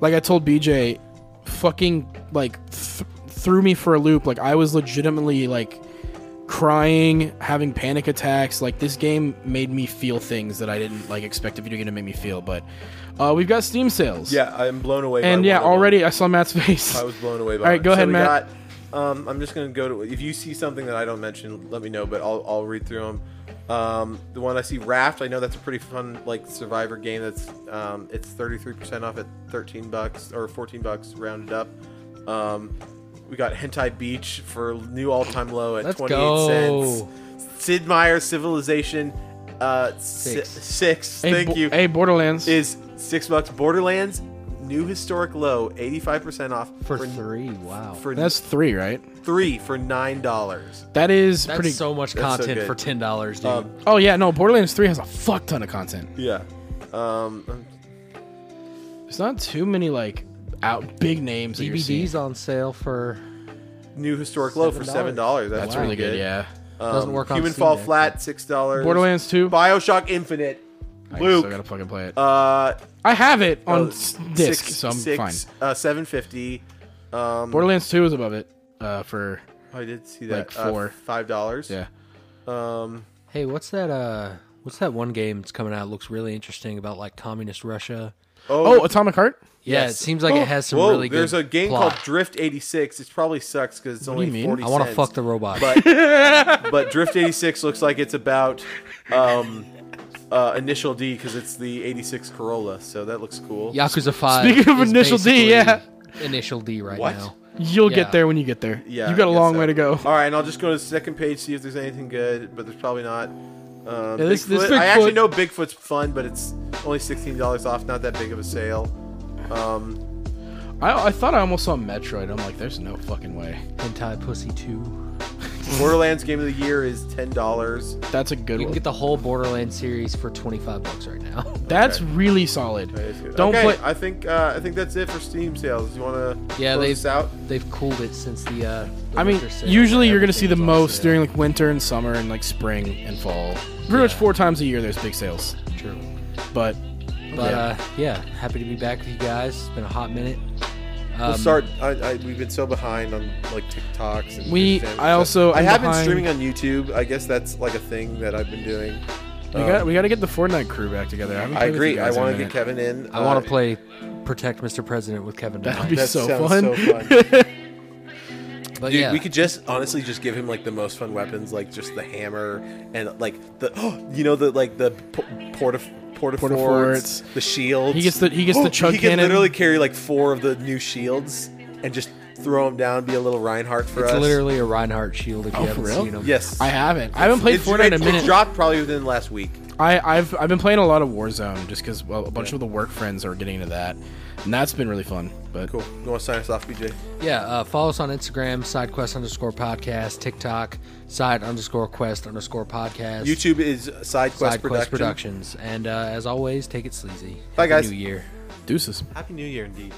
like I told BJ, fucking like th- threw me for a loop. Like I was legitimately like crying, having panic attacks. Like this game made me feel things that I didn't like expect a video game to make me feel. But uh, we've got Steam sales. yeah I'm blown away by And one yeah, of them. already I saw Matt's face. I was blown away by. All right, it. go So ahead, we Matt. got- um, I'm just gonna go to. If you see something that I don't mention, let me know. But I'll, I'll read through them. Um, the one I see, Raft. I know that's a pretty fun like Survivor game. That's um, it's 33% off at 13 bucks or 14 bucks rounded up. Um, we got Hentai Beach for new all-time low at Let's 28 go. cents. Sid Meier's Civilization uh, six. Six. six Hey, thank Bo- you Hey, Borderlands. is six bucks. Borderlands, new historic low, eighty-five percent off For three, wow. For That's three, right? three for nine dollars. That is That's pretty. so much That's so content good. for ten dollars, dude. Um, oh yeah, no. Borderlands three has a fuck ton of content. Yeah. Um, There's not too many like out big names. That you're seeing. DVDs on sale for new historic low for seven $7. dollars. That's, That's really good. Yeah. Um, Doesn't work on Human Steam Fall yet, Flat six dollars. Borderlands two. Bioshock Infinite. I still gotta Luke. fucking play it. Uh, I have it on oh, s- disc, six- so I'm six, fine. Uh, seven fifty. Um, Borderlands two is above it. Uh, for Oh, I did see that. like four. Uh, Five dollars. yeah. Um, Hey, what's that? Uh, what's that one game that's coming out? Looks really interesting about like communist Russia. Oh, Atomic Heart. Yeah, Yes. it seems like Oh, it has some Whoa, really good. there's a game plot. called Drift 86. It probably sucks because it's do only you mean? 40 I want to cents. fuck the robot. but but Drift 86 looks like it's about um, uh, Initial D because it's the 86 Corolla, so that looks cool. Yakuza Five. Speaking of is Initial D, yeah. basically Initial D right What? now. You'll Yeah. get there when you get there. Yeah, You got a I guess long so. way to go. All right, and I'll just go to the second page see if there's anything good, but there's probably not. Um, Yeah, this- this Bigfoot- I actually Bigfoot- know Bigfoot's fun, but it's only sixteen dollars off. Not that big of a sale. Um, I, I thought I almost saw Metroid. I'm like, there's no fucking way. Hentai Pussy Two. Borderlands Game of the Year is ten dollars. That's a good You one. can get the whole Borderlands series for twenty five bucks right now. That's really solid. Don't okay, play. I think uh, I think that's it for Steam sales. You want to Yeah, close they- this out? They've cooled it since the. uh the I mean, winter sale. usually you're gonna Everything see the was on most sale. during like winter and summer and like spring and fall. Pretty much four times a year there's big sales. True. But But Yeah. uh, yeah, happy to be back with you guys. It's been a hot minute. We'll Um, start. I, I, we've been so behind on like TikToks. And We- Instagram and I stuff. also I am have been behind- streaming on YouTube. I guess that's like a thing that I've been doing. we got we got to get the Fortnite crew back together. haven't Uh, I played with you agree. I guys in a want to get Kevin minute. in. I Uh, want to play Protect Mr. President with Kevin That'd DeHaan. be That so sounds fun. so But Dude, yeah, we could just honestly just give him like the most fun weapons, like just the hammer and like the oh, you know the like the po- porta portaforts, Portaforts. the shields. He gets the- he gets the chug He can cannon. literally carry like four of the new shields and just throw them down. Be a little Reinhardt for it's us. literally a Reinhardt shield if you for haven't real? seen him. yes. I haven't. I haven't played It's- Fortnite in a it's minute. dropped probably within the last week. I, I've I've been playing a lot of Warzone just because well, a bunch of the work friends are getting into that, and that's been really fun. But Cool. You want to sign us off, BJ? Yeah, uh, follow us on Instagram, sidequest underscore podcast, TikTok, side underscore quest underscore podcast, YouTube is SideQuest side Production. quest productions. And uh, as always, take it sleazy. Bye, Happy guys. New year. deuces. Happy New Year, indeed.